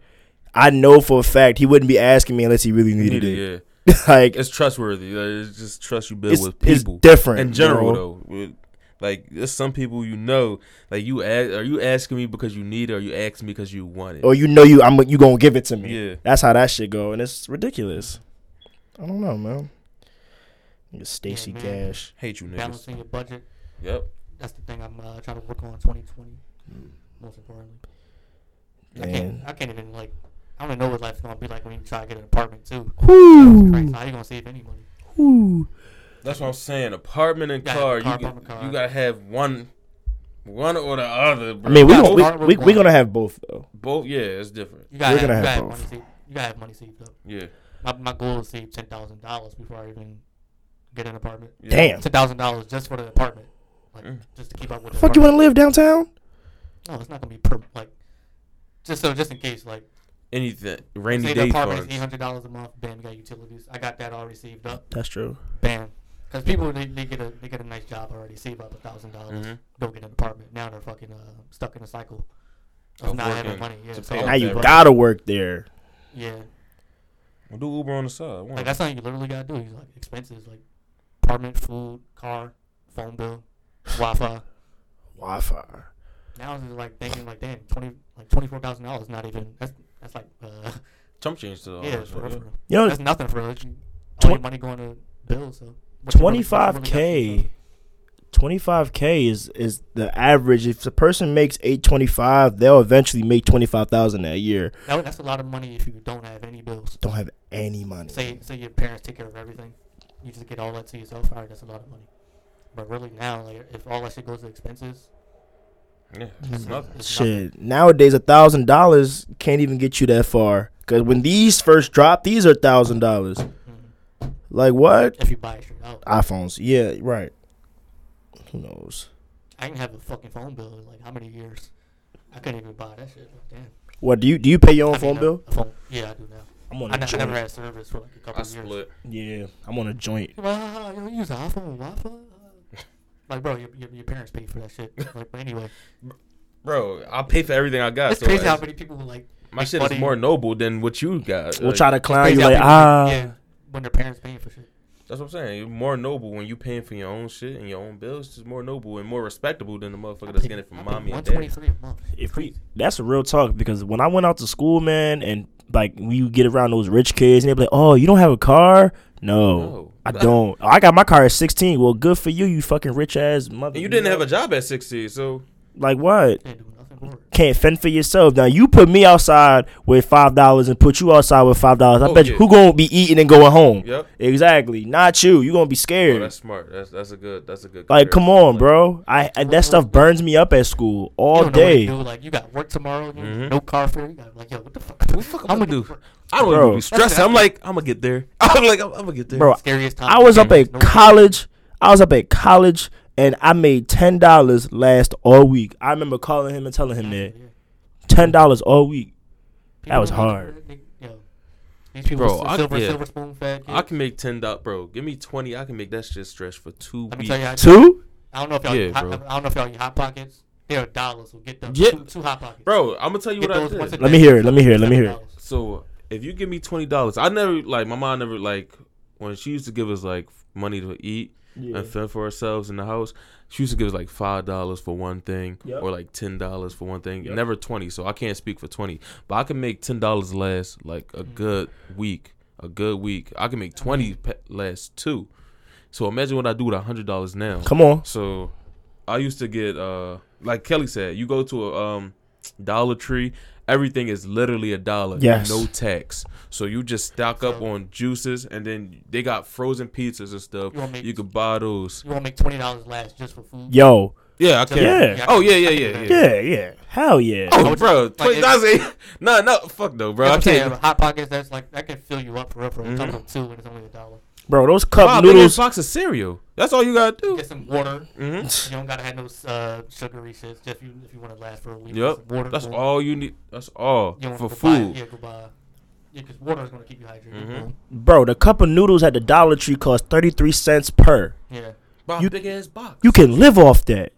Speaker 3: I know for a fact he wouldn't be asking me unless he really needed it.
Speaker 5: Yeah,
Speaker 3: like
Speaker 5: it's trustworthy. Like, It's just trust you build
Speaker 3: it's,
Speaker 5: with
Speaker 3: it's
Speaker 5: people.
Speaker 3: different
Speaker 5: in general
Speaker 3: bro.
Speaker 5: though. with- Like there's some people you know, like you ask, are you asking me because you need it, or you asking me because you want it?
Speaker 3: or you know you I'm you gonna give it to me.
Speaker 5: Yeah.
Speaker 3: That's how that shit go, and it's ridiculous. I don't know, man. Nigga Stacy
Speaker 4: man.
Speaker 3: Gash.
Speaker 5: Hate you niggas.
Speaker 4: Balancing your budget.
Speaker 5: Yep.
Speaker 4: That's the thing I'm uh, trying to work on in 2020. Most importantly. I
Speaker 3: Mm.
Speaker 4: can't.
Speaker 3: Man.
Speaker 4: I can't even like. I don't even know what life's gonna be like when you try to get an apartment too. Christ,
Speaker 3: Whoo,
Speaker 4: how you gonna save any money?
Speaker 3: whoo.
Speaker 5: That's what I'm saying. Apartment and
Speaker 4: Yeah,
Speaker 5: car,
Speaker 4: car,
Speaker 5: you, got-
Speaker 4: apartment, car.
Speaker 5: you gotta have one, one or the other.
Speaker 3: I
Speaker 5: Bro.
Speaker 3: mean, we
Speaker 4: Yeah,
Speaker 3: gonna
Speaker 4: start
Speaker 3: we,
Speaker 4: with
Speaker 3: we, we
Speaker 4: one.
Speaker 3: gonna have both though.
Speaker 5: both. Yeah, it's different.
Speaker 4: You gotta,
Speaker 3: We're
Speaker 4: have,
Speaker 3: gonna
Speaker 4: you gotta
Speaker 3: have
Speaker 4: have money
Speaker 3: both.
Speaker 4: saved. You gotta have money saved up.
Speaker 5: Yeah.
Speaker 4: My, my goal is to save ten thousand dollars before I even get an apartment.
Speaker 5: yeah.
Speaker 3: Damn,
Speaker 4: Ten thousand dollars just for the apartment, like
Speaker 5: Mm.
Speaker 4: just to keep up with. The
Speaker 3: fuck you wanna
Speaker 4: apartment.
Speaker 3: live downtown?
Speaker 4: No, it's not gonna be per like. Just so, just in case, like,
Speaker 5: Anything.
Speaker 4: say
Speaker 5: Rainy
Speaker 4: the
Speaker 5: day
Speaker 4: apartment is
Speaker 5: funds.
Speaker 4: eight hundred dollars a month. Bam, you got utilities. I got that already saved up.
Speaker 3: That's true.
Speaker 4: Bam, because people they, they get a they get a nice job already, save up a thousand dollars,
Speaker 5: Mhm.
Speaker 4: don't get an apartment. Now they're fucking uh, stuck in a cycle of
Speaker 5: Of
Speaker 4: not having
Speaker 5: working
Speaker 4: money. Yeah,
Speaker 5: to
Speaker 4: so-
Speaker 5: pay
Speaker 3: Now
Speaker 5: Okay,
Speaker 3: you
Speaker 5: right.
Speaker 3: gotta work there.
Speaker 4: yeah.
Speaker 5: Well, do Uber on the side. Why
Speaker 4: Like
Speaker 5: not?
Speaker 4: that's something you literally gotta do. You like expenses like apartment, food, car, phone bill, Wi-Fi.
Speaker 3: Wi-Fi.
Speaker 4: Now it's just, like thinking like damn twenty like twenty four thousand dollars not even that's that's like uh,
Speaker 5: Chump change to the
Speaker 4: yeah for, real, for real.
Speaker 3: You know,
Speaker 4: that's nothing for real. You- all your
Speaker 3: Twen-
Speaker 4: money going to bills. So what you
Speaker 3: twenty
Speaker 4: really- what you really got
Speaker 3: five
Speaker 4: for
Speaker 3: k.
Speaker 4: yourself.
Speaker 3: Twenty five k is is the average. If the person makes eight twenty five, they'll eventually make twenty five thousand that year.
Speaker 4: That, that's a lot of money if you don't have any bills.
Speaker 3: Don't have any money.
Speaker 4: Say say your parents take care of everything. You just get all that to yourself. All right, that's a lot of money. But really now, like if all that shit goes to expenses,
Speaker 5: Yeah, it's nothing.
Speaker 4: it's nothing.
Speaker 3: Shit, nowadays a thousand dollars can't even get you that far. Cause when these first drop, these are thousand dollars.
Speaker 4: Mhm.
Speaker 3: Like what?
Speaker 4: If you buy it straight out.
Speaker 3: iPhones. Yeah, right. Who knows?
Speaker 4: I didn't have a fucking phone bill in like how many years? I couldn't even buy that shit. Like, damn.
Speaker 3: What do you do? You pay your
Speaker 4: I
Speaker 3: own
Speaker 4: mean,
Speaker 3: phone
Speaker 4: a-
Speaker 3: bill?
Speaker 4: a phone- yeah, I do now.
Speaker 3: I'm
Speaker 4: I
Speaker 3: on a
Speaker 4: ne- I never
Speaker 3: joint.
Speaker 4: had service for like a couple
Speaker 5: I
Speaker 4: of years.
Speaker 5: split.
Speaker 3: Yeah, I'm on a joint.
Speaker 4: People are like, "Ah, you don't use an iPhone, Wi-Fi. Like, bro, your, your, your parents paid for that shit. Like, but anyway,
Speaker 5: Bro, I pay for everything I got.
Speaker 4: it's
Speaker 5: so
Speaker 4: crazy how
Speaker 5: like,
Speaker 4: many people like
Speaker 5: my shit
Speaker 4: buddy-
Speaker 5: is more noble than what you got.
Speaker 3: We'll
Speaker 5: Like,
Speaker 3: try to clown
Speaker 4: crazy
Speaker 3: you
Speaker 4: how
Speaker 3: like
Speaker 4: people,
Speaker 3: ah.
Speaker 4: yeah, when their parents paying for shit.
Speaker 5: That's what I'm saying. You're more noble when you paying for your own shit and your own bills. It's just more noble and more respectable than the motherfucker that's getting it from mommy and daddy.
Speaker 4: 123 a month.
Speaker 3: If we,
Speaker 4: Crazy.
Speaker 3: that's a real talk because when I went out to school, man, and like when you get around those rich kids and they be like, "Oh, you don't have a car." No,
Speaker 5: No.
Speaker 3: I don't. I got my car at 16. Well, good for you, you fucking rich ass mother.
Speaker 5: And you didn't have a job at 16, so
Speaker 3: like what?
Speaker 4: Can't do nothing. fucking word.
Speaker 3: Can't fend for yourself. Now you put me outside with five dollars and put you outside with five dollars. I
Speaker 5: Oh,
Speaker 3: bet
Speaker 5: yeah.
Speaker 3: you who gonna be eating and going home?
Speaker 5: Yep.
Speaker 3: Exactly. Not you. You gonna be
Speaker 5: Oh,
Speaker 3: scared.
Speaker 5: that's smart. That's that's a good. That's a good.
Speaker 3: like, come
Speaker 5: comparison.
Speaker 3: on,
Speaker 5: Like,
Speaker 3: bro. I, I that stuff burns me up at school
Speaker 4: You
Speaker 3: all
Speaker 4: don't know what to
Speaker 3: day.
Speaker 4: do. Like you got work tomorrow. You
Speaker 5: Mhm.
Speaker 4: No car fare. You got like yo, what the fuck?
Speaker 5: What the fuck I'm gonna do? I don't
Speaker 3: Bro.
Speaker 5: even be stressing. I'm like, I'm gonna get there. I'm like, I'm, gonna get there.
Speaker 3: Bro,
Speaker 4: Scariest time.
Speaker 3: I was up
Speaker 4: There's
Speaker 3: at
Speaker 4: no-
Speaker 3: college. I was up at college and I made ten dollars last all week. I remember calling him and telling him that ten dollars all week.
Speaker 4: People
Speaker 3: was
Speaker 4: don't know
Speaker 3: hard.
Speaker 4: what to do. They- yo, These people,
Speaker 5: Bro,
Speaker 4: bro,
Speaker 5: I-
Speaker 4: silver,
Speaker 5: yeah.
Speaker 4: silver spoon fed.
Speaker 5: I can make ten dollars, bro. Give me twenty. I can make that shit stretch for two
Speaker 4: Let me
Speaker 5: weeks.
Speaker 4: tell you, how-
Speaker 3: Two?
Speaker 4: I don't know if y'all,
Speaker 5: Yeah,
Speaker 4: eat hot,
Speaker 5: bro.
Speaker 4: I don't know if y'all eat hot pockets. They are dollars. So get them.
Speaker 5: Yeah.
Speaker 4: Two, two hot pockets.
Speaker 5: bro. I'm gonna tell you
Speaker 4: Get
Speaker 5: what I
Speaker 4: those once a
Speaker 5: did.
Speaker 3: Let me
Speaker 4: day.
Speaker 3: hear it, let me hear it, let me hear it.
Speaker 4: $7.
Speaker 5: So if you give me twenty dollars, I never like my mom never like when she used to give us like money to eat and fend for ourselves in the house. She used to give us like five dollars for one thing
Speaker 3: Yep.
Speaker 5: or like ten dollars for one thing.
Speaker 3: Yep.
Speaker 5: Never twenty, so I can't speak for twenty. But I can make ten dollars last like a
Speaker 3: Mm.
Speaker 5: good week. A good week. I can make twenty pe- last too. So imagine what I do with a hundred dollars now.
Speaker 3: Come on.
Speaker 5: So I used to get uh like Kelly said, you go to a um Dollar Tree, everything is literally a dollar.
Speaker 3: Yes.
Speaker 5: No tax. So you just stock up on juices and then they got frozen pizzas and stuff.
Speaker 4: You wanna make-
Speaker 5: You could buy those.
Speaker 4: You want to make twenty dollars last just for food?
Speaker 3: Yo.
Speaker 5: Yeah, I
Speaker 4: So,
Speaker 5: can.
Speaker 3: Yeah.
Speaker 5: Oh yeah, yeah, yeah, yeah.
Speaker 3: Yeah, yeah. Hell yeah.
Speaker 5: Oh, bro,
Speaker 4: like,
Speaker 5: twenty dollars. ain't- No, no, fuck no, bro. I
Speaker 4: I'm saying,
Speaker 5: can't. Mm-hmm.
Speaker 4: hot pockets. That's like that can fill you up for real. For real. Come from two, and it's only a dollar.
Speaker 3: Bro, those cup
Speaker 5: Wow, noodles.
Speaker 3: noodles.
Speaker 5: box of cereal. That's all you gotta do.
Speaker 4: Get some water.
Speaker 5: hmm
Speaker 4: You don't gotta have no uh, sugary shit. Just if you if you want to last for a week.
Speaker 5: Yep.
Speaker 4: some Water.
Speaker 5: That's
Speaker 4: boom.
Speaker 5: all you need. That's all
Speaker 4: You don't
Speaker 5: for
Speaker 4: go buy it.
Speaker 5: food.
Speaker 4: Yeah, go buy. Yeah, because water is gonna keep you hydrated.
Speaker 5: Mhm.
Speaker 4: boom.
Speaker 3: Bro, the cup of noodles at the Dollar Tree costs 33 cents per.
Speaker 4: Yeah.
Speaker 5: Buy a
Speaker 3: You-
Speaker 5: big ass box.
Speaker 3: You can live off that.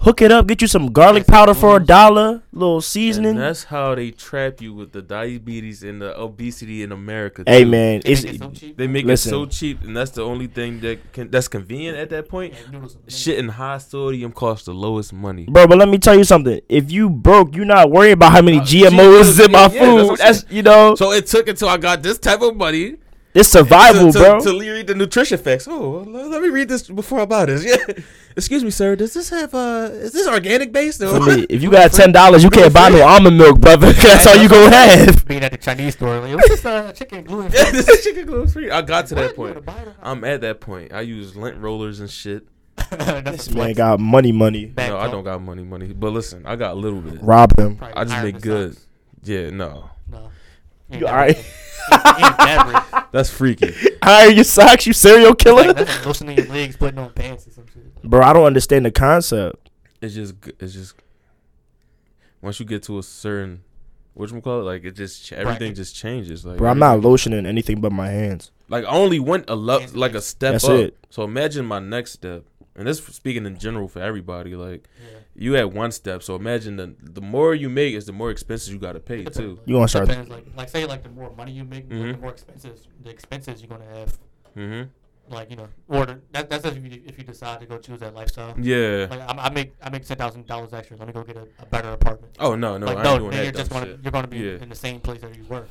Speaker 3: Hook it up, get you some garlic powder for a dollar, little seasoning.
Speaker 5: And that's how they trap you with the diabetes and the obesity in America.
Speaker 3: Hey
Speaker 5: too.
Speaker 3: man,
Speaker 4: They
Speaker 3: it's
Speaker 4: make it so cheap.
Speaker 5: they make it so
Speaker 3: Listen.
Speaker 5: cheap, and that's the only thing that can that's convenient at that point.
Speaker 4: Yeah, noodles. are-
Speaker 5: Shit and high sodium costs the lowest money.
Speaker 3: Bro, but let me tell you something. If you broke, you're not worried about how many
Speaker 5: Uh,
Speaker 3: GMOs is in my
Speaker 5: yeah, yeah, that's what I'm
Speaker 3: food. That's, you know,
Speaker 5: So it took until I got this type of money
Speaker 3: it's
Speaker 5: to,
Speaker 3: survival,
Speaker 5: to,
Speaker 3: bro.
Speaker 5: to read the nutrition facts. Oh, well, let me read this before I buy this. Yeah. Excuse me, sir. Does this have uh? Is this organic based? Or
Speaker 3: For me, if you got ten dollars, you can't buy no almond milk, brother. That's all you gonna have.
Speaker 4: Being at the Chinese store, like, what's this uh, chicken gluten?
Speaker 5: yeah, this is chicken gluten free. I got to
Speaker 4: What?
Speaker 5: that
Speaker 4: You wanna
Speaker 5: point.
Speaker 4: buy that?
Speaker 5: I'm at that point. I use lint rollers and shit. Uh,
Speaker 3: This
Speaker 4: That's a
Speaker 3: man
Speaker 4: flex.
Speaker 3: got money, money.
Speaker 4: Back
Speaker 5: no, I
Speaker 4: up.
Speaker 5: don't got money, money. But listen, I got a little bit.
Speaker 3: Rob him.
Speaker 4: Probably
Speaker 5: I just
Speaker 4: iron
Speaker 5: make
Speaker 4: the
Speaker 5: good.
Speaker 4: socks.
Speaker 5: Yeah, no,
Speaker 4: No.
Speaker 3: You alright?
Speaker 5: that's freaky.
Speaker 3: Hire your socks, you serial killer.
Speaker 4: That's like lotioning your legs, putting on pants or some shit.
Speaker 3: Bro, I don't understand the concept.
Speaker 5: it's just, g- it's just. Once you get to a certain, what you call it, like it just ch- everything
Speaker 4: Bracket.
Speaker 5: just changes. Like,
Speaker 3: Bro, I'm not lotioning anything but my hands.
Speaker 5: Like I only went a lo-
Speaker 4: That's
Speaker 5: like a
Speaker 4: it.
Speaker 5: step
Speaker 3: That's
Speaker 5: up.
Speaker 3: it.
Speaker 5: So imagine my next step, and this speaking in general for everybody. Like
Speaker 4: Yeah.
Speaker 5: you at one step, so imagine the the more you make is the more expenses you got to pay
Speaker 4: Depends,
Speaker 5: too.
Speaker 4: like-
Speaker 3: You gonna start-
Speaker 4: depends, like like say like the more money you make, like,
Speaker 5: Mhm.
Speaker 4: the more expenses the expenses you're gonna have.
Speaker 5: hmm
Speaker 4: Like you know, or the- that, that's if you if you decide to go choose that lifestyle.
Speaker 5: Yeah.
Speaker 4: Like I'm, I make I make ten thousand dollars extra. Let me go get a, a better apartment.
Speaker 5: Oh no, no,
Speaker 4: like
Speaker 5: I ain't
Speaker 4: no, then
Speaker 5: doing that.
Speaker 4: you're just
Speaker 5: dumb
Speaker 4: gonna
Speaker 5: shit.
Speaker 4: you're gonna be
Speaker 5: Yeah.
Speaker 4: in the same place that you were.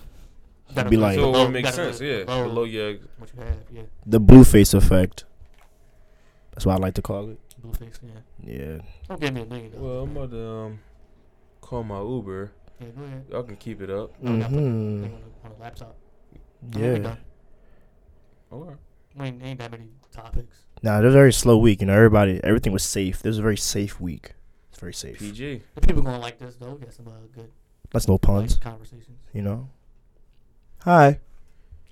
Speaker 4: You
Speaker 3: be
Speaker 4: live
Speaker 3: like-
Speaker 5: So it
Speaker 4: below-
Speaker 5: would make
Speaker 4: gotta live
Speaker 5: sense. Yeah,
Speaker 4: below
Speaker 5: below your
Speaker 4: what you have. Yeah,
Speaker 3: The blue face effect. That's what I like to call it.
Speaker 4: blue face. Yeah,
Speaker 3: Yeah.
Speaker 4: don't give me a nigga. Though.
Speaker 5: Well, I'm about to um, call my Uber.
Speaker 4: Yeah, go ahead.
Speaker 5: Y'all can keep it up.
Speaker 4: I'm not putting
Speaker 3: Mhm.
Speaker 4: anything on the- on the laptop. I mean, we
Speaker 3: Yeah.
Speaker 4: done.
Speaker 5: Alright.
Speaker 4: I mean, ain't that many topics.
Speaker 3: Nah, it was a very slow week. You know, everybody, everything was safe. This was a very safe week. It's very safe.
Speaker 5: PG.
Speaker 4: The people gonna like this though. We got some uh, good
Speaker 3: That's no puns.
Speaker 4: like, conversations.
Speaker 3: You know. Hi.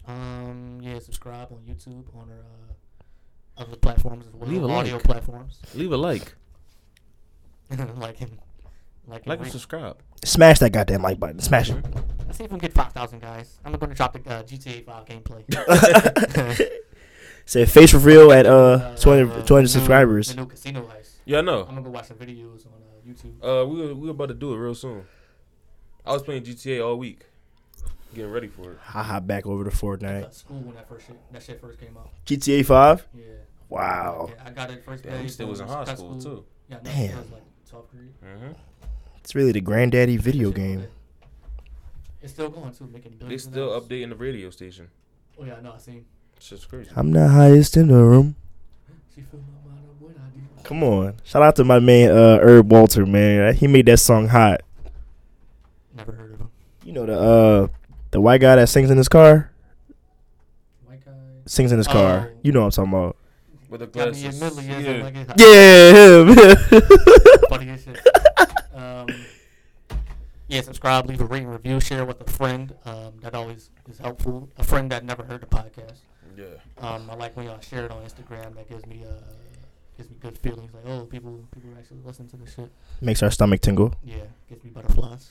Speaker 4: Um, yeah, subscribe on YouTube on our uh, other platforms as well,
Speaker 5: Leave a
Speaker 4: audio
Speaker 5: like.
Speaker 4: platforms.
Speaker 5: Leave a like.
Speaker 4: like and like,
Speaker 5: Like
Speaker 4: like
Speaker 5: and subscribe.
Speaker 3: Smash that goddamn like button. Smash it.
Speaker 4: Let's see if we can get five thousand guys. I'm gonna drop the uh, GTA Five gameplay.
Speaker 3: Uh, Say face reveal at
Speaker 4: Uh,
Speaker 3: uh 200,
Speaker 4: the
Speaker 3: 200
Speaker 4: new-
Speaker 3: subscribers.
Speaker 4: The new casino heist.
Speaker 5: Yeah, I know.
Speaker 4: I'm gonna go watch some videos on uh, YouTube.
Speaker 5: Uh, we were, we were about to do it real soon. I was playing GTA all week, getting ready for it.
Speaker 3: I hop back over to
Speaker 4: It's
Speaker 3: Fortnite.
Speaker 4: at school when that first shit, that shit first came out.
Speaker 3: GTA 5?
Speaker 4: Yeah.
Speaker 3: Wow.
Speaker 4: Yeah, I got it first
Speaker 5: Yeah,
Speaker 4: day.
Speaker 5: we still
Speaker 4: so
Speaker 5: was in
Speaker 4: it
Speaker 5: high
Speaker 4: cut
Speaker 5: school too.
Speaker 4: Yeah, no,
Speaker 3: Oh. Damn.
Speaker 4: It was like 12th grade.
Speaker 5: Mm-hmm.
Speaker 3: It's really the granddaddy video
Speaker 4: Shit,
Speaker 3: game.
Speaker 4: okay. It's still going too, making
Speaker 5: They
Speaker 4: billions. of
Speaker 5: still
Speaker 4: dollars.
Speaker 5: updating the radio station.
Speaker 4: Oh yeah, no, I seen.
Speaker 5: It's just crazy.
Speaker 3: I'm the highest in the room.
Speaker 4: She filled my mind up when I did.
Speaker 3: Come on. Shout out to my man uh, Herb Walter, man. Uh, He made that song hot.
Speaker 4: Never heard of him.
Speaker 3: You know the uh the white guy that sings in his car?
Speaker 4: White guy.
Speaker 3: Sings in his car.
Speaker 4: Oh.
Speaker 3: You know what I'm talking about.
Speaker 5: With the
Speaker 4: Got me in middle years. I'm like, it's
Speaker 3: Yeah, him.
Speaker 4: funny as shit. Um, yeah, subscribe, leave a rating, review, share with a friend. Um, that always is helpful. A friend that never heard the podcast.
Speaker 5: Yeah.
Speaker 4: Um, I like when y'all share it on Instagram. That gives me uh, gives me good feelings. Like, oh, people people actually listen to this shit.
Speaker 3: Makes our stomach tingle.
Speaker 4: Yeah, gives me butterflies.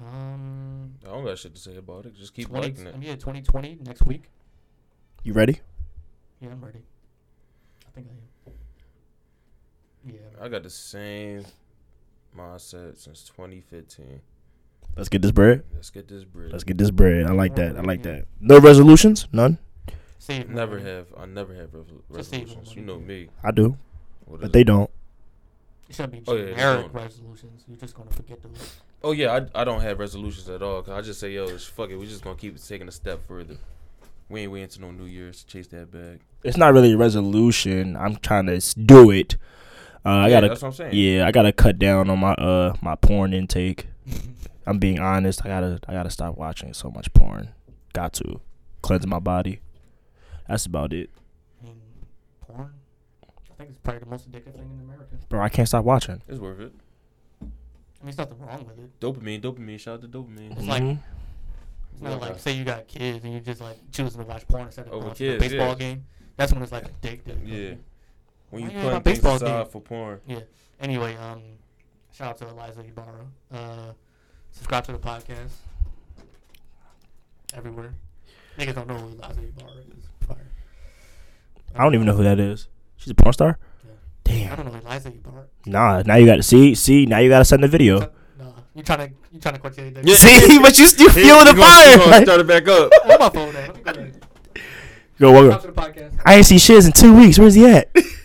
Speaker 4: Um,
Speaker 5: I don't got shit to say about it. Just keep
Speaker 4: 20,
Speaker 5: liking it.
Speaker 4: yeah, 2020 next week.
Speaker 3: You ready?
Speaker 4: Yeah, I'm ready. I think I am. Yeah, I'm
Speaker 5: I got the same mindset since 2015.
Speaker 3: Let's get this bread.
Speaker 5: Let's get this bread.
Speaker 3: Let's get this bread. I like that. I like that. No
Speaker 4: Mm-hmm.
Speaker 3: resolutions? None?
Speaker 4: Save my
Speaker 5: never
Speaker 4: money.
Speaker 5: have. I never have res-
Speaker 4: Just even
Speaker 5: resolutions.
Speaker 4: money.
Speaker 5: You know me.
Speaker 3: I do.
Speaker 5: What is
Speaker 3: But
Speaker 5: it?
Speaker 3: they don't.
Speaker 4: It shouldn't be
Speaker 5: Oh, yeah,
Speaker 4: generic
Speaker 5: it's gone.
Speaker 4: resolutions. You're just gonna forget those.
Speaker 5: Oh yeah, I, I don't have resolutions at all. 'cause I just say yo, it's- fuck it. We just gonna keep taking a step further. We ain't waiting to no New Year's to chase that bag.
Speaker 3: It's not really a resolution. I'm trying to s- do it. Uh, I
Speaker 5: Yeah,
Speaker 3: gotta
Speaker 5: That's what I'm saying.
Speaker 3: Yeah, I gotta cut down on my uh my porn intake. I'm being honest. I gotta I gotta stop watching so much porn. Got to cleanse my body. That's about it,
Speaker 4: I mean, porn. I think it's probably the most addictive thing in America.
Speaker 3: bro. I can't stop watching.
Speaker 5: It's worth it.
Speaker 4: I mean, it's nothing wrong with it.
Speaker 5: Dopamine, dopamine. Shout out to dopamine.
Speaker 4: It's like-
Speaker 3: Mhm.
Speaker 4: It's not
Speaker 5: Okay.
Speaker 4: like say you got kids and you're just like choosing to watch porn instead of
Speaker 5: Over
Speaker 4: watching a
Speaker 5: kids, yeah.
Speaker 4: baseball game. That's when it's like addictive.
Speaker 5: Yeah. When
Speaker 4: Why you
Speaker 5: you
Speaker 4: ain't
Speaker 5: putting
Speaker 4: my
Speaker 5: things
Speaker 4: baseball
Speaker 5: aside
Speaker 4: game?
Speaker 5: for porn,
Speaker 4: Anyway, um, shout out to Eliza Ibarra. Uh, subscribe to the podcast. Everywhere. Niggas don't know who Eliza Ibarra is. Fire.
Speaker 3: I don't even know who that is. She's a porn star.
Speaker 4: Yeah. I
Speaker 3: Damn.
Speaker 4: don't know Eliza Ibarra.
Speaker 3: Nah. Now you gotta see see. Now you gotta send the video.
Speaker 4: No, you trying to you trying to quit your day.
Speaker 3: see, but you you feel the
Speaker 5: You gonna- you
Speaker 3: fire.
Speaker 5: gonna
Speaker 3: like-
Speaker 5: start it back up.
Speaker 4: Where my phone at? Let me go there.
Speaker 3: Yo, welcome.
Speaker 4: Stop to the podcast.
Speaker 3: I ain't see shiz in two weeks. Where's he at?